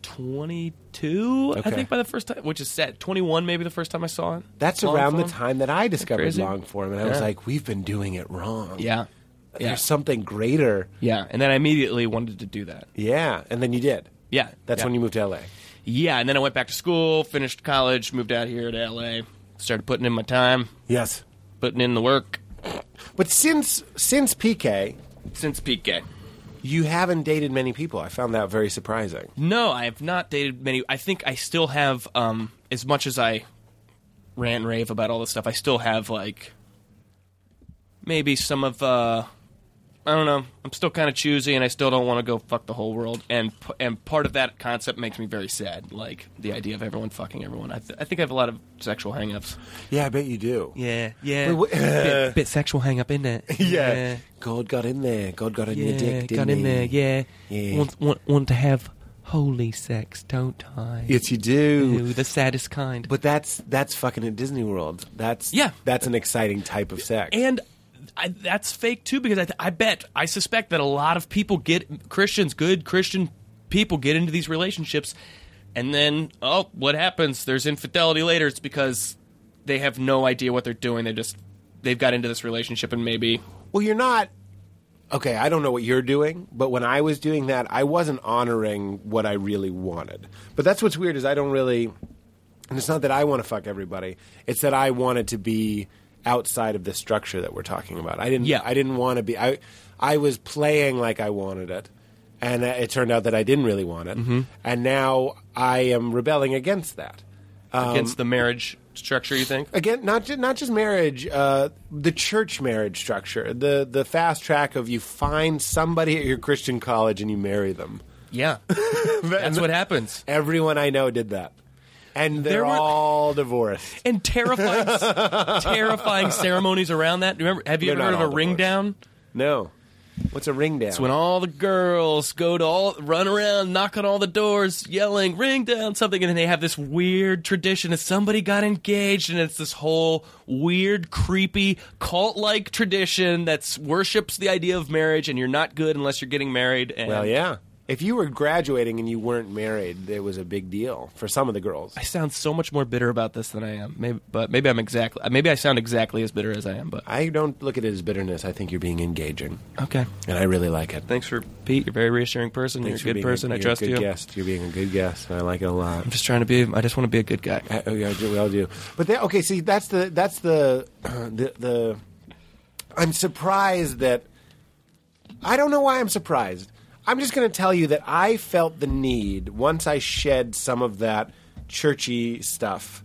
22.
Okay.
I think by the first time, which is sad. 21, maybe the first time I saw it.
That's
Long
around the
form.
time that I discovered
crazy?
long form, and I was
Yeah.
like, "We've been doing it wrong."
Yeah,
there's
yeah,
something greater.
yeah. And then I immediately wanted to do that.
Yeah, and then you did.
Yeah,
That's
yeah.
when you moved to LA.
Yeah, and then I went back to school, finished college, moved out here to LA, started putting in my time,
Yes,
putting in the work
but since since PK,
since Pete Gay.
you haven't dated many people. I found that very surprising.
No, I have not dated many. I think I still have, um, as much as I rant and rave about all this stuff, I still have like maybe some of uh, I don't know. I'm still kind of choosy, and I still don't want to go fuck the whole world. And p- and part of that concept makes me very sad. Like the idea of everyone fucking everyone. I, th- I think I have a lot of sexual hangups.
Yeah, I bet you do.
Yeah, yeah.
But wh-
bit, bit sexual hang up in there.
Yeah. God got in there. God got in your dick, didn't
got in
he?
there. Yeah,
Yeah.
Want, want want to have holy sex, don't I?
Yes, you do.
Ooh, the saddest kind.
But that's that's fucking at Disney World. That's
Yeah.
That's an exciting type of sex.
And I, that's fake too, because I, th- I bet I suspect that a lot of people get Christians, good Christian people, get into these relationships, and then oh, what happens? There's infidelity later. It's because they have no idea what they're doing. They just they've got into this relationship and maybe
well, you're not. Okay, I don't know what you're doing, but when I was doing that, I wasn't honoring what I really wanted. But that's what's weird is I don't really. And it's not that I want to fuck everybody. It's that I wanted to be outside of the structure that we're talking about. I didn't.
Yeah.
I didn't want to be. I I was playing like I wanted it, and uh, it turned out that I didn't really want it. And now I am rebelling against that. Um,
against the marriage structure. You think?
again not ju- not just marriage uh, the church marriage structure the the fast track of you find somebody at your christian college and you marry them
Yeah, that's what happens.
everyone i know did that and they're
There were-
all divorced
And terrifying, terrifying ceremonies around that. Remember? Have you
They're
ever heard
not
of a
all
ring
divorced.
down?
no what's a ring down
It's when all the girls go to all run around, knock on all the doors, yelling, ring down something, and then they have this weird tradition that somebody got engaged, and it's this whole weird, creepy, cult like tradition that worships the idea of marriage, and you're not good unless you're getting married. And
well yeah if you were graduating and you weren't married it was a big deal for some of the girls
I sound so much more bitter about this than I am. Maybe, but maybe I'm exactly. Maybe I sound exactly as bitter as I am. But
i don't look at it as bitterness i think you're being engaging
okay.
and i really like it
Thanks for Pete. You're a very reassuring person.
Thanks for
you're a good
being
person. I
you're
trust
a good
you.
guest you're being a good guest and i like it a lot
I'm just trying to be. I just want to be a good guy.
I, oh, yeah, I do- we all do. But that, okay, see, that's the that's the the the. I'm surprised that. I don't know why I'm surprised. I'm just going to tell you that I felt the need once I shed some of that churchy stuff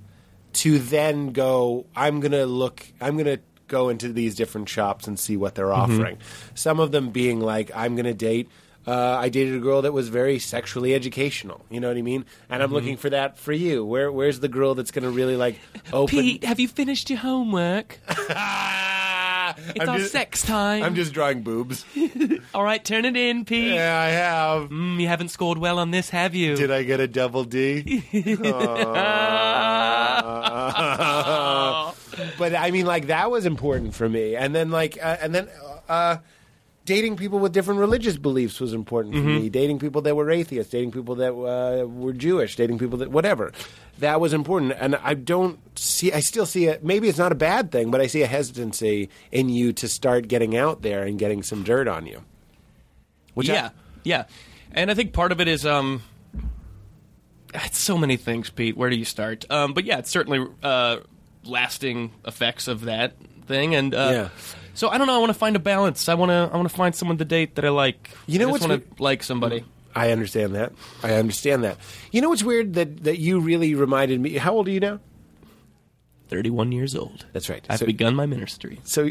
to then go. I'm going to look. I'm going to go into these different shops and see what they're offering. Some of them being like, I'm going to date. Uh, I dated a girl that was very sexually educational. You know what I mean? And I'm looking for that for you. Where Where's the girl that's going to really like open?
Pete, have you finished your homework?
it's
It's our sex time.
I'm just drawing boobs.
All right, turn it in, Pete.
Yeah, I have.
Mm, you haven't scored well on this, have you?
Did I get a double D? Aw. but I mean, like that was important for me. And then, like, uh, and then, uh, dating people with different religious beliefs was important for me. Dating people that were atheists, dating people that uh, were Jewish, dating people that whatever. That was important. And I don't see. I still see it. Maybe it's not a bad thing, but I see a hesitancy in you to start getting out there and getting some dirt on you. Which I-
yeah, yeah, and I think part of it is um, it's so many things, Pete. Where do you start? Um, but yeah, it's certainly uh, lasting effects of that thing, and uh,
Yeah.
so I don't know. I want to find a balance. I want to. I want to find someone to date that I like.
You know
I just
what's
want
weird-
to like somebody.
I understand that. I understand that. You know what's weird that that you really reminded me. How old are you now?
Thirty-one years old.
That's right.
I've
So-
begun my ministry.
So,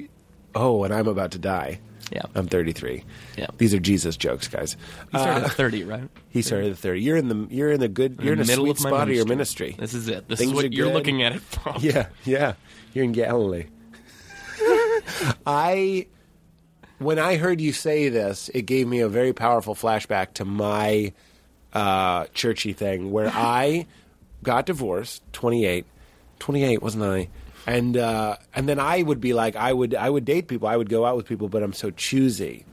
oh, and I'm about to die.
Yeah.
I'm 33.
Yeah.
these are Jesus jokes, guys.
He started
Uh,
at thirty, right?
he started at 30. You're in the you're in the good you're in,
the
a
middle
sweet
of my
spot of your
ministry.
ministry.
This is it. This
Things
is
are
what you're
good.
looking at it from.
Yeah, yeah. You're in Galilee. I when I heard you say this, it gave me a very powerful flashback to my uh, churchy thing where I got divorced, 28. 28 wasn't I? And uh, and then I would be like I would I would date people, I would go out with people, but I'm so choosy.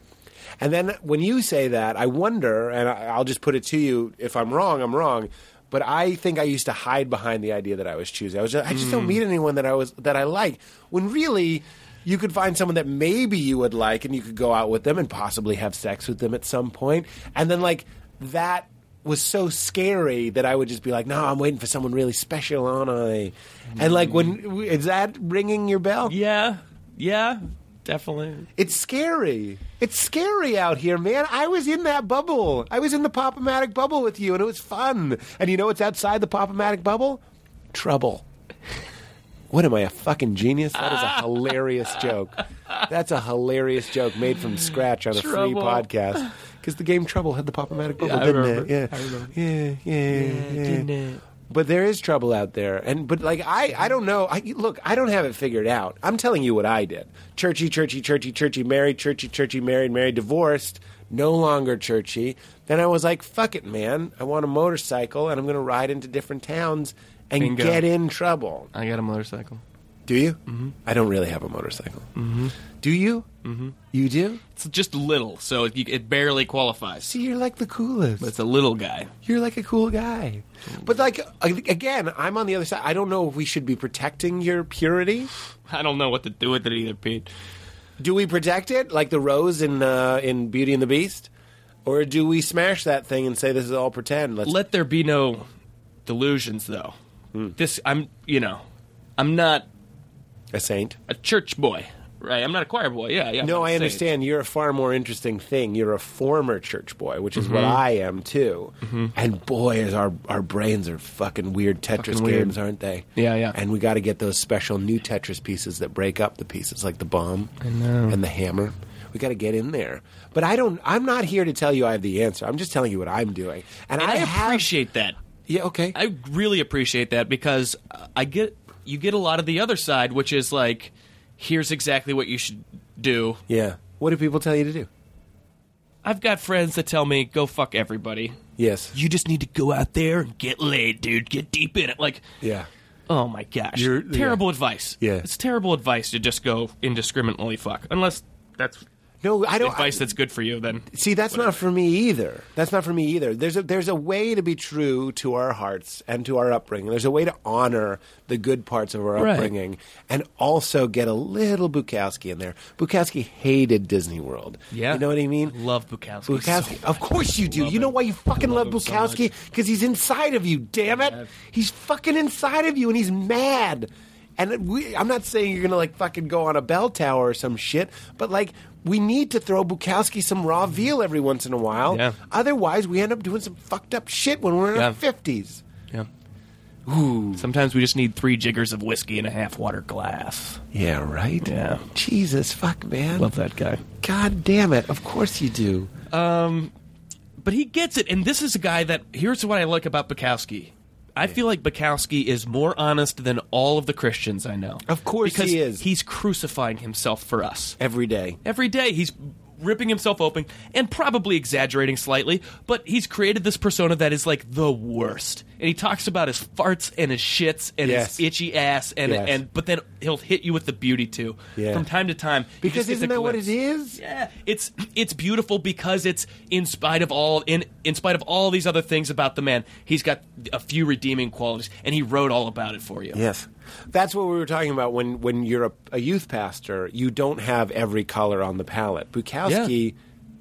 And then when you say that, I wonder, and I- I'll just put it to you: if I'm wrong, I'm wrong. But I think I used to hide behind the idea that I was choosing. I was, just, I just don't meet anyone that I was that I like. When really, you could find someone that maybe you would like, and you could go out with them and possibly have sex with them at some point. And then like that was so scary that I would just be like, "No, I'm waiting for someone really special, aren't I?" And like, when is that ringing your bell?
yeah, yeah, definitely.
It's scary. It's scary out here, man. I was in that bubble. I was in the Popomatic bubble with you, and it was fun. And you know what's outside the Popomatic bubble? Trouble. What am I, a fucking genius? That is a hilarious joke. That's a hilarious joke made from scratch on a free
Trouble.
podcast. Because the game Trouble had the Pop-O-Matic bubble,
Yeah, I
didn't
remember.
it? Yeah.
I remember.
yeah, yeah, yeah.
didn't it?
But there is trouble out there, and but like I, I don't know. I, look, I don't have it figured out. I'm telling you what I did: churchy, churchy, churchy, churchy, married, churchy, churchy, married, married, divorced, no longer churchy. Then I was like, "Fuck it, man! I want a motorcycle, and I'm going to ride into different towns and
Bingo.
get in trouble."
I got a motorcycle.
Do you? Mm-hmm. I don't really have a motorcycle. Mm-hmm. Do you? Mm-hmm. You do?
It's just little, so it, you- it barely qualifies.
See, you're like the coolest.
But it's a little guy.
You're like a cool guy. But like a- again, I'm on the other side. I don't know if we should be protecting your purity.
I don't know what to do with it either, Pete.
Do we protect it like the rose in uh, in Beauty and the Beast, or do we smash that thing and say this is all pretend? Let's
Let there be no delusions, though.
Hmm.
This, I'm, you know, I'm not
a saint.
a church boy, right? I'm not a choir boy. Yeah, yeah. I'm
No,
not a
I
saint.
understand. You're a far more interesting thing. You're a former church boy, which is what
Mm-hmm.
I am too. And boy, is our our brains are fucking weird Tetris
Fucking weird.
games, aren't they?
Yeah, yeah.
And we got to get those special new Tetris pieces that break up the pieces, like the bomb and the hammer. We got to get in there. But I don't. I'm not here to tell you I have the answer. I'm just telling you what I'm doing. And,
And I,
have-
appreciate that.
Yeah. Okay.
I really appreciate that because uh, I get you get a lot of the other side, which is like, here's exactly what you should do.
yeah. What do people tell you to do?
I've got friends that tell me go fuck everybody.
Yes.
You just need to go out there and get laid, dude. Get deep in it. Like,
Yeah.
oh my gosh,
You're-
terrible advice.
Yeah.
it's terrible advice to just go indiscriminately fuck, unless that's
No, I don't.
advice that's good for you. Then
See, that's not for me either. That's not for me either. There's a there's a way to be true to our hearts and to our upbringing. There's a way to honor the good parts of our
Right.
upbringing and also get a little Bukowski in there. Bukowski hated Disney World.
Yeah.
you know what I mean.
love Bukowski.
Bukowski,
so
of course you do.
Love
you know
him.
why you fucking love,
love him so
Bukowski? Because he's inside of you. Damn it, he's fucking inside of you, and he's mad. And we, I'm not saying you're gonna like fucking go on a bell tower or some shit, but like we need to throw Bukowski some raw veal every once in a while.
Yeah.
Otherwise, we end up doing some fucked up shit when we're in
Yeah.
our fifties.
Yeah. Sometimes we just need three jiggers of whiskey in a half water glass.
Yeah, right.
Yeah.
Jesus, fuck, man.
Love that guy.
God damn it. Of course you do.
But he gets it, and this is a guy that here's what I like about Bukowski. I feel like Bukowski is more honest than all of the Christians I know.
Of course
because
he is.
He's crucifying himself for us.
Every day.
Every day he's ripping himself open and probably exaggerating slightly, but he's created this persona that is like the worst. And he talks about his farts and his shits and
Yes.
his itchy ass and
Yes.
and but then he'll hit you with the beauty too
Yeah.
from time to time. You
Because
just get
isn't
the
that what it
glimpse.
is?
Yeah, it's it's beautiful because it's in spite of all in in spite of all these other things about the man, he's got a few redeeming qualities and he wrote all about it for you.
Yes, that's what we were talking about. When when you're a, a youth pastor, you don't have every color on the palette. Bukowski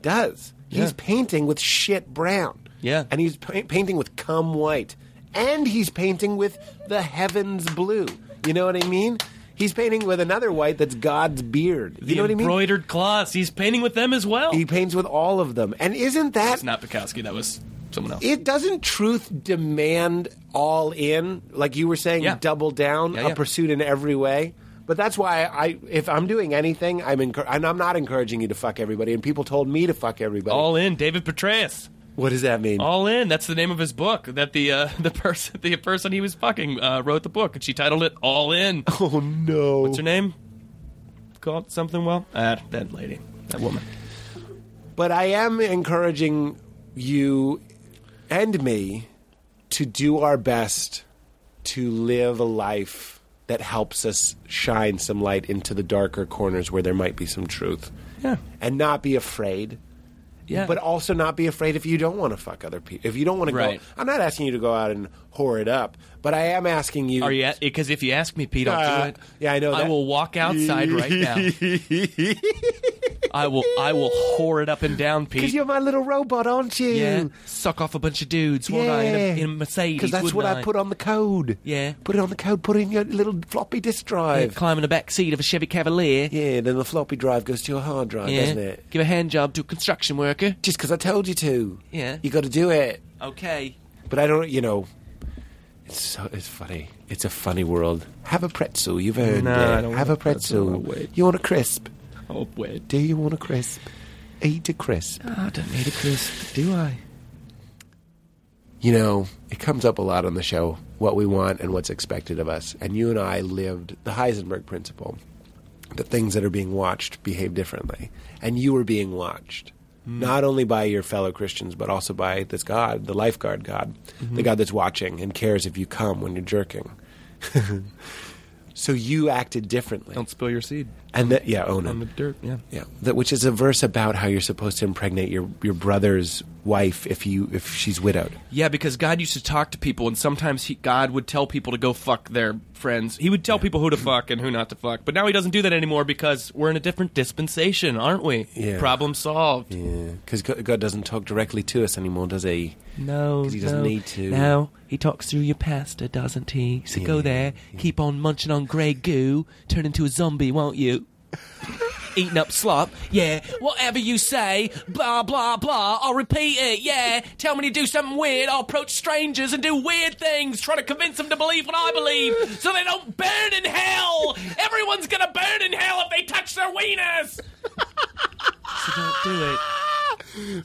does. He's
Yeah.
painting with shit brown.
Yeah.
and he's pa- painting with cum white, and he's painting with the heavens blue. You know what I mean? He's painting with another white that's God's beard. You
The
know what I mean?
embroidered cloths, he's painting with them as well.
He paints with all of them, and isn't that
It's not Bukowski. That was someone else.
it doesn't truth demand all in like you were saying
Yeah.
double down
Yeah,
a
yeah.
pursuit in every way but that's why I, if I'm doing anything, I'm encour- and I'm not encouraging you to fuck everybody. And people told me to fuck everybody.
All in, David Petraeus.
what does that mean?
All in. That's the name of his book. That the uh, the person the person he was fucking uh, wrote the book, and she titled it All In. What's
oh no!
her name? Called something. Well, uh, that lady, that woman.
but I am encouraging you and me to do our best to live a life that helps us shine some light into the darker corners where there might be some truth,
Yeah,
and not be afraid
yeah.
but also not be afraid if you don't want to fuck other people. If you don't want to
Right.
go, I'm not asking you to go out and whore it up, but I am asking you.
are you? Because if you ask me, Pete, I'll
Uh,
do it.
yeah, I know
I
that.
will walk outside right now. I will. I will whore it up and down, Pete.
Because you're my little robot, aren't you?
yeah, suck off a bunch of dudes, won't I? In a,
Yeah.
in a Mercedes,
Because that's
wouldn't
what I
I
put on the code.
Yeah.
Put it on the code, put it in your little floppy disk
Yeah,
drive.
Climb in the back seat of a Chevy Cavalier.
Yeah, then the floppy drive goes to your hard drive,
Yeah.
doesn't it?
Give a hand job to a construction worker.
Just because I told you to.
Yeah.
You got to do it.
Okay.
But I don't, you know. It's so it's funny. It's a funny world. Have a pretzel. You've earned
No,
it.
I don't
Have
want
a
a pretzel.
pretzel.
I'll wait.
You want a crisp?
Oh wait.
Do you want a crisp? Eat a crisp.
Ah, I don't need a crisp, Uh, do I?
You know, it comes up a lot on the show what we want and what's expected of us. And you and I lived the Heisenberg principle that things that are being watched behave differently. And you were being watched.
Hmm.
Not only by your fellow Christians, but also by this God, the lifeguard God,
Mm-hmm.
the God that's watching and cares if you come when you're jerking. so you acted differently.
Don't spill your seed
and that, yeah, own
on
it.
the dirt. Yeah.
Yeah, that, which is a verse about how you're supposed to impregnate your, your brother's wife if you if she's widowed.
Yeah, because God used to talk to people, and sometimes he, God would tell people to go fuck their friends. He would tell people who to fuck and who not to fuck. But now he doesn't do that anymore because we're in a different dispensation, aren't we?
Yeah.
Problem solved.
Because God doesn't talk directly to us anymore, does he?
No,
'Cause he doesn't
no,
need to.
No, he talks through your pastor, doesn't he? So go there, keep on munching on grey goo, turn into a zombie, won't you? Eating up slop, yeah. Whatever you say, blah blah blah. I'll repeat it, yeah. Tell me to do something weird. I'll approach strangers and do weird things, trying to convince them to believe what I believe, so they don't burn in hell. Everyone's gonna burn in hell if they touch their wieners. so don't do it.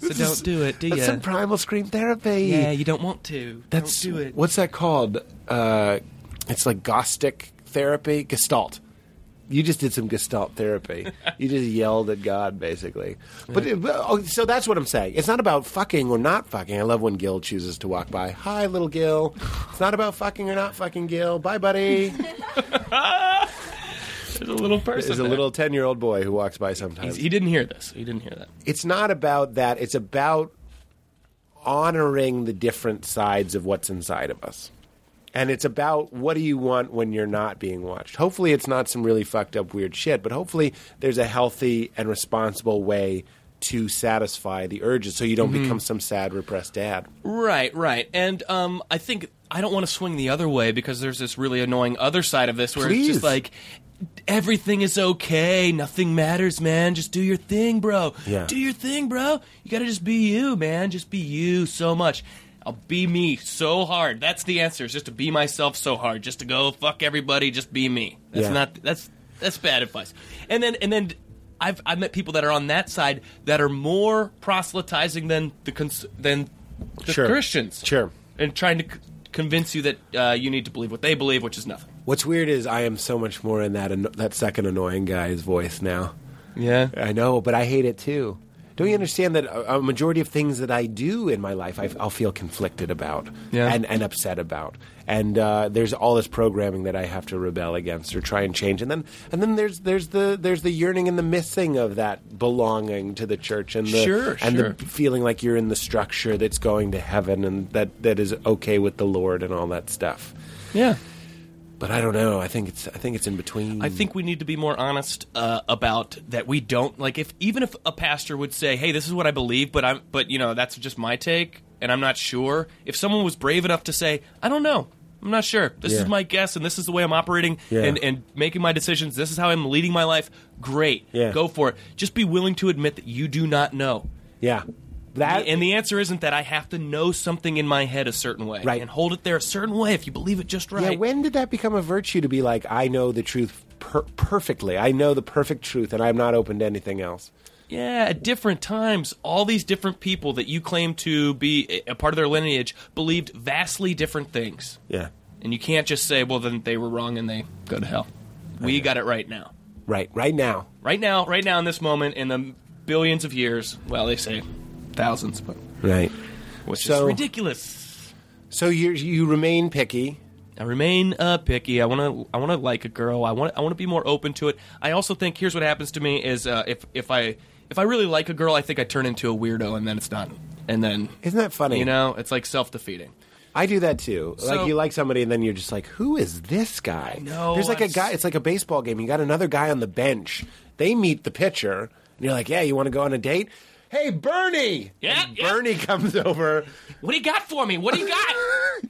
So don't do it, do you?
That's some primal scream therapy.
Yeah, you don't want to.
that's
don't do it.
what's that called? Uh, it's like Gnostic therapy, Gestalt. You just did some Gestalt therapy. you just yelled at God, basically. But it, well, oh, so that's what I'm saying. It's not about fucking or not fucking. I love when Gil chooses to walk by. Hi, little Gil. It's not about fucking or not fucking, Gil. Bye, buddy.
There's a little person.
There's a little 10 year old boy who walks by sometimes.
he didn't hear this. He didn't hear that.
it's not about that. It's about honoring the different sides of what's inside of us. And it's about what do you want when you're not being watched. Hopefully, it's not some really fucked up weird shit, but hopefully, there's a healthy and responsible way to satisfy the urges so you don't become some sad, repressed dad.
Right, right. And um, I think I don't want to swing the other way because there's this really annoying other side of this where it's
Please.
just like everything is okay, nothing matters, man. Just do your thing, bro.
Yeah.
Do your thing, bro. You got to just be you, man. Just be you so much. I'll be me so hard. That's the answer. Is just to be myself so hard. Just to go fuck everybody. Just be me. That's
Yeah.
not. That's that's bad advice. And then and then I've I've met people that are on that side that are more proselytizing than the cons- than the
Sure.
Christians.
Sure.
And trying to c- convince you that uh, you need to believe what they believe, which is nothing.
What's weird is I am so much more in that, anno- that second annoying guy's voice now.
Yeah.
I know, but I hate it too. Don't you understand that a a majority of things that I do in my life, I, I'll feel conflicted about
Yeah.
and, and upset about, and uh, there's all this programming that I have to rebel against or try and change, and then and then there's there's the there's the yearning and the missing of that belonging to the church and the
Sure,
and
sure.
the feeling like you're in the structure that's going to heaven and that that is okay with the Lord and all that stuff.
Yeah.
But I don't know. I think it's I think it's in between.
I think we need to be more honest uh, about that. We don't like if even if a pastor would say, "Hey, this is what I believe," but I'm but you know that's just my take, and I'm not sure. If someone was brave enough to say, "I don't know." I'm not sure. This
Yeah.
is my guess, and this is the way I'm operating
Yeah.
and, and making my decisions. This is how I'm leading my life. Great.
Yeah.
Go for it. Just be willing to admit that you do not know.
yeah. That
and the answer isn't that I have to know something in my head a certain way
Right.
and hold it there a certain way if you believe it just right.
Yeah, when did that become a virtue to be like, I know the truth per- perfectly? I know the perfect truth, and I'm not open to anything else.
Yeah, at different times, all these different people that you claim to be a- a part of their lineage believed vastly different things.
Yeah.
And you can't just say, well, then they were wrong and they go to hell. We got it right now.
Right, right now.
Right now, right now, in this moment, in the billions of years, well, they say thousands, but
Right.
which is
So-
ridiculous.
So you you remain picky.
I remain uh, picky. I want to. I want to like a girl. I want. I want to be more open to it. I also think here's what happens to me is uh, if if I if I really like a girl, I think I turn into a weirdo, and then it's done. And then
Isn't that funny?
You know, it's like self defeating.
I do that too.
So-
like you like somebody, and then you're just like, "Who is this guy?"
know,
There's like
I'm
a guy.
s-
It's like a baseball game. You got another guy on the bench. They meet the pitcher, and you're like, "Yeah, you want to go on a date?" Hey, Bernie.
Yeah,
And
yeah.
Bernie comes over.
What do you got for me? What do you got?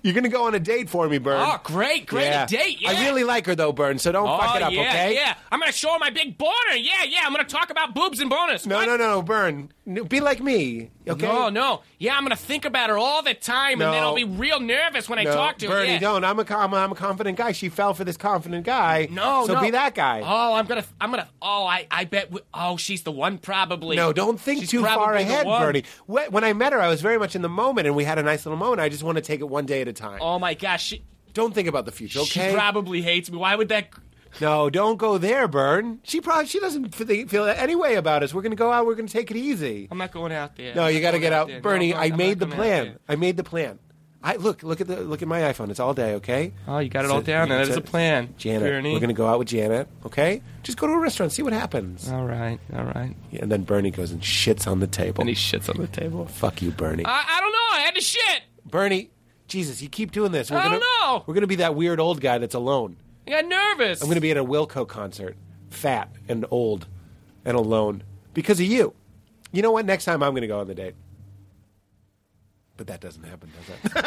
You're gonna go on a date for me, Bern.
oh, great, great a date. Yeah.
I really like her though, Bern. So don't
Oh,
fuck it up,
yeah,
okay?
yeah. I'm gonna show her my big boner. Yeah, yeah. I'm gonna talk about boobs and bonus.
No, no, no, Bern. N- Be like me. Okay.
No, no. Yeah, I'm going to think about her all the time, and then
No.
I'll be real nervous when I
No,
talk to her.
Bernie,
Yeah.
don't. I'm a, com- I'm a confident guy. She fell for this confident guy.
No,
so
no.
be that guy.
Oh, I'm gonna, I'm gonna. Oh, I, I bet. We, oh, she's the one, probably.
No, don't think
She's
too far
probably the
ahead,
one.
Bernie. Wh- When I met her, I was very much in the moment, and we had a nice little moment. I just want to take it one day at a time.
Oh my gosh, she,
Don't think about the future, okay?
she probably hates me. Why would that?
no, don't go there, Bern. She probably she doesn't f- feel any way about us. We're going to go out. We're going to take it easy.
I'm not going out there.
No,
I'm
you
not
got to
going
get out,
there. No,
Bernie.
I'm not-
I
I'm
made
not
the
coming out
plan.
there.
I made the plan. I look, look at the look at my iPhone. It's all day, okay?
Oh, you got it
So-
all down. Now. That
so-
is a plan,
Janet,
Bernie.
we're going to go out with Janet, okay? Just go to a restaurant, see what happens.
All right, all right.
And then Bernie goes and shits on the table.
And he shits on the table. Uh.
Fuck you, Bernie.
I, I don't know. I had to shit.
Bernie, Jesus, you keep doing this. We're
I
gonna,
don't know.
We're going to be that weird old guy that's alone.
I got nervous.
I'm going to be at a Wilco concert, fat and old and alone because of you. You know what? Next time I'm going to go on the date. But that doesn't happen, does it?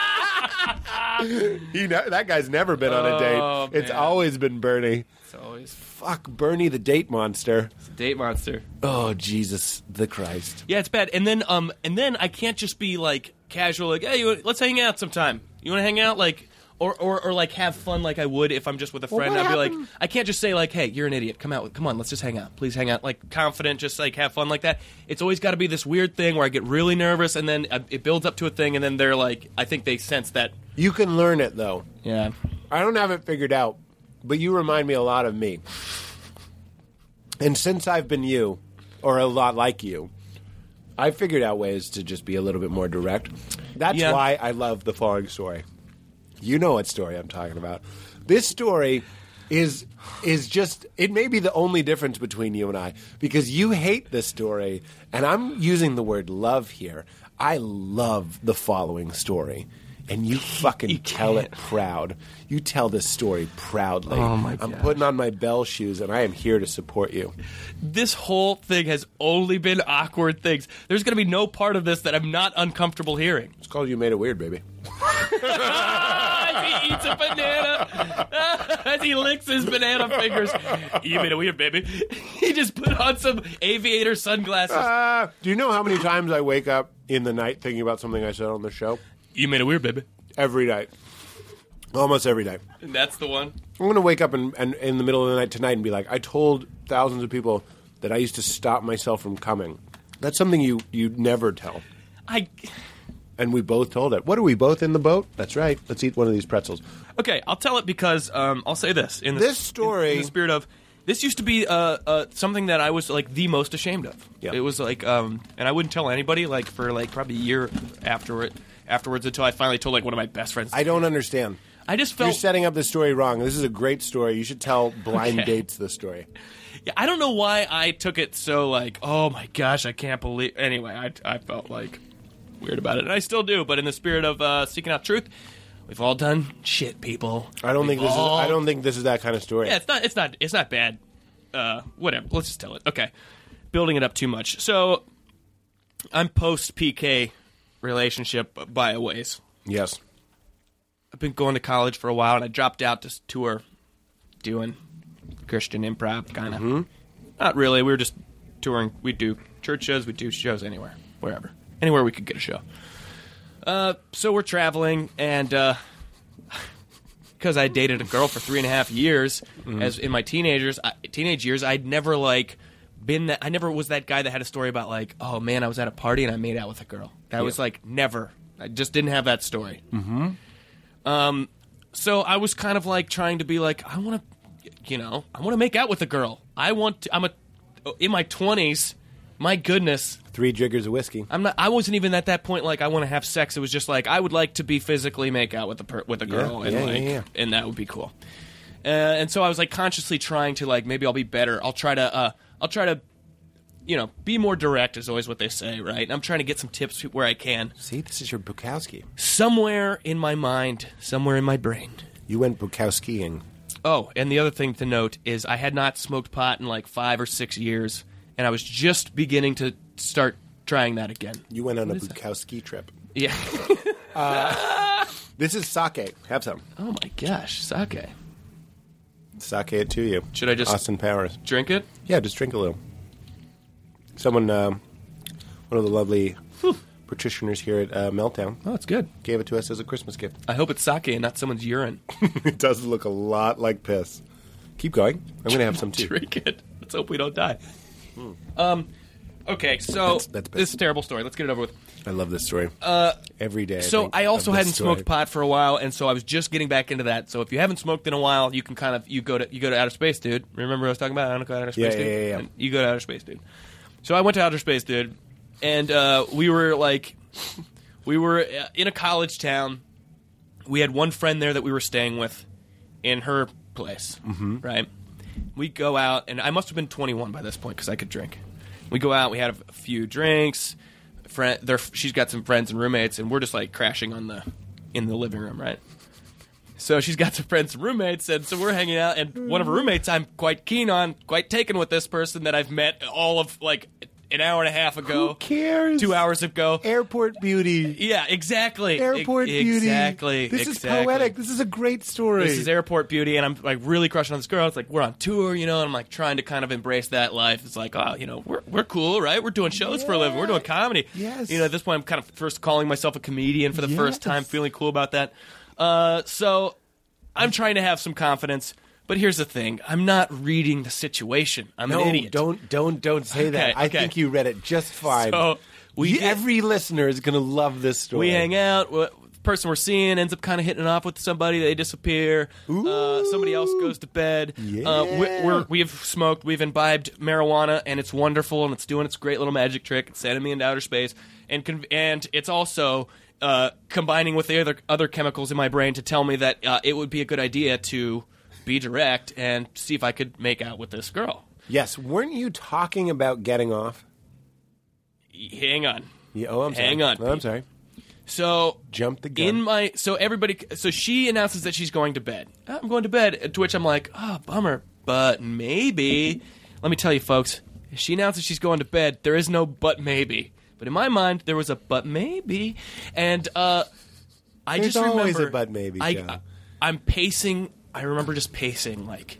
he ne- that guy's never been on a date.
Oh,
It's
man.
always been Bernie.
It's always
Fuck Bernie the date monster.
a date monster.
Oh, Jesus the Christ.
Yeah, it's bad. And then, um, and then I can't just be like casual, like, hey, you, let's hang out sometime. You want to hang out, like, or, or or like have fun, like I would if I'm just with a friend.
what
I'd be
happened-
like, I can't just say like, hey, you're an idiot. Come out, with, come on, let's just hang out. Please hang out, like confident, just like have fun like that. It's always got to be this weird thing where I get really nervous, and then uh, it builds up to a thing, and then they're like, I think they sense that.
You can learn it, though.
Yeah.
I don't have it figured out, but you remind me a lot of me. And since I've been you, or a lot like you, I figured out ways to just be a little bit more direct. That's
Yeah.
why I love the following story. You know what story I'm talking about. This story is is just it may be the only difference between you and I because you hate this story and I'm using the word love here. I love the following story. And you fucking tell it proud. You tell this story proudly.
Oh, my
I'm
gosh.
putting on my bell shoes and I am here to support you.
This whole thing has only been awkward things. There's going to be no part of this that I'm not uncomfortable hearing.
It's called You Made It Weird, baby.
as he eats a banana, as he licks his banana fingers. You made a weird baby. He just put on some aviator sunglasses.
Uh, do you know how many times I wake up in the night thinking about something I said on the show?
you made a weird baby.
Every night. Almost every night.
And that's the one.
I'm going to wake up and, and in the middle of the night tonight and be like, I told thousands of people that I used to stop myself from coming. That's something you you never tell.
I
And we both told it. What are we both in the boat? That's right. Let's eat one of these pretzels.
okay. I'll tell it because um, I'll say this in the,
This story-
in, in the spirit of this used to be uh, uh, something that I was like the most ashamed of.
Yeah.
It was like, um, and I wouldn't tell anybody like for like probably a year after it, afterwards until I finally told like one of my best friends.
I don't understand.
I just
You're
felt
setting up the story wrong. This is a great story. You should tell blind
Okay.
dates the story.
Yeah, I don't know why I took it so like, oh my gosh, I can't believe. Anyway, I, I felt like weird about it, and I still do. But in the spirit of uh, seeking out truth, we've all done shit, people.
I don't
We've
think this is.
all-
I don't think this is that kind of story.
Yeah, it's not. It's not. It's not bad. Uh, whatever. Let's just tell it. Okay, building it up too much. So, I'm post PK relationship by a ways.
Yes.
I've been going to college for a while, and I dropped out to tour doing Christian improv, kind of. Not really. We were just touring. We do church shows. We do shows anywhere, wherever, anywhere we could get a show. Uh, so we're traveling, and because I dated a girl for three and a half years, as in my teenagers, I, teenage years, I'd never like been that. I never was that guy that had a story about like, oh man, I was at a party and I made out with a girl. That was like never. I just didn't have that story so I was kind of like trying to be like, I want to, you know, I want to make out with a girl. I want. To, I'm a in my twenties. My goodness,
Three jiggers of whiskey.
I'm not. I wasn't even at that point. Like I want to have sex. It was just like I would like to be physically make out with a per, with a girl, and
yeah,
like,
yeah, yeah.
and that would be cool. Uh, and so I was like consciously trying to like maybe I'll be better. I'll try to uh, I'll try to, you know, be more direct is always what they say, right? And I'm trying to get some tips where I can.
See, this is your Bukowski.
Somewhere in my mind, somewhere in my brain,
You went Bukowskiing.
Oh, and the other thing to note is I had not smoked pot in like five or six years, and I was just beginning to start trying that again.
You went on a Bukowski trip.
Yeah.
This is sake. Have some.
oh my gosh, sake.
Sake it to you.
Should I just-
Austin Powers?
Drink it?
Yeah, just drink a little. Someone, um one of the lovely practitioners here at uh, Meltdown
Oh, it's good.
gave it to us as a Christmas gift.
I hope it's sake and not someone's urine.
It does look a lot like piss. Keep going. I'm going to have some too. Hmm.
Drink it. Let's hope we don't die. Um, okay, so
That's- that's bad.
this is a terrible story. Let's get it over with.
I love this story. Uh, Every day.
so
think,
I also
of this
hadn't
story.
smoked pot for a while, and so I was just getting back into that. So if you haven't smoked in a while, you can kind of you go to you go to outer space, dude. Remember what I was talking about? I don't go to outer space,
Yeah, yeah,
dude.
yeah, yeah.
And You go to outer space, dude. So I went to outer space, dude, and uh, we were like, we were uh, in a college town. We had one friend there that we were staying with, in her place, mm-hmm. right? We go out, and I must have been 21 by this point because I could drink. We go out, we had a few drinks. Friend, there she's got some friends and roommates, and we're just like crashing on the in the living room, right? So she's got some friends and roommates, and so we're hanging out. And one of her roommates, I'm quite keen on, quite taken with this person that I've met all of like an hour and a half ago,
Who cares?
two hours ago.
Airport beauty.
yeah, exactly.
Airport
E-
beauty.
Exactly.
This
exactly.
is poetic. This is a great story.
This is airport beauty, and I'm like really crushing on this girl. It's like we're on tour, you know, and I'm like trying to kind of embrace that life. It's like, oh, you know, we're we're cool, right? We're doing shows for a living. We're doing comedy.
Yes.
You know, at this point, I'm kind of first calling myself a comedian for the first time, feeling cool about that. Uh, so I'm trying to have some confidence, but here's the thing: I'm not reading the situation. I'm
no,
an idiot.
don't, don't, don't say that.
Okay,
I
okay.
think you read it just fine.
So we
You-
did-
every listener is going to love this story.
We hang out. What person we're seeing ends up kind of hitting it off with somebody. They disappear. Uh, somebody else goes to bed. Uh, we, we're, we've smoked. We've imbibed marijuana, and it's wonderful, and it's doing its great little magic trick. It's sending me into outer space, and con- and it's also. Uh, combining with the other other chemicals in my brain to tell me that uh, it would be a good idea to be direct and see if I could make out with this girl.
Yes, weren't you talking about getting off?
Y- Hang on.
Yeah, oh, I'm sorry.
Hang on,
Oh, I'm
Pete.
sorry.
So
Jump the gun.
in my so everybody so she announces that she's going to bed Oh, i'm going to bed to which i'm like oh bummer but maybe let me tell you folks if she announces she's going to bed there is no but maybe but in my mind there was a but maybe and uh i
There's
just
always
remember
a but maybe,
I,
John.
I i'm pacing i remember just pacing like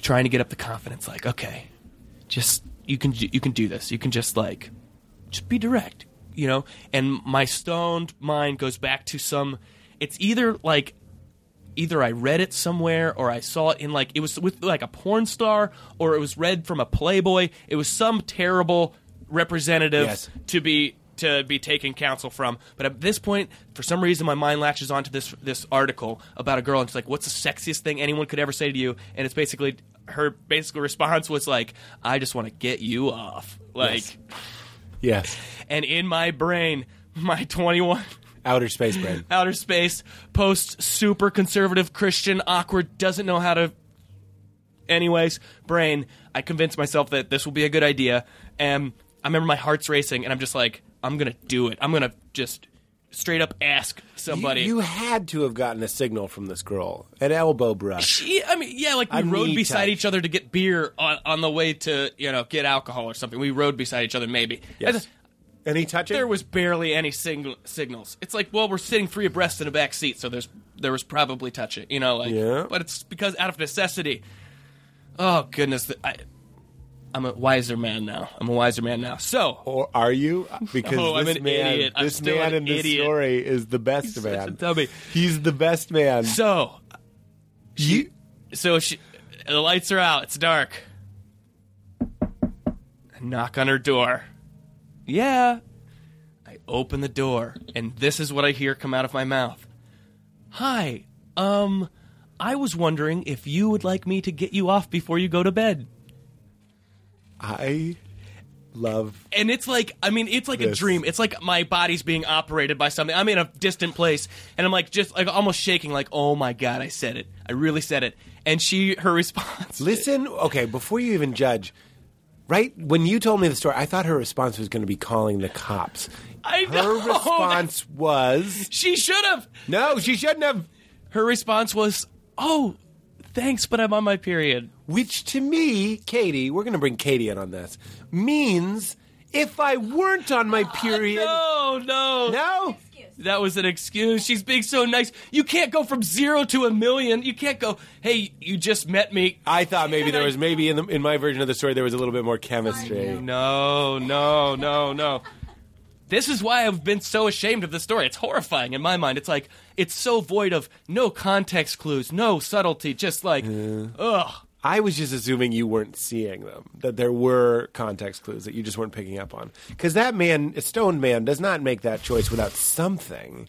trying to get up the confidence like okay just you can you can do this you can just like just be direct, you know? And my stoned mind goes back to some it's either like either I read it somewhere or I saw it in like it was with like a porn star or it was read from a Playboy. It was some terrible representative
Yes.
to be to be taking counsel from. But at this point, for some reason, my mind latches onto this this article about a girl and she's like, "What's the sexiest thing anyone could ever say to you?" And it's basically her basically response was like, "I just want to get you off." Like
yes,
and in my brain, my 21
outer space brain.
outer space post super conservative Christian awkward doesn't know how to anyways brain, I convinced myself that this will be a good idea and I remember my heart's racing and I'm just like I'm going to do it. I'm going to just straight up ask somebody.
You, you had to have gotten a signal from this girl, an elbow brush.
she, I mean, yeah, like we
A
rode
knee
beside
touch.
each other to get beer on, on the way to, you know, get alcohol or something. We rode beside each other, maybe.
Yes. Any touching?
there was barely any signal signals. It's like, well, we're sitting three abreast in a back seat, so there's there was probably touching, you know, like.
Yeah.
But it's because out of necessity. Oh goodness, th- I, I'm a wiser man now. I'm a wiser man now. So
or are you? Because
No, Oh, I'm
this
an
man,
idiot. I'm
this
still
man
an
in this
idiot.
story is the best
such a
man.
dummy.
He's the best man.
so
you,
so she, the lights are out. It's dark. I knock on her door. Yeah. I open the door, and this is what I hear come out of my mouth. Hi. Um, I was wondering if you would like me to get you off before you go to bed.
I love.
and it's like I mean, it's like a
This.
dream. It's like my body's being operated by something. I'm in a distant place, and I'm like just like almost shaking, like oh my god, I said it. I really said it. And she, her response,
Listen, okay, before you even judge. Right when you told me the story, I thought her response was going to be calling the cops.
I
Her
know.
response was
She should have.
no. She shouldn't have.
Her response was, oh, thanks, but I'm on my period.
which to me, Katie, we're going to bring Katie in on this, means if I weren't on my period.
Oh, No, no.
No?
Excuse.
That was an excuse. She's being so nice. You can't go from zero to a million. You can't go, hey, you just met me.
I thought maybe there was maybe in the, in my version of the story there was a little bit more chemistry.
No, no, no, no. This is why I've been so ashamed of the story. It's horrifying in my mind. It's like, it's so void of no context clues, no subtlety, just like, ugh.
I was just assuming you weren't seeing them, that there were context clues that you just weren't picking up on. Because that man, a stoned man, does not make that choice without something.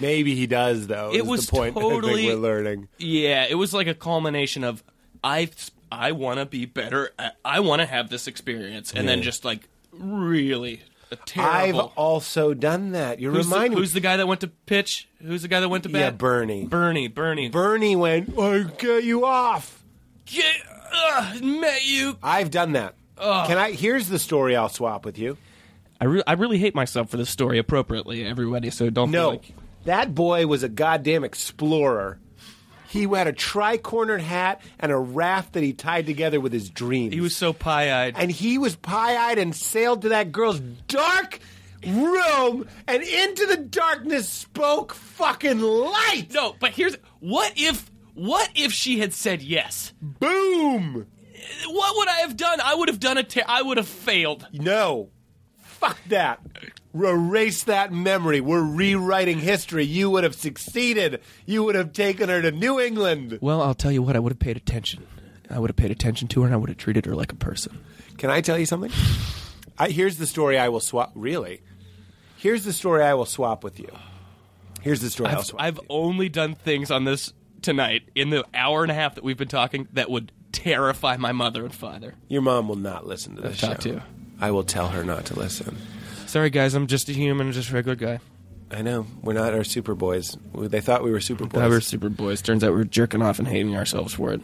Maybe he does, though.
It
is
was
the point I
totally-
think we're learning.
Yeah, it was like a culmination of I I want to be better. I, I want to have this experience, and then just like really a terrible.
I've also done that. You're
who's, the,
reminding
who's the guy that went to pitch? Who's the guy that went to bat?
Yeah, Bernie.
Bernie. Bernie.
Bernie went, "I get you off."
Get, ugh, met you.
I've done that. Can I? Here's the story I'll swap with you.
I, re- I really hate myself for this story appropriately, everybody. So don't
No,
feel like
that boy was a goddamn explorer. He had a tri-cornered hat and a raft that he tied together with his dreams.
he was so pie-eyed.
and he was pie-eyed and sailed to that girl's dark room and into the darkness spoke fucking light.
no, but here's what if what if she had said yes?
Boom.
What would I have done? I would have done a. Ter- I would have failed.
No. Fuck that. Erase that memory. We're rewriting history. You would have succeeded. You would have taken her to New England.
Well, I'll tell you what, I would have paid attention. I would have paid attention to her and I would have treated her like a person.
Can I tell you something? I, here's the story I will swap. Really? Here's the story I will swap with you. Here's the story I'll
I've,
swap.
I've
with you.
only done things on this tonight in the hour and a half that we've been talking that would terrify my mother and father.
Your mom will not listen to this
I've
show.
talked to.
I will tell her not to listen.
Sorry, guys, I'm just a human, just a regular guy.
I know. We're not our super boys. We- They thought we were super boys.
Thought we were super boys. Turns out we were jerking off and hating ourselves for it.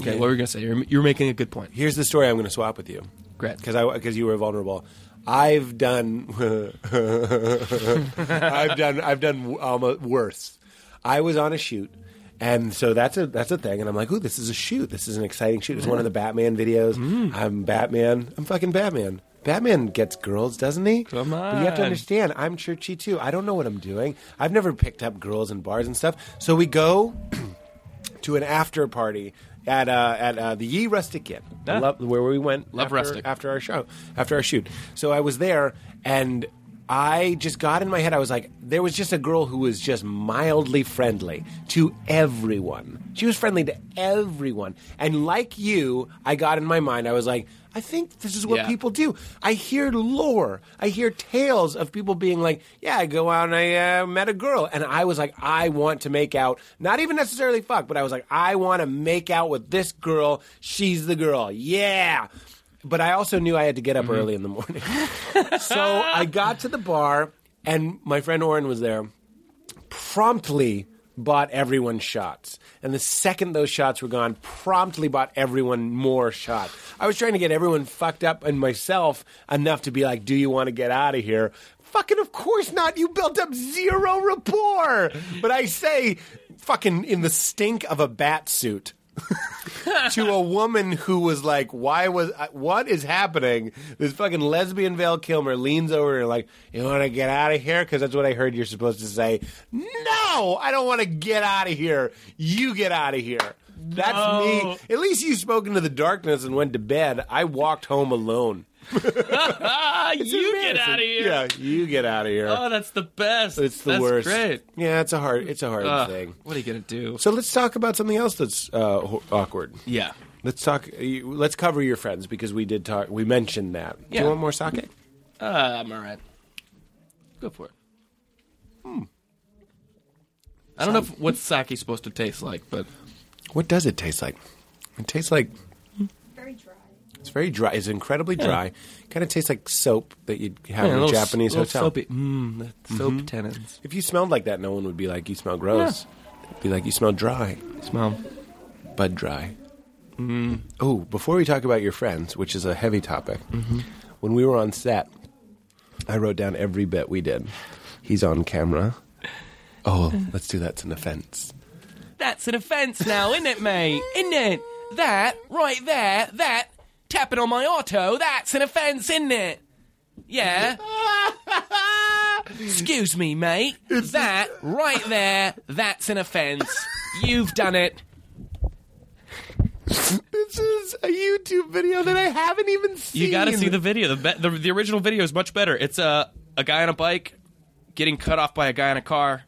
Okay, what were you going to say? You're, you're making a good point.
Here's the story I'm going to swap with you.
Great.
because I because you were vulnerable. I've done I've done I've done almost worse. I was on a shoot, and so that's a that's a thing. And I'm like, ooh, this is a shoot. This is an exciting shoot. It's one of the Batman videos.
Mm.
I'm Batman. I'm fucking Batman. Batman gets girls, doesn't he?
Come
But you have to
on.
understand, I'm churchy too. I don't know what I'm doing. I've never picked up girls in bars and stuff. So we go to an after party at uh, at uh, the Ye Rustic Inn,
Ah.
I love- where we went
Love
after,
Rustic.
after our show, after our shoot. So I was there, and I just got in my head. I was like, there was just a girl who was just mildly friendly to everyone. She was friendly to everyone, and like you, I got in my mind. I was like. I think this is what
Yeah.
people do. I hear lore. I hear tales of people being like, "Yeah, I go out and I uh, met a girl," and I was like, "I want to make out." Not even necessarily fuck, but I was like, "I want to make out with this girl. She's the girl." Yeah. But I also knew I had to get up early in the morning, so I got to the bar, and my friend Oren was there promptly bought everyone shots. And the second those shots were gone, promptly bought everyone more shots. I was trying to get everyone fucked up and myself enough to be like, do you want to get out of here? Fucking, of course not. You built up zero rapport. But I say, fucking in the stink of a bat suit to a woman who was like, "Why was I- what is happening?" This fucking lesbian Val Kilmer leans over and like, "You want to get out of here?" Because that's what I heard you're supposed to say. No, I don't want to get out of here. You get out of here. That's me. At least you spoke into the darkness and went to bed. I walked home alone.
Ah, you get
Embarrassing.
out of here.
Yeah, you get out of here.
Oh, that's the best.
it's the
That's
worst.
great.
Yeah, it's a hard. It's a hard
Ugh,
thing.
what are you going to do?
So let's talk about something else that's uh, ho- awkward.
yeah.
Let's talk. you- Let's cover your friends because we did talk. We mentioned that. Do
Yeah.
you want more sake?
Uh, I'm all right. Go for it.
Hmm.
I don't know if, what sake's supposed to taste like, but
What does it taste like? It tastes like
Very dry.
it's very dry. It's incredibly dry. Kind of tastes like soap that you'd have in a, Japanese hotel. Mm-hmm.
Mmm, soap tenons.
If you smelled like that, no one would be like, "You smell gross." They'd Be like, "You smell dry,
Smell.
bud dry." Oh, before we talk about your friends, which is a heavy topic, when we were on set, I wrote down every bit we did. He's on camera. Oh, let's do that's an offense.
That's an offence now, isn't it, mate? Isn't it? That right there, that tapping on my auto. That's an offence, isn't it? Yeah.
Excuse me, mate. that right there, that's an offence. You've done it.
This is a YouTube video that I haven't even seen.
You got to see the video. The, be- the the original video is much better. It's a a guy on a bike getting cut off by a guy on a car.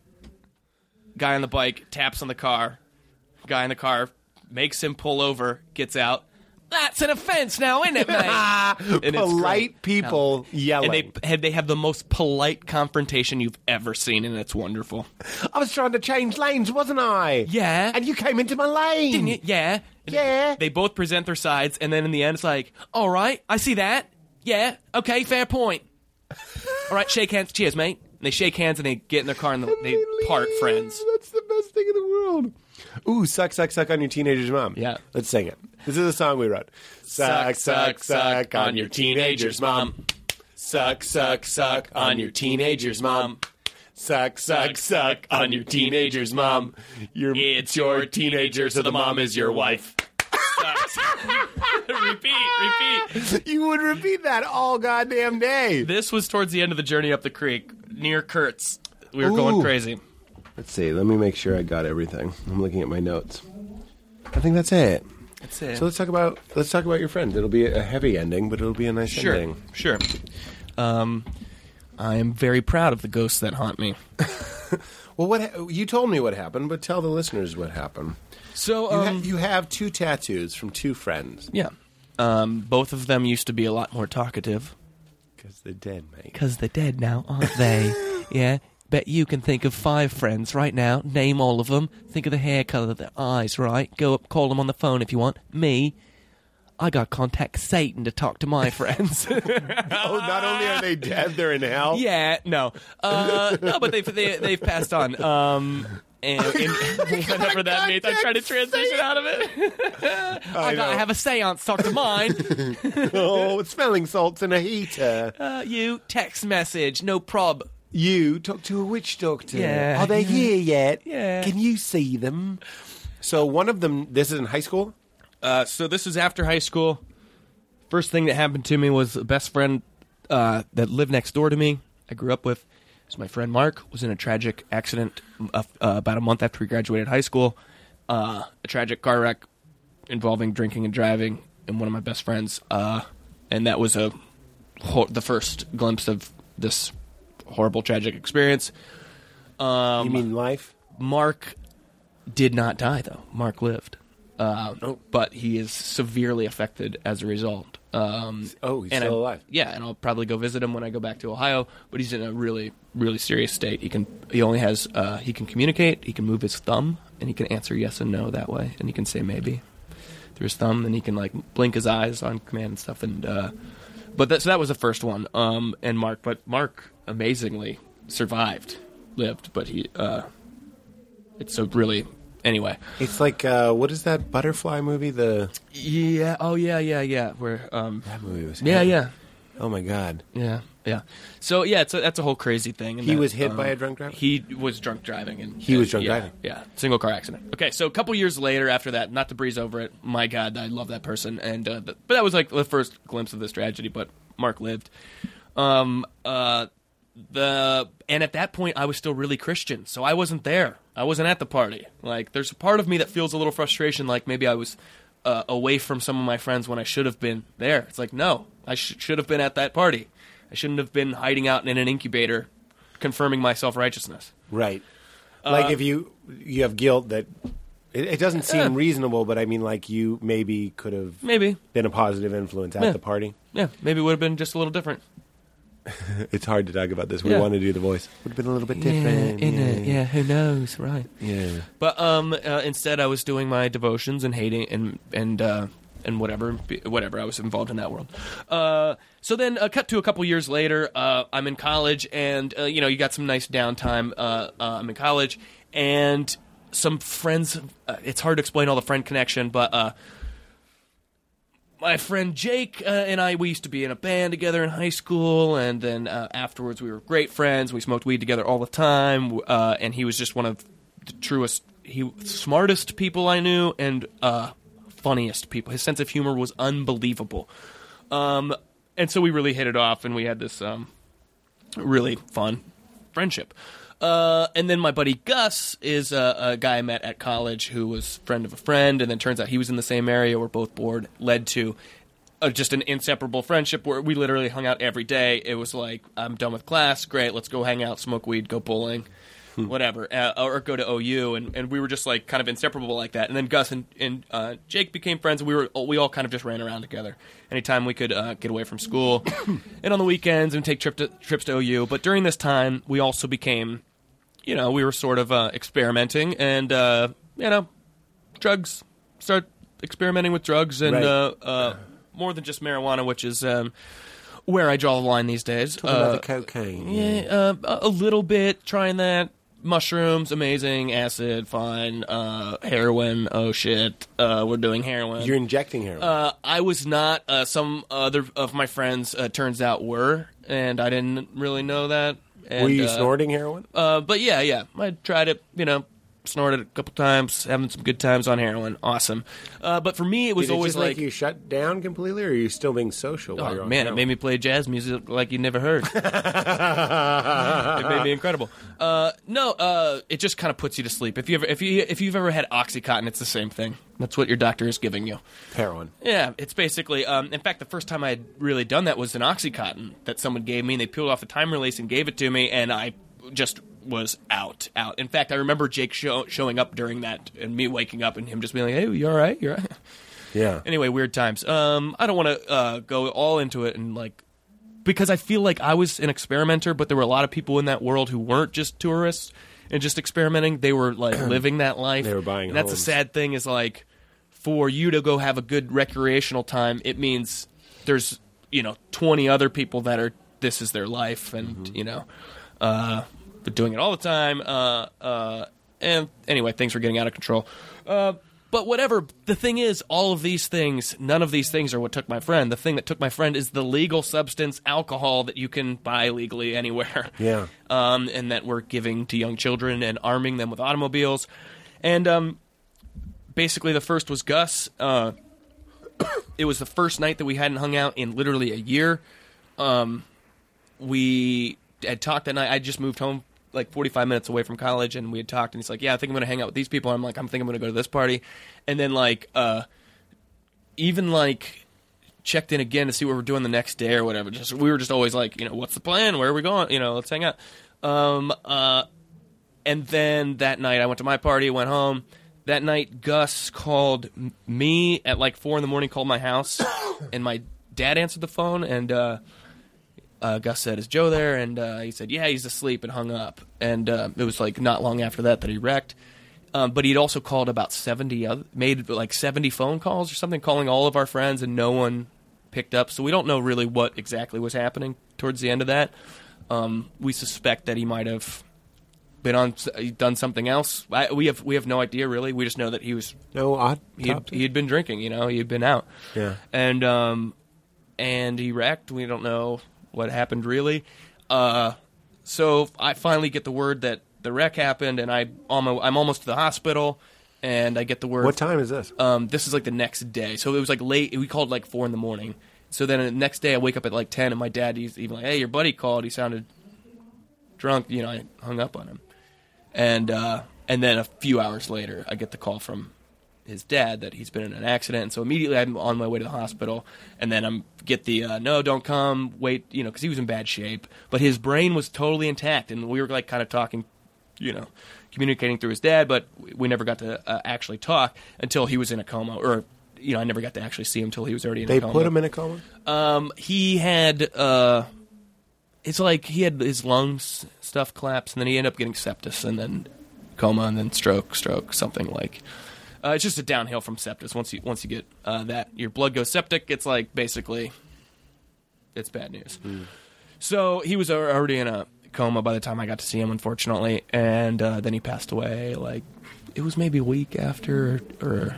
Guy on the bike taps on the car. Guy in the car makes him pull over, gets out. That's an offense now, isn't it, mate? And it's
polite
great.
people yelling.
And they and they have the most polite confrontation you've ever seen, and it's wonderful.
I was trying to change lanes, wasn't I?
Yeah.
And you came into my lane.
Didn't you? Yeah. And
Yeah.
They both present their sides, and then in the end, it's like, all right, I see that. Yeah. Okay, fair point. All right, shake hands. Cheers, mate. And they shake hands and they get in their car and they, they part
leave.
friends.
That's the best thing in the world. Ooh, suck, suck, suck on your teenager's mom.
Yeah.
Let's sing it. This is a song we wrote.
Suck, suck, suck on your teenager's mom.
Suck, suck, suck on your teenager's mom. Suck, suck, suck on your teenager's mom. Your,
It's your teenager, so the mom is your wife. Sucks. repeat, repeat.
You would repeat that all goddamn day.
This was towards the end of the journey up the creek near Kurtz. We were going
Ooh.
crazy.
Let's see. Let me make sure I got everything. I'm looking at my notes. I think that's it.
That's it.
So let's talk about let's talk about your friend. It'll be a heavy ending, but it'll be a nice
Sure,
ending.
sure. Um, I am very proud of the ghosts that haunt me.
Well, what ha- you told me what happened, but tell the listeners what happened.
So,
You,
um,
ha- you have two tattoos from two friends
yeah, um, both of them used to be a lot more talkative
because they're dead, mate.
because they're dead now, aren't they? yeah. Bet you can think of five friends right now. Name all of them. Think of the hair color, their eyes. Right. Go up, call them on the phone if you want. Me. I got to contact Satan to talk to my friends.
Oh, not only are they dead, they're in hell.
yeah, no, uh, no, but they've they, they've passed on. Um, and, and whatever that means, I'm trying to transition out of it. I, gotta
know.
have a séance. Talk to mine.
Oh, smelling salts in a heater.
uh, you text message, no prob.
You talk to a witch doctor.
Yeah.
Are they here yet?
Yeah.
Can you see them? So one of them. This is in high school.
Uh, so this is after high school. First thing that happened to me was a best friend uh, that lived next door to me. I grew up with. So my friend Mark was in a tragic accident uh, uh, about a month after we graduated high school. Uh, a tragic car wreck involving drinking and driving, and one of my best friends. Uh, and that was a hor- the first glimpse of this horrible tragic experience. Um,
you mean life?
Mark did not die, though. Mark lived. Uh, But he is severely affected as a result. Um,
Oh, he's
and
still
I-
alive.
Yeah, and I'll probably go visit him when I go back to Ohio. But he's in a really, really serious state. He can, he only has, uh, he can communicate. He can move his thumb, and he can answer yes and no that way, and he can say maybe through his thumb, and he can like blink his eyes on command and stuff. And uh, but that so that was the first one. Um, and Mark, but Mark amazingly survived, lived, but he, uh, it's so really anyway.
It's like uh, what is that butterfly movie? The
Yeah. Oh yeah. Yeah. Yeah. Where um.
that movie was.
Yeah.
heavy.
Yeah.
Oh my god.
Yeah, yeah. So yeah, it's a, that's a whole crazy thing. and
He
that, um,
was hit by a drunk driver?
He was drunk driving, and
He was drunk
yeah,
driving.
Yeah, single car accident. Okay, so a couple years later, after that, not to breeze over it. My God, I love that person, and uh, th- but that was like the first glimpse of this tragedy. But Mark lived. Um. Uh. The and at that point, I was still really Christian, so I wasn't there. I wasn't at the party. Like, there's a part of me that feels a little frustration, like maybe I was. Uh, away from some of my friends when I should have been there. It's like, no, I sh- should have been at that party. I shouldn't have been hiding out in an incubator, confirming my self righteousness.
Right.
Uh,
like if you you have guilt that it, it doesn't seem
Yeah.
reasonable, but I mean, like you maybe could have
Maybe.
been a positive influence at
Yeah.
the party.
Yeah, maybe it would have been just a little different.
It's hard to talk about this. We
Yeah.
want to do the voice. Would have been a little bit different.
who knows, right?
yeah.
But um, uh, instead, I was doing my devotions and hating and and uh, and whatever, be- whatever. I was involved in that world. Uh, so then, uh, cut to a couple years later. Uh, I'm in college, and uh, you know, you got some nice downtime. Uh, uh, I'm in college, and some friends. Uh, it's hard to explain all the friend connection, but uh, my friend Jake uh, and I, we used to be in a band together in high school, and then uh, afterwards we were great friends. We smoked weed together all the time, uh, and he was just one of the truest, he smartest people I knew, and uh, funniest people. His sense of humor was unbelievable, um, and so we really hit it off, and we had this um, really fun friendship. Uh, and then my buddy Gus is a, a guy I met at college who was friend of a friend, and then turns out he was in the same area. We're both bored, led to uh, just an inseparable friendship where we literally hung out every day. It was like, I'm done with class, great, let's go hang out, smoke weed, go bowling,
Hmm.
whatever, uh, or go to OU. And, and we were just like kind of inseparable like that. And then Gus and, and uh, Jake became friends. We were we all kind of just ran around together anytime we could uh, get away from school, and on the weekends and take trip to, trips to OU. But during this time, we also became, you know, we were sort of uh, experimenting and uh, you know, drugs start experimenting with drugs and
Right.
uh, uh, more than just marijuana, which is um, where I draw the line these days.
What about
Uh,
the cocaine.
yeah, uh, a little bit trying that. Mushrooms, amazing. Acid, fine. Uh, heroin, oh shit. Uh, we're doing heroin.
You're injecting heroin.
uh, I was not. Uh, some other of my friends, uh, turns out, were, and I didn't really know that. And,
Were you
uh,
snorting heroin?
Uh, but yeah, yeah. I tried it, you know, snorted it a couple times, having some good times on heroin. Awesome. Uh, but for me, it was
Did it
always
just make
like.
you shut down completely, or are you still being social? while
Oh,
you're on
man, it
heroin?
made me play jazz music like you never heard. it made me incredible. Uh, no, uh, it just kind of puts you to sleep. If you ever, if you if you've ever had OxyContin, it's the same thing. That's what your doctor is giving you.
heroin.
Yeah, it's basically. Um, in fact, the first time I had really done that was an OxyContin that someone gave me, and they peeled off the time release and gave it to me, and I just was out, out. In fact, I remember Jake show, showing up during that and me waking up and him just being like, "Hey, you all right? You're all right?
Yeah.
Anyway, weird times. Um, I don't want to uh, go all into it and like because I feel like I was an experimenter, but there were a lot of people in that world who weren't just tourists and just experimenting. They were like living that life.
They were buying
And that's
homes.
the sad thing is like for you to go have a good recreational time, it means there's you know twenty other people that are this is their life, and
Mm-hmm.
you know, uh, but doing it all the time. Uh, uh, and anyway, things were getting out of control. Uh, but whatever, the thing is, all of these things, none of these things are what took my friend. The thing that took my friend is the legal substance, alcohol, that you can buy legally anywhere.
Yeah.
Um, and that we're giving to young children and arming them with automobiles. And um, basically, the first was Gus. Uh, it was the first night that we hadn't hung out in literally a year. Um, we had talked that night. I just moved home like 45 minutes away from college, and we had talked. And he's like, "Yeah, I think I'm going to hang out with these people." I'm like, "I'm think I'm going to go to this party," and then like, uh, even like checked in again to see what we're doing the next day or whatever. Just we were just always like, you know, what's the plan? Where are we going? You know, let's hang out. Um, uh, and then that night, I went to my party, went home. That night, Gus called m- me at like four in the morning, called my house, and my dad answered the phone. And uh, uh, Gus said, "Is Joe there?" And uh, he said, "Yeah, he's asleep," and hung up. And uh, it was like not long after that that he wrecked. Um, but he'd also called about seventy, other, made like seventy phone calls or something, calling all of our friends, and no one picked up. So we don't know really what exactly was happening towards the end of that. Um, we suspect that he might have been on done something else. I, we have we have no idea really. We just know that he was
No odd.
he had, he had been drinking. You know, he had been out.
Yeah.
and um, and he wrecked. We don't know what happened really. Uh, so I finally get the word that the wreck happened, and I almost I'm almost to the hospital, and I get the word.
What time is this?
Um, this is like the next day, so it was like late. We called like four in the morning. So then the next day, I wake up at like ten, and my dad he's even like, "Hey, your buddy called. He sounded drunk." You know, I hung up on him, and uh, and then a few hours later, I get the call from his dad that he's been in an accident. And so immediately, I'm on my way to the hospital, and then I'm get the uh, no, don't come, wait, you know, because he was in bad shape, but his brain was totally intact, and we were like kind of talking you know, communicating through his dad, but we never got to uh, actually talk until he was in a coma, or you know, I never got to actually see him until he was already in
they
a coma.
put him in a coma.
Um, he had uh, it's like he had his lungs stuff collapse, and then he ended up getting sepsis, and then coma, and then stroke, stroke, something like. Uh, it's just a downhill from sepsis. Once you once you get uh, that, your blood goes septic. It's like basically, it's bad news. So he was al- already in a coma by the time I got to see him, unfortunately, and uh, then he passed away. Like it was maybe a week after, or, or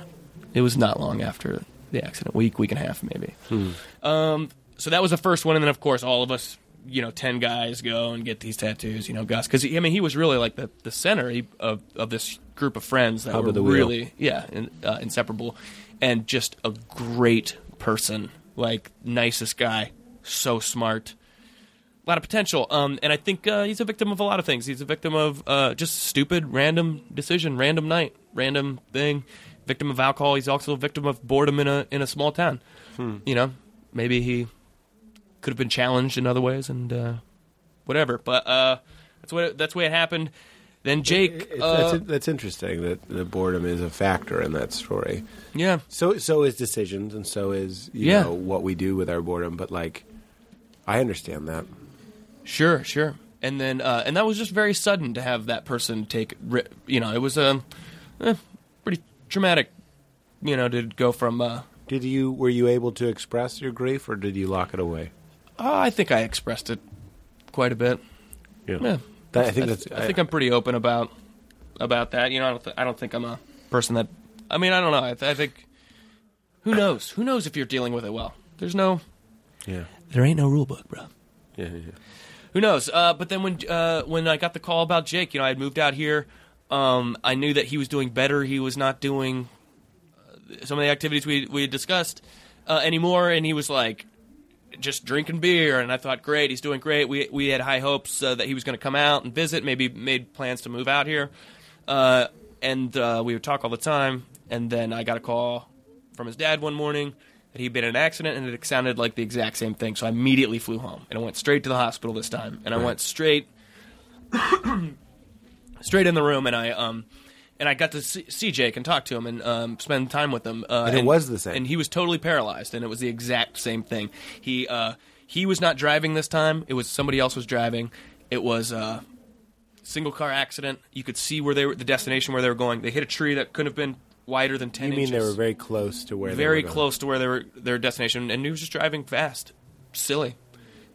it was not long after the accident. Week, week and a half, maybe.
Hmm.
Um, so that was the first one, and then of course all of us, you know, ten guys go and get these tattoos. You know, Gus, because I mean he was really like the the center he- of of this group of friends that
Hub
were
of the wheel.
really yeah, in, uh, inseparable, and just a great person, like nicest guy, so smart lot of potential. Um, and I think uh, he's a victim of a lot of things. He's a victim of uh, just stupid, random decision, random night, random thing. Victim of alcohol. He's also a victim of boredom in a in a small town.
Hmm.
You know, maybe he could have been challenged in other ways and uh, whatever. But uh, that's what that's the way it happened. Then Jake,
It's-
uh,
that's, that's interesting that the boredom is a factor in that story.
yeah,
So so is decisions, and so is you
Yeah.
know what we do with our boredom. But like, I understand that.
Sure, sure. And then, uh, and that was just very sudden to have that person take. ri- You know, it was um, eh, pretty traumatic. You know, to go from. Uh,
Did you were you able to express your grief, or did you lock it away?
oh, I think I expressed it quite a bit. Yeah.
That- I think that's.
I think I'm pretty open about about that. You know, I don't. Th- I don't think I'm a person that. I mean, I don't know. I, th- I think. Who knows? Who knows if you're dealing with it well? There's no.
Yeah.
There ain't no rule book, bro.
Yeah, yeah.
Who knows? Uh, but then when uh, when I got the call about Jake, you know, I had moved out here. Um, I knew that he was doing better. He was not doing uh, some of the activities we we had discussed uh, anymore, and he was like just drinking beer. And I thought, great, he's doing great. We we had high hopes uh, that he was going to come out and visit. Maybe made plans to move out here, uh, and uh, we would talk all the time. And then I got a call from his dad one morning that he'd been in an accident and it sounded like the exact same thing. So I immediately flew home and I went straight to the hospital this time. And I went straight straight in the room and I um and I got to see, see Jake and talk to him and um, spend time with him. Uh,
And it was the same.
And he was totally paralyzed and it was the exact same thing. He uh he was not driving this time. It was somebody else was driving. It was uh single car accident. You could see where they were the destination where they were going. They hit a tree that couldn't have been wider than
You
10
mean
inches
they were very close to where?
very
they were going.
close to where they were, their destination, and he was just driving fast, silly.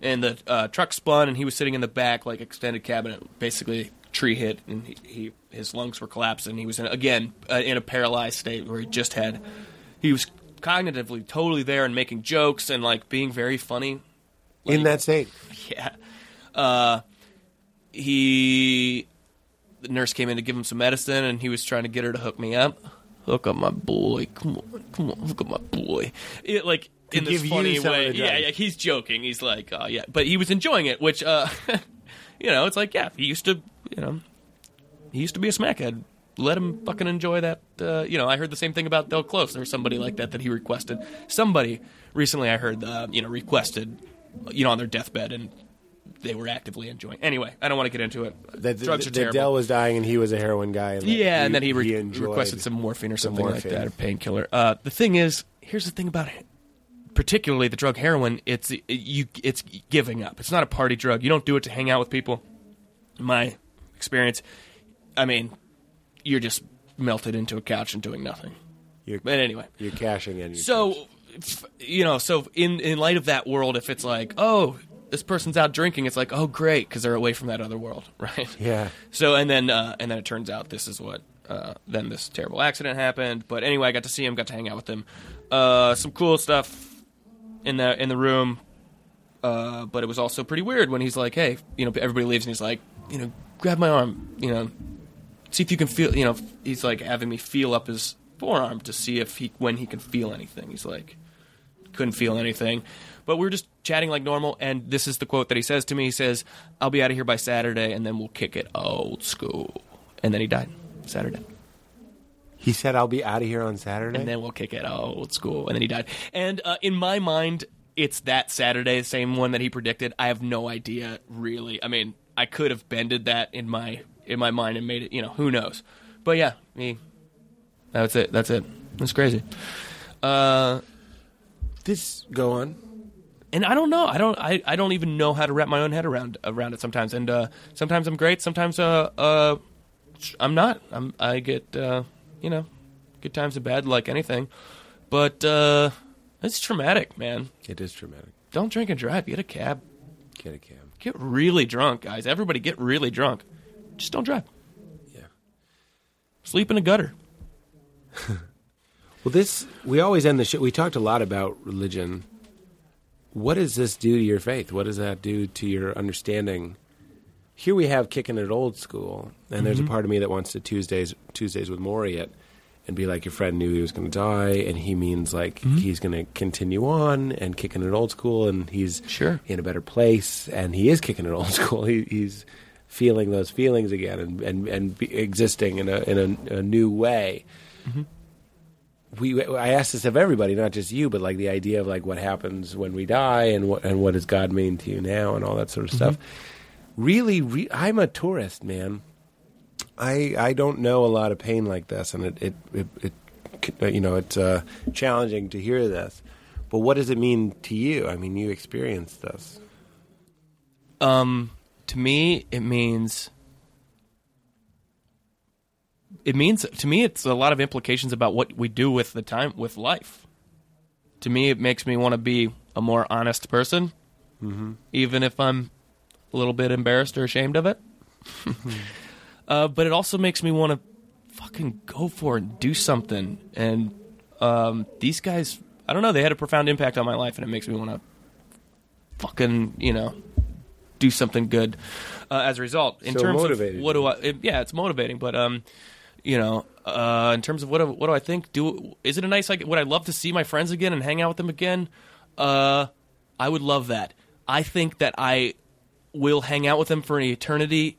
And the uh, truck spun, and he was sitting in the back, like extended cabinet, basically tree hit, and he, he his lungs were collapsed, and he was in, again uh, in a paralyzed state where he just had, he was cognitively totally there and making jokes and like being very funny
in that state.
yeah. Uh, he, the nurse came in to give him some medicine, and he was trying to get her to hook me up. Hook up my boy. Come on, come on, hook up my boy. It, like in
To
this
give you
funny
some of
way.
the
Yeah,
drugs.
yeah, he's joking. He's like, oh yeah, but he was enjoying it, which, uh, you know, it's like, yeah, he used to, you know, he used to be a smackhead. Let him fucking enjoy that. Uh, you know, I heard the same thing about Del Close or somebody like that that he requested. Somebody recently I heard, uh, you know, requested, you know, on their deathbed and they were actively enjoying. Anyway, I don't want to get into it.
That,
Drugs are
that
terrible.
Dell was dying and he was a heroin guy. And that
yeah,
he,
and then he, re-
enjoyed-
requested some morphine or something
morphine.
like that, or painkiller. Uh, the thing is, here's the thing about it. Particularly the drug heroin, it's it, you. It's giving up. It's not a party drug. You don't do it to hang out with people. In my experience, I mean, you're just melted into a couch and doing nothing.
You're,
But anyway,
you're cashing in. your cash.
so f- you know, so in in light of that world, if it's like, oh, this person's out drinking, it's like, oh, great, because they're away from that other world, right?
yeah,
So and then uh, and then it turns out this is what uh, then this terrible accident happened. But anyway, I got to see him, got to hang out with him. Uh, some cool stuff in the in the room. Uh, but it was also pretty weird when he's like, "Hey, you know, everybody leaves," and he's like, "You know, grab my arm, you know, see if you can feel." You know, he's like having me feel up his forearm to see if he when he can feel anything. He's like, couldn't feel anything. But we were just chatting like normal, and this is the quote that he says to me. He says, I'll be out of here by Saturday, and then we'll kick it old school. And then he died Saturday.
he said, "I'll be out of here on Saturday."
And then we'll kick it old school. And then he died. And uh, in my mind, it's that Saturday, the same one that he predicted. I have no idea, really. I mean, I could have bended that in my in my mind and made it. You know, who knows? But yeah, me. That's it. That's it. That's crazy. Uh,
this go on.
and I don't know. I don't. I, I don't even know how to wrap my own head around around it sometimes. And uh, sometimes I'm great. Sometimes uh, uh, I'm not. I'm. I get uh, you know, good times and bad like anything. But uh, it's traumatic, man.
It is dramatic.
Don't drink and drive. Get a cab.
Get a cam.
Get really drunk, guys. Everybody get really drunk. Just don't drive.
Yeah.
Sleep in a gutter.
Well, this we always end the show. We talked a lot about religion. What does this do to your faith? What does that do to your understanding? Here we have kicking it old school, and there's a part of me that wants to Tuesdays Tuesdays with Maury it, and be like, your friend knew he was going to die, and he means like he's going to continue on and kicking it old school, and he's
Sure.
in a better place, and he is kicking it old school. He, he's feeling those feelings again and and, and be existing in a in a, a new way. We I asked this of everybody, not just you, but like the idea of like what happens when we die and what and what does God mean to you now and all that sort of stuff. Really, re- I'm a tourist, man. I I don't know a lot of pain like this, and it it, it, it you know it's uh, challenging to hear this. But what does it mean to you? I mean, you experienced this.
Um, to me, it means it means to me it's a lot of implications about what we do with the time with life. To me, it makes me want to be a more honest person, even if I'm a little bit embarrassed or ashamed of it. uh, but it also makes me want to fucking go for it and do something. And um, these guys, I don't know, they had a profound impact on my life, and it makes me want to fucking, you know, do something good uh, as a result. In
So
terms
motivated.
of what do I? It, yeah, it's motivating, but um, you know, uh, in terms of what do- what do I think? Do is it a nice like? Would I love to see my friends again and hang out with them again? Uh, I would love that. I think that I will hang out with them for an eternity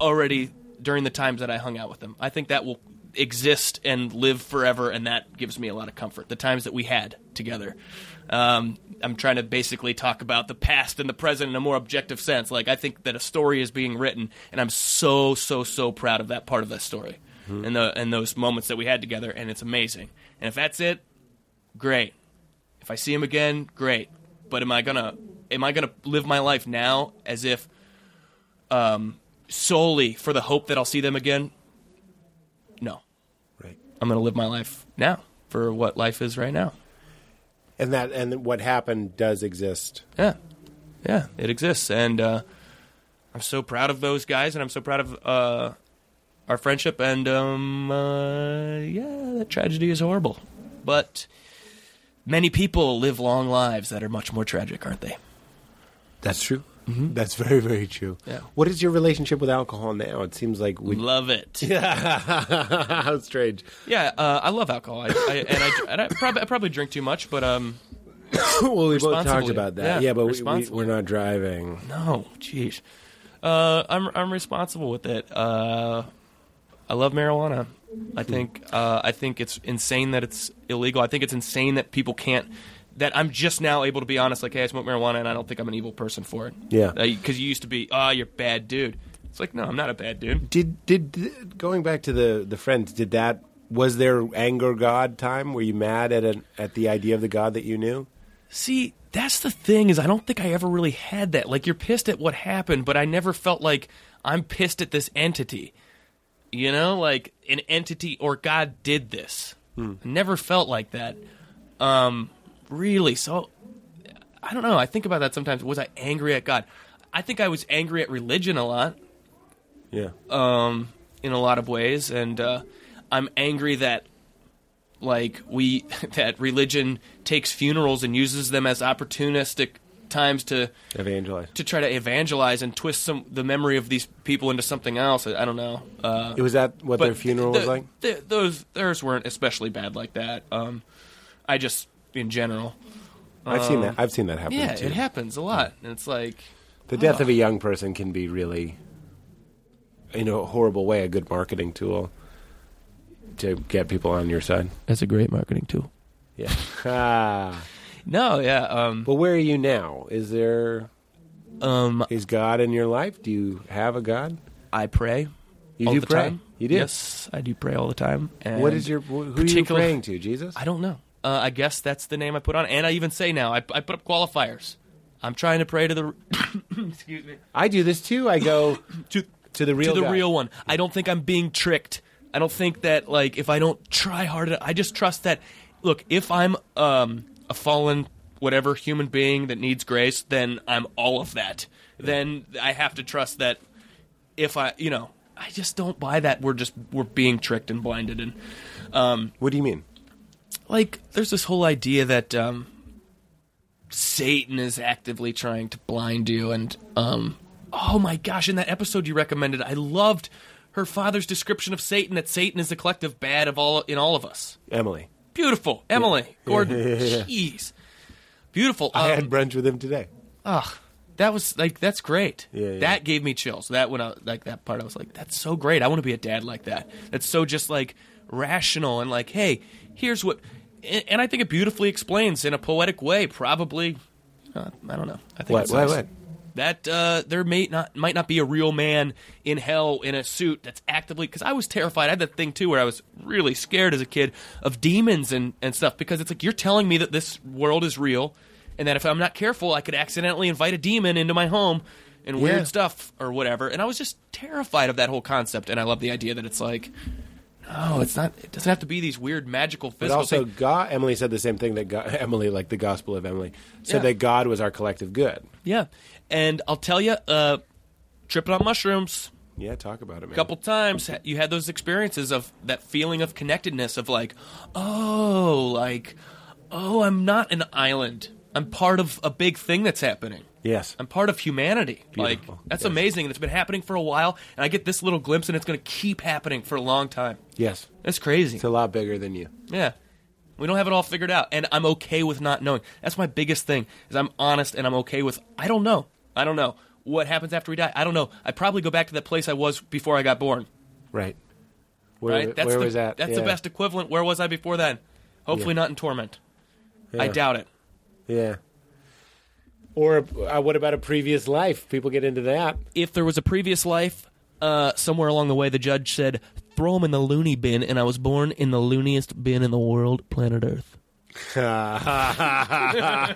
already during the times that I hung out with them. I think that will exist and live forever, and that gives me a lot of comfort. The times that we had together. Um, I'm trying to basically talk about the past and the present in a more objective sense. Like, I think that a story is being written, and I'm so, so, so proud of that part of that story and, the, and those moments that we had together, and it's amazing. And if that's it, great. If I see him again, great. But am I gonna am I gonna live my life now as if um, solely for the hope that I'll see them again? No,
Right.
I'm gonna live my life now for what life is right now.
And that and what happened does exist.
Yeah, yeah, it exists, and uh, I'm so proud of those guys, and I'm so proud of uh, our friendship. And um, uh, yeah, that tragedy is horrible, but many people live long lives that are much more tragic, aren't they?
That's true. That's very very true.
Yeah.
What is your relationship with alcohol now? It seems like we.
Love it.
How strange.
Yeah, uh, I love alcohol, I, I, and, I, and I, probably, I probably drink too much, but um,
well, we both talked
Responsibly.
about that.
Yeah,
Yeah, but we, we,
responsibly.
we're not driving.
no, jeez, uh, I'm I'm responsible with it. Uh, I love marijuana. I think uh, I think it's insane that it's illegal. I think it's insane that people can't. That I'm just now able to be honest, like, hey, I smoke marijuana, and I don't think I'm an evil person for it.
Yeah.
because you used to be, ah, you're a bad dude. It's like, no, I'm not a bad dude.
Did did going back to the the friends? Did that was there anger god time? Were you mad at an, at the idea of the god that you knew?
See, that's the thing is I don't think I ever really had that. Like you're pissed at what happened, but I never felt like I'm pissed at this entity. You know, like an entity or God did this. I never felt like that. Um really. So I don't know. I think about that sometimes. Was I angry at God? I think I was angry at religion a lot
Yeah.
Uh, in a lot of ways, and uh, I'm angry that like we that religion takes funerals and uses them as opportunistic times to
Evangelize.
to try to evangelize and twist some the memory of these people into something else. I, I don't know. Uh,
It was that what their funeral
the-
was like.
the- those theirs weren't especially bad like that. Um, I just in general,
I've seen that. I've seen that happen.
yeah,
too.
it uh. happens a lot, and it's like.
The death of a young person can be really, in a horrible way, a good marketing tool to get people on your side.
That's a great marketing tool.
Yeah. ah.
No, yeah, um,
But where are you now? Is there
um,
is God in your life? Do you have a God?
I pray
You
all
do
the
pray.
time.
You do.
Yes, I do pray all the time. And
What is your who are you
particular-
praying to? Jesus.
I don't know. Uh, I guess that's the name I put on, and I even say now I, I put up qualifiers. I'm trying to pray to the excuse me
I do this too. I go
to
to the real
to the
guy.
real one. I don't think I'm being tricked. I don't think that like if I don't try hard, enough- I just trust that. Look, if I'm um, a fallen whatever human being that needs grace, then I'm all of that. Then I have to trust that if I, you know, I just don't buy that we're just we're being tricked and blinded and
What do you mean?
like there's this whole idea that um, Satan is actively trying to blind you, and um, oh my gosh, in that episode you recommended, I loved her father's description of Satan that Satan is the collective bad of all in all of us.
Emily.
Beautiful, Emily Gordon. Jeez, beautiful.
I
Um,
had brunch with him today.
Ugh, that was like that's great.
Yeah, yeah.
That gave me chills. That when I like that part, I was like, that's so great. I want to be a dad like that. That's so just like rational and like, hey, here's what. And and I think it beautifully explains in a poetic way. Probably, uh, I don't know. I think
What,
it's
what,
nice.
what?
That uh, there may not might not be a real man in hell in a suit that's actively because I was terrified. I had that thing too where I was really scared as a kid of demons and, and stuff because it's like you're telling me that this world is real and that if I'm not careful, I could accidentally invite a demon into my home and
Yeah.
weird stuff or whatever. And I was just terrified of that whole concept. And I love the idea that it's like, no, it's not. It doesn't have to be these weird magical
But
physical.
also,
thing.
God, Emily said the same thing that God, Emily, like the Gospel of Emily, said
Yeah.
that God was our collective good.
yeah. And I'll tell you, uh, tripping on mushrooms.
Yeah, talk about it, man.
couple times ha- you had those experiences of that feeling of connectedness of like oh like oh i'm not an island i'm part of a big thing that's happening
Yes.
i'm part of humanity
Beautiful.
like that's
Yes.
amazing and it's been happening for a while and i get this little glimpse and it's going to keep happening for a long time
Yes.
that's crazy
It's a lot bigger than you.
yeah. We don't have it all figured out, and I'm okay with not knowing. That's my biggest thing is I'm honest and I'm okay with I don't know. I don't know what happens after we die. I don't know. I probably go back to that place I was before I got born.
Right. Where,
right?
where
the,
was that?
That's
Yeah.
the best equivalent. Where was I before then? Hopefully
Yeah.
not in torment. I
Yeah.
doubt it.
Yeah. Or uh, what about a previous life? People get into that.
If there was a previous life, uh, somewhere along the way, the judge said, "Throw him in the loony bin," and I was born in the looniest bin in the world, planet Earth.
You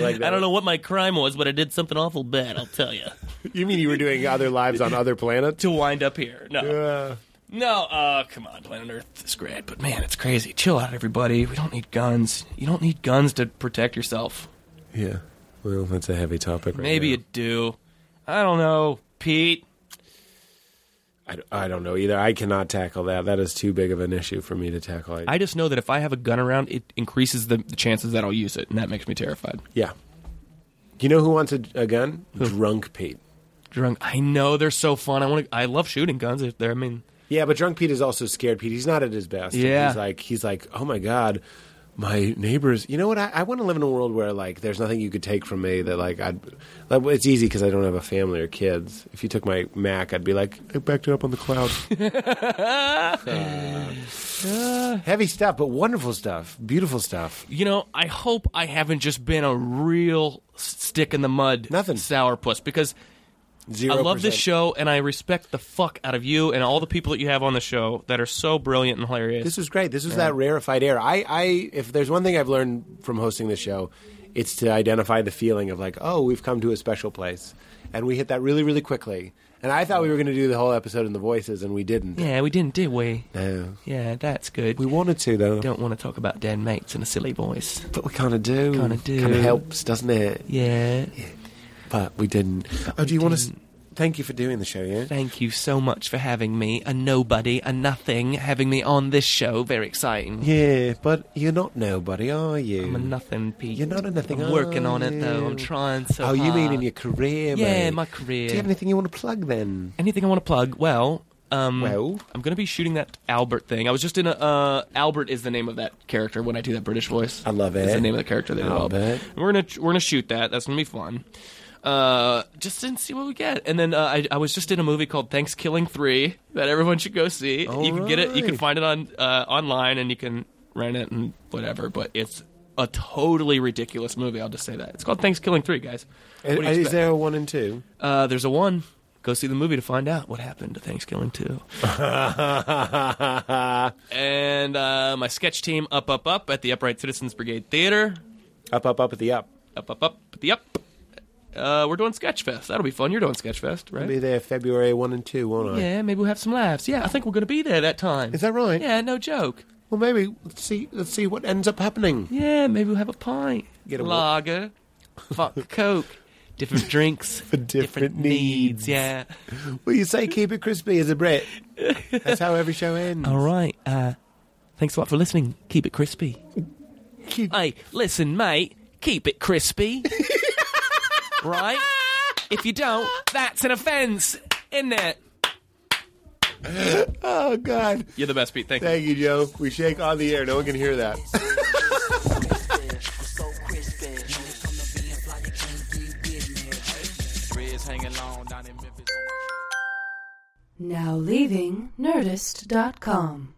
like that?
I don't know what my crime was, but I did something awful bad. I'll tell you.
You mean you were doing other lives on other planets?
to wind up here. No.
Uh,
No, uh, come on, planet Earth is great, but man, it's crazy. Chill out, everybody. We don't need guns. You don't need guns to protect yourself.
yeah. Well, that's a heavy topic. Right
Maybe
now.
you do. I don't know, Pete.
I, d- I don't know either. I cannot tackle that. That is too big of an issue for me to tackle.
I just know that if I have a gun around, it increases the, the chances that I'll use it, and that makes me terrified.
yeah. You know who wants a, a gun? Drunk Pete.
Drunk. I know they're so fun. I want to. I love shooting guns. They're, I mean,
Yeah, but drunk Pete is also scared. Pete, he's not at his best.
Yeah.
he's like he's like, oh my god, my neighbors. You know what? I, I want to live in a world where like there's nothing you could take from me that like I'd. Like, well, it's easy because I don't have a family or kids. If you took my Mac, I'd be like, I backed it up on the cloud. Uh, heavy stuff, but wonderful stuff, beautiful stuff.
you know, I hope I haven't just been a real s- stick in the mud,
Nothing.
sourpuss, because
Zero.
I love this
percent.
show, and I respect the fuck out of you and all the people that you have on the show that are so brilliant and hilarious.
This was great. This was that rarefied air. I, I, if there's one thing I've learned from hosting this show, it's to identify the feeling of like, oh, we've come to a special place, and we hit that really, really quickly. And I thought we were going to do the whole episode in the voices, and we didn't.
yeah, we didn't, did we?
No,
Yeah, that's good.
we wanted to though.
don't want to talk about dead mates in a silly voice.
But we kind of do.
Kinda do.
Kind of helps, doesn't it?
Yeah.
But we didn't. oh, do you want to? Thank you for doing the show. Yeah.
Thank you so much for having me, a nobody, a nothing, having me on this show. Very exciting.
Yeah, but you're not nobody, are you?
I'm a nothing, Pete.
You're not a nothing,
I'm working
are
on it though. I'm
you?
trying so.
oh, you mean
hard.
in your career?
Yeah,
mate.
my career.
Do you have anything you want to plug then?
anything I want to plug? Well, um,
Well?
I'm going to be shooting that Albert thing. I was just in a uh, Albert is the name of that character when I do that British voice.
I love
Is
it.
the name of the character they developed.
Albert.
And We're gonna we're gonna shoot that. That's gonna be fun. Uh, just and see what we get. And then uh, I, I was just in a movie called Thanksgiving Three that everyone should go see.
All
you can get it. You can
right.
find it on uh, online and you can rent it and whatever. But it's a totally ridiculous movie. I'll just say that. It's called Thanksgiving Three, guys. What do you
Uh, is
expect?
there a one and two?
Uh, there's a one. Go see the movie to find out what happened to Thanksgiving too. and uh, my sketch team, Up Up Up, at the Upright Citizens Brigade Theater.
Up, up, up at the up.
Up Up Up, at the Up. Uh, we're doing Sketchfest. That'll be fun. You're doing Sketchfest,
I'll be
right?
there February one and two, won't I?
Yeah, maybe we'll have some laughs. Yeah, I think we're going to be there that time.
Is that right?
Yeah, no joke.
Well, maybe let's see. Let's see what ends up happening.
Yeah, maybe we'll have a pint.
Get a wa-
Lager, vodka, Coke, different drinks for
different needs.
Yeah.
Well, you say keep it crispy as a Brit. That's how every show ends.
All right. Uh, thanks a lot for listening. Keep it crispy.
Keep-
Hey, listen, mate. Keep it crispy. right? If you don't, that's an offence, isn't it?
Oh God!
You're the best, Pete. Thank you.
Thank you, Joe. We shake on the air. No one can hear that.
Now leaving Nerdist.com.